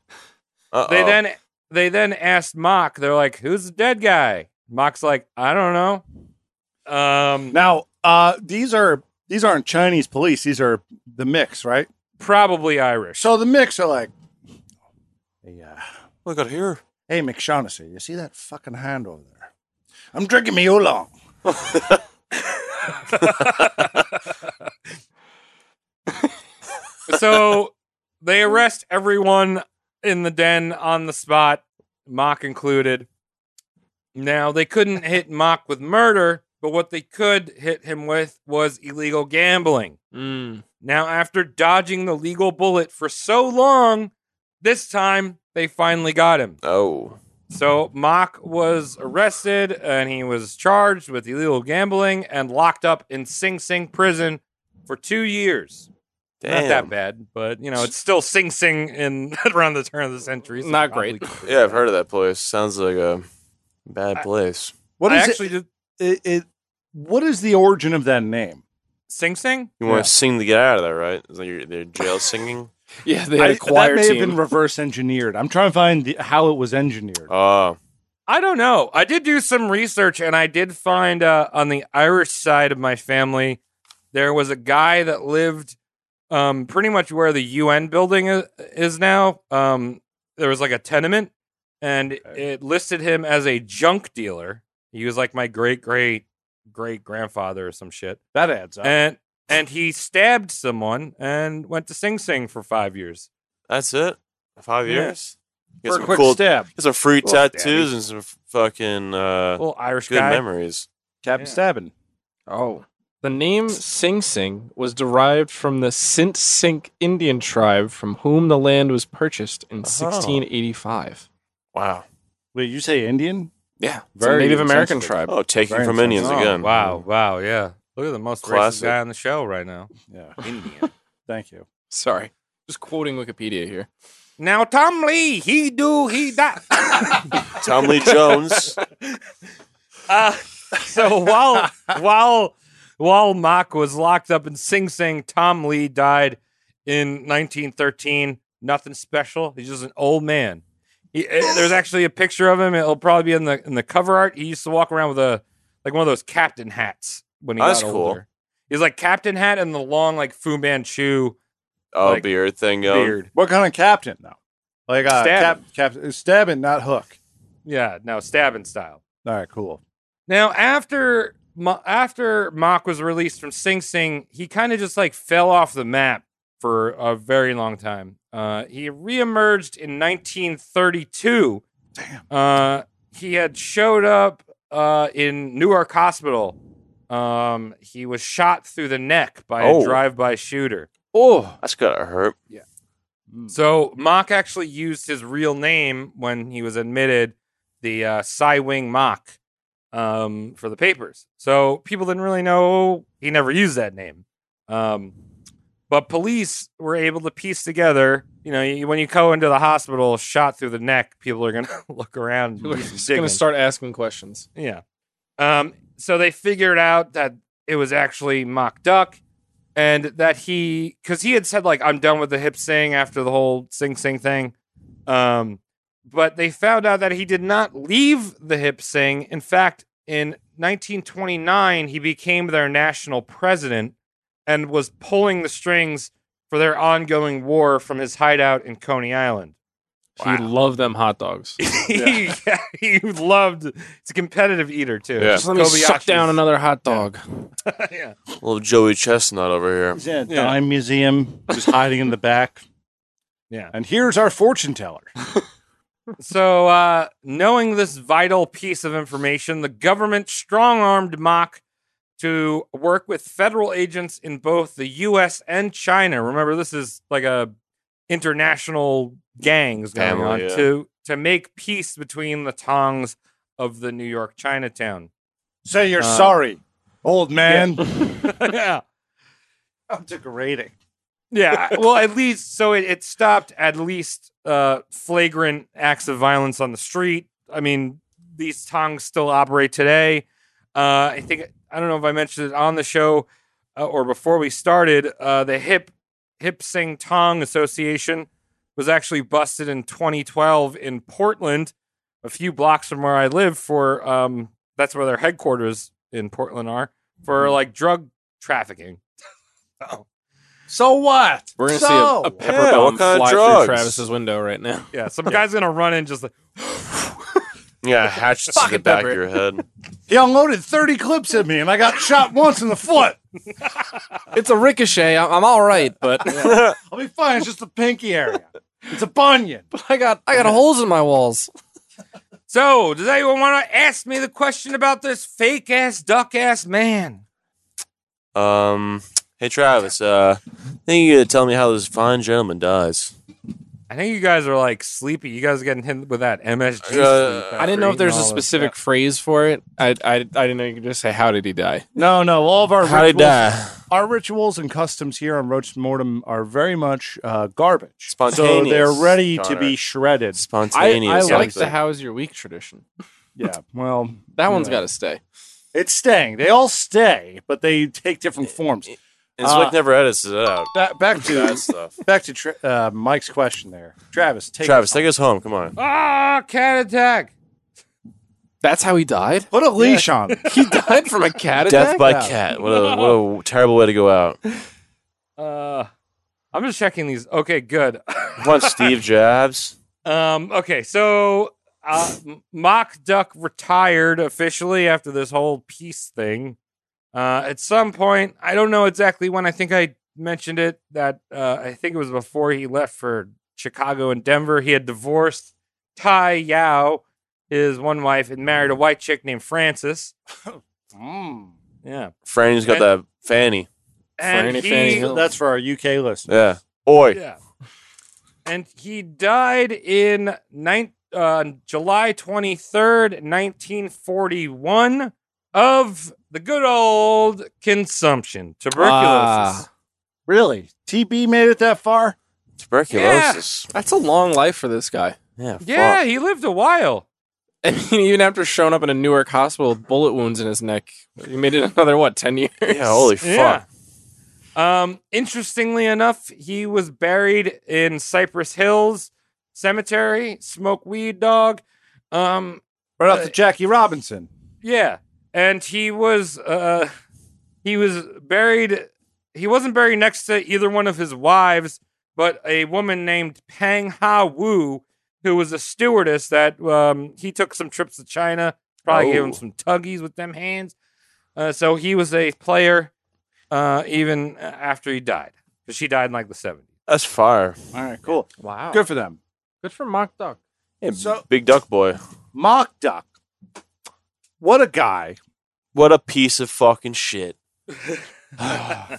Uh-oh. They then they then asked Mock. They're like, "Who's the dead guy?" Mock's like, "I don't know." Um, Now, uh, these are these aren't Chinese police. These are the mix, right? probably Irish. So the mix are like, hey, uh, look at here. hey, McShaughnessy, you see that fucking hand over there? I'm drinking me oolong. so they arrest everyone in the den on the spot, Mock included. Now they couldn't hit Mock with murder, but what they could hit him with was illegal gambling. Now, after dodging the legal bullet for so long, this time they finally got him. Oh. So Mock was arrested and he was charged with illegal gambling and locked up in Sing Sing prison for two years. Not Damn. that bad, but you know it's still Sing Sing in (laughs) around the turn of the century. so Not probably- Yeah, I've heard of that place. Sounds like a bad place. What I is actually it, did it, it? What is the origin of that name? Sing Sing. You want to sing to get out of there, right? It's like you're, they're jail singing. (laughs) Yeah, they had I- a that choir may team. have been reverse engineered. I'm trying to find the, how it was engineered. Oh, I don't know. I did do some research and I did find uh, on the Irish side of my family, there was a guy that lived um, pretty much where the UN building i- is now. Um, there was like a tenement and it listed him as a junk dealer. He was like my great, great, great grandfather or some shit. That adds up. And and he stabbed someone and went to Sing Sing for five years. that's it. Five Yeah. years. Get For a some quick cool- stab, Get some free Well, tattoos daddy. and some f- fucking uh, Little Irish good guy. memories. Captain Yeah. Stabbing. Oh. The name Sing Sing was derived from the Sint Sink Indian tribe from whom the land was purchased in 1685. Wow. Wait, you say Indian? Yeah. It's Very a Native American insensitive. tribe. Oh, taking Very from Indians insensitive. again. Wow, wow, yeah. Look at the most Classic. racist guy on the show right now. Yeah, Indian. (laughs) Thank you. (laughs) Sorry. Just quoting Wikipedia here. Now Tom Lee, he do he that. (laughs) Tom Lee Jones. uh, so while while while Mock was locked up in Sing Sing, Tom Lee died in 1913. Nothing special. He's just an old man. He, eh, there's actually a picture of him. It'll probably be in the in the cover art. He used to walk around with a like one of those captain hats when he Oh, That's got cool. older. He's like captain hat and the long like Fu Manchu Oh, Like, beard thing going. beard. What kind of captain though? Like uh, Stabbing. Cap, captain stabbing, not hook. Yeah, no stabbing style. All right, cool. Now, after Mo- after Mock was released from Sing Sing, he kind of just like fell off the map for a very long time. Uh, he reemerged in 1932. Damn. Uh, he had showed up uh, in Newark Hospital. Um, he was shot through the neck by Oh. a drive-by shooter. Oh, that's gotta hurt. Hmm. So Mock actually used his real name when he was admitted, the uh, Cy Wing Mock, um, for the papers. So people didn't really know he never used that name. Um, but police were able to piece together. You know, you, when you go into the hospital, shot through the neck, people are going to (laughs) look around. and We're do some just digging. going to start asking questions. Yeah. Um, so they figured out that it was actually Mock Duck and that he, because he had said, like, I'm done with the hip sing after the whole Sing Sing thing. Um, but they found out that he did not leave the hip sing. In fact, in 1929, he became their national president and was pulling the strings for their ongoing war from his hideout in Coney Island. (laughs) He loved them hot (laughs) dogs. he, yeah, he loved. He's a competitive eater too. Yeah. Just let me suck Kobayashi's- down another hot dog. yeah. Little Joey Chestnut over here. He's in a dime museum, just hiding in the back. (laughs) Yeah. And here's our fortune teller. So, uh, knowing this vital piece of information, the government strong armed Mach to work with federal agents in both the U.S. and China. Remember, this is like a international gangs going Family, on yeah. to to make peace between the Tongs of the New York Chinatown. Say you're Uh, sorry, old man. (laughs) yeah. I'm degrading. (laughs) Yeah, I- well, at least so it, it stopped at least uh, flagrant acts of violence on the street. I mean, these tongs still operate today. Uh, I think I don't know if I mentioned it on the show. uh, or before we started, uh, the Hip Hip Sing Tong Association was actually busted in 2012 in Portland, a few blocks from where I live. For um, that's where their headquarters in Portland are Mm-hmm. for like drug trafficking. So what? We're gonna So, see a, a pepper yeah, bomb what kind of fly through drugs? Travis's window right now. Yeah, some guy's gonna run in just like Yeah, hatched to the Fucking back pepper. of your head. He unloaded 30 clips at me and I got shot once in the foot. It's a ricochet. I'm, I'm all right, but I'll be fine. It's just the pinky area. It's a bunion. I got I got holes in my walls. (laughs) So, does anyone want to ask me the question about this fake ass duck ass man? (laughs) Um, hey Travis, uh, I think you could tell me how this fine gentleman dies. I think you guys are like sleepy. You guys are getting hit with that MSG. Uh, sleep I I after didn't know if eating there's all a this specific stuff. phrase for it. I, I I didn't know you could just say how did he die. No, no. All of our How did he rituals, die? our rituals and customs here on Roach Mortem are very much uh, garbage. So Spontaneous, they're ready to Connor. be shredded. I, I Spontaneous. like the something. how's your week tradition. Yeah. Well, That one's Yeah. got to stay. it's staying. They all stay, but they take different forms. And Slick never edits it out. Back, back That to stuff. back to tra- uh, Mike's question there. Travis, take Travis, take us home. Come on. Ah, cat attack. That's how he died. put a leash on him. (laughs) He died from a cat Death attack. by cat. What (laughs) a what a terrible way to go out. Uh, I'm just checking these. Okay, good. One Steve Jobs. Um, okay, so uh, M- Mock Duck retired officially after this whole peace thing. Uh, at some point, I don't know exactly when. I think I mentioned it that uh, I think it was before he left for Chicago and Denver. He had divorced Tai Yao, his one wife, and married a white chick named Frances. Mm. Yeah, Franny's got that fanny. and Franny he, Fanny Hill. That's for our UK listeners. Yeah. Oi. Yeah. And he died in nine, uh, July 23rd, 1941, of the good old consumption, Ah, tuberculosis. Really? TB made it that far? Tuberculosis. That's a long life for this guy. Yeah. (laughs) fuck. yeah, he lived a while. I mean, even after showing up in a Newark hospital with bullet wounds in his neck, he made it (laughs) another what ten years. Yeah. Holy Yeah. fuck. Um, interestingly enough, he was buried in Cypress Hills Cemetery, smoke weed dog. Um, Right off the Jackie Robinson. Yeah, and he was uh he was buried. He wasn't buried next to either one of his wives, but a woman named Pang Ha Wu, who was a stewardess that um he took some trips to China. Probably gave Oh. him some tuggies with them hands. Uh, so he was a player uh, even after he died. 'Cause she died in like the 70s. That's fire. All right, cool. Wow. Good for them. Good for Mock Duck. Yeah, So- big duck boy. Mock Duck. What a guy. What a piece of fucking shit. I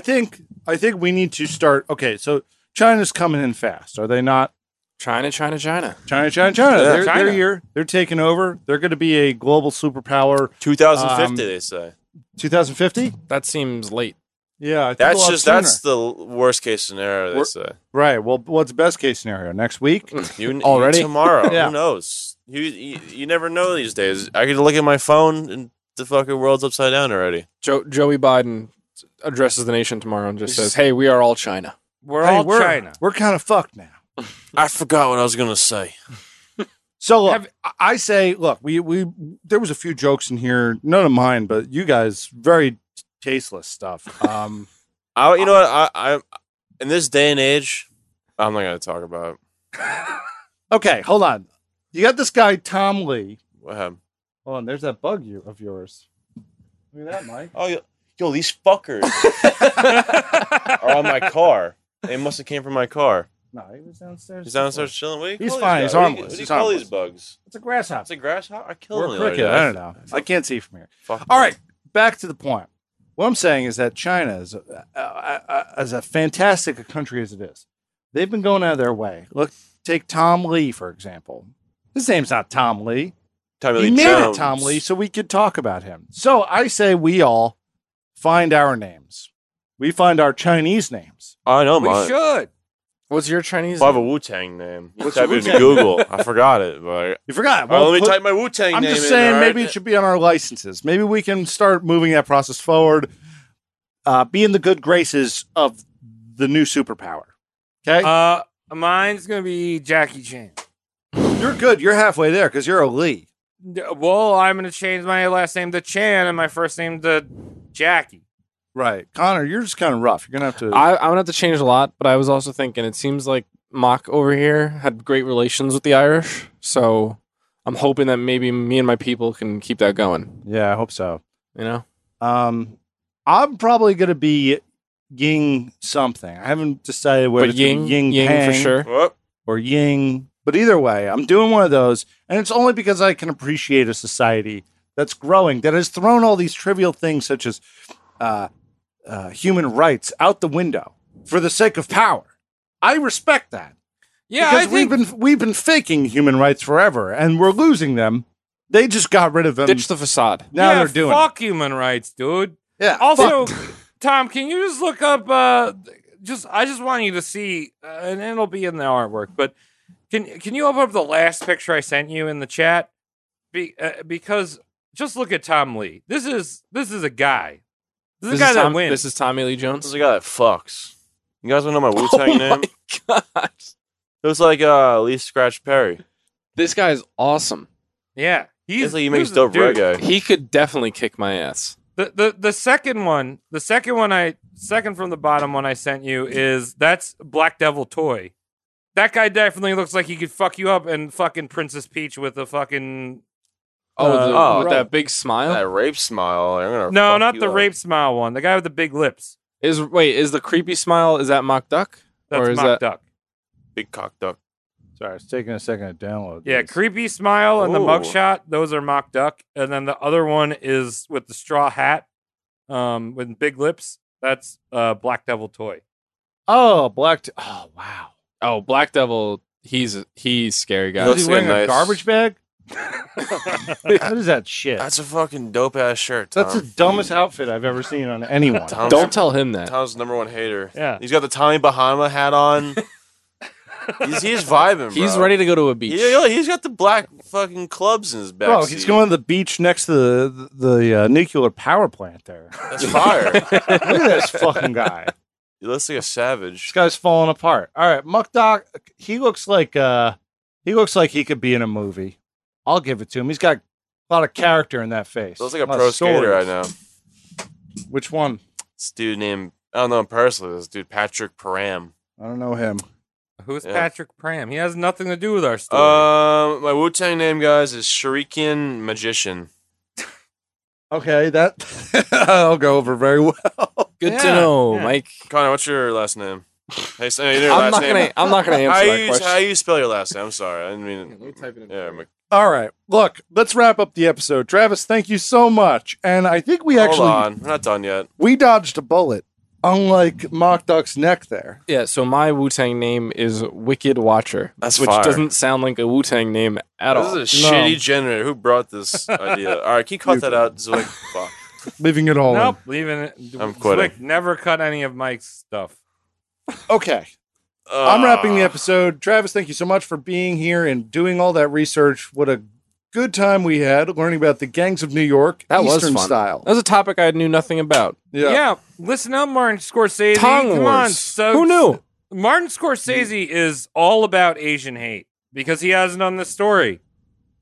think I think we need to start okay, so China's coming in fast. Are they not? (laughs) China, China, China. China, China, China. Yeah. They're, China. they're here. They're taking over. They're going to be a global superpower. 2050, Um, they say. 2050? That seems late. Yeah, I think a That's lot just sooner. that's the worst case scenario. They We're- say right. Well, what's best case scenario? Next week? (laughs) you, you Already? tomorrow. Yeah. Who knows? You, you you never know these days. I could look at my phone and the fucking world's upside down already. Jo- Joey Biden addresses the nation tomorrow and just says, "Hey, we are all China." We're Hey, all we're, China. We're kind of fucked now. I forgot what I was gonna say. So look, Have- I- I say, look, we we there was a few jokes in here, none of mine, but you guys very tasteless stuff. Um, (laughs) I you know what I I in this day and age, I'm not gonna talk about it. okay, hold on. You got this guy Tom Lee. what happened. Hold on, there's that bug you of yours. Look at that, Mike. Oh, yo, yo these (laughs) fuckers are on my car. It must have came from my car. No, he was downstairs. He's downstairs chilling. What do you He's call fine, These he's guys? harmless, What do he's you, what do you call harmless. these bugs? It's a grasshopper. It's a grasshopper. I killed Or him a the other cricket. day. I don't know. I can't see from here. Fuck All right, back to the point. What I'm saying is that China is, uh, uh, uh, as a fantastic a country as it is, they've been going out of their way. Look, take Tom Lee for example. His name's not Tom Lee. Tommy he Lee made Jones. it Tom Lee so we could talk about him. So I say we all find our names. We find our Chinese names. I know, we man. should. What's your Chinese? If I have a Wu Tang name, you What's type your it in Wu-Tang? Google. I forgot it, but all right, You forgot. let me put- type my Wu Tang name. I'm just in, saying all maybe right? it should be on our licenses. Maybe we can start moving that process forward. uh, be in the good graces of the new superpower. Um, Okay, Uh, mine's gonna be Jackie Chan. you're good. You're halfway there because you're a Lee. D- Well, I'm gonna change my last name to Chan and my first name to Jackie. Right, Connor. You're just kind of rough. You're gonna have to. I, I'm gonna have to change a lot, but I was also thinking it seems like Mock over here had great relations with the Irish, so I'm hoping that maybe me and my people can keep that going. yeah, I hope so. You know, Um, I'm probably gonna be Ying something. I haven't decided whether but it's gonna Ying, be Ying, for Yang sure. Whoop. or Ying. But either way, I'm doing one of those, and it's only because I can appreciate a society that's growing that has thrown all these trivial things such as uh, uh, human rights out the window for the sake of power. I respect that Yeah, because I think we've been we've been faking human rights forever, and we're losing them. They just got rid of them. Ditch the facade. now yeah, they're doing it. fuck human rights, dude. yeah. Also, Tom, can you just look up? Uh, just I just want you to see, uh, and it'll be in the artwork. But can can you open up the last picture I sent you in the chat? Be, uh, because just look at Tom Lee. This is this is a guy. This, is a guy that Tom- wins. This is Tommy Lee This is Jones. (laughs) the guy that fucks. You guys wanna know my Wu (laughs) Oh Tang name? my god, It was like uh, Lee Scratch Perry. this guy is awesome. yeah, he's It's like he this makes is- dope dude, reggae. He could definitely kick my ass. The, the the second one, the second one I second from the bottom one I sent you is that's Black Devil Toy. That guy definitely looks like he could fuck you up and fucking Princess Peach with a fucking Oh, Uh, the, oh, with right. that big smile That rape smile. I'm gonna No, fuck not you the up. rape smile one. The guy with the big lips. is. Wait, is the creepy smile? Is that Mock Duck? That's Or is Mock that- Duck. Big cock duck. Sorry, it's taking a second to download. Yeah, this. creepy smile and the Ooh. mugshot. Those are Mock Duck. And then the other one is with the straw hat, um, with big lips. That's uh, Black Devil Toy. Oh, black. T- oh, wow. Oh, Black Devil. He's he's scary guy. He Is looks he wearing nice. a garbage bag? (laughs) what is that shit? That's a fucking dope ass shirt. Tom. That's the dumbest outfit I've ever seen on anyone. Tom's, Don't tell him that. Tom's number one hater. Yeah. He's got the Tommy Bahama hat on. (laughs) he's, he's vibing. He's bro. ready to go to a beach. Yeah, yo, he's got the black fucking clubs in his back. Bro, he's seat. going to the beach next to the the uh, nuclear power plant (laughs) there. That's (laughs) fire. Look at this fucking guy. he looks like a This savage. guy's falling apart. All right, Muck Doc. He looks like uh, he looks like he could be in a movie. I'll give it to him. He's got a lot of character in that face. Looks like a lot of pro skater stories. right now. Which one? This dude named I don't know him personally. This dude Patrick Param. I don't know him. Who's Yeah. Patrick Pram? He has nothing to do with our story. Um, my Wu Tang name, guys, is Shuriken Magician. Okay, that (laughs) I'll go over very well. (laughs) Good to Yeah, know, yeah. Mike. Connor, what's your last name? Hey, so- you know your I'm last not name. gonna. I'm not (laughs) gonna how answer that you question. how you spell your last name? I'm sorry, I didn't mean. let me type it in. Yeah, Mc- All right, look, let's wrap up the episode. Travis, thank you so much. And I think we hold actually on, we're not done yet. we dodged a bullet, unlike Mock Duck's neck there. yeah. So my Wu Tang name is Wicked Watcher. That's which fire. doesn't sound like a Wu Tang name at This all. is a No. shitty generator. Who brought this idea? All right, can you cut that out? Zoic? Fuck. Leaving it all. in. nope, leaving it. I'm quitting. Zwick never cut any of Mike's stuff. Okay. Uh, I'm wrapping the episode. Travis, thank you so much for being here and doing all that research. What a good time we had learning about the gangs of New York that was Eastern fun. style. That was a topic I knew nothing about. Uh, Yeah. listen up, Martin Scorsese. Tongue Come wars. on, so Who knew? Martin Scorsese is all about Asian hate because he hasn't done this story.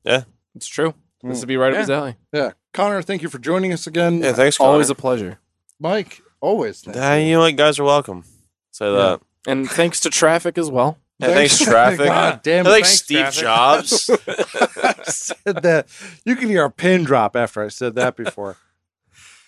It's true. Mm. This would be right up Yeah. his alley. Yeah. Connor, thank you for joining us again. Yeah, thanks. Connor. Always a pleasure. Mike, always. Thank Uh, you know what? Guys are welcome. Say that. And thanks to traffic as well. Yeah, thanks, (laughs) traffic. God damn They're like it. Thanks, Steve traffic. Jobs. said that. You can hear a pin drop after I said that (laughs) before.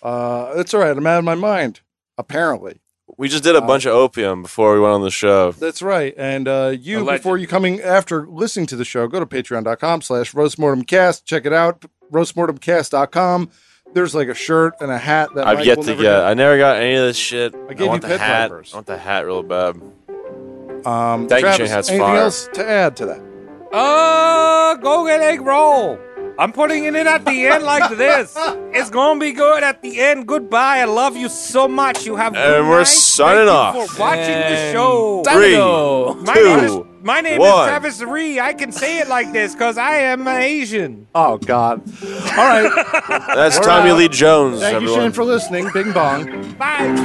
uh, it's all right. I'm out of my mind, apparently. we just did a bunch of opium before we went on the show. That's right. And uh, you, Alleged. before you coming after listening to the show, go to patreon.com slash roastmortemcast. Check it out, roastmortemcast.com. There's like a shirt and a hat that I've Mike yet will to never get. I never got any of this shit. I, gave want you the pit hat. vipers. I want the hat real bad. get. Um, Thank you, Travis, Shane Hat's anything fire. else to add to that? Uh, go get egg roll. I'm putting it in at the end like (laughs) this. It's gonna be good at the end. Goodbye. I love you so much. You have a good And we're night. signing Thank you off. for watching the show. Three, My two, name is- My name One. is Travis Ree. I can say it like this because I am an Asian. Oh God! All (laughs) right, That's Tommy out. Lee Jones, thank you, everyone. Shane, for listening. Bing bong. Bye.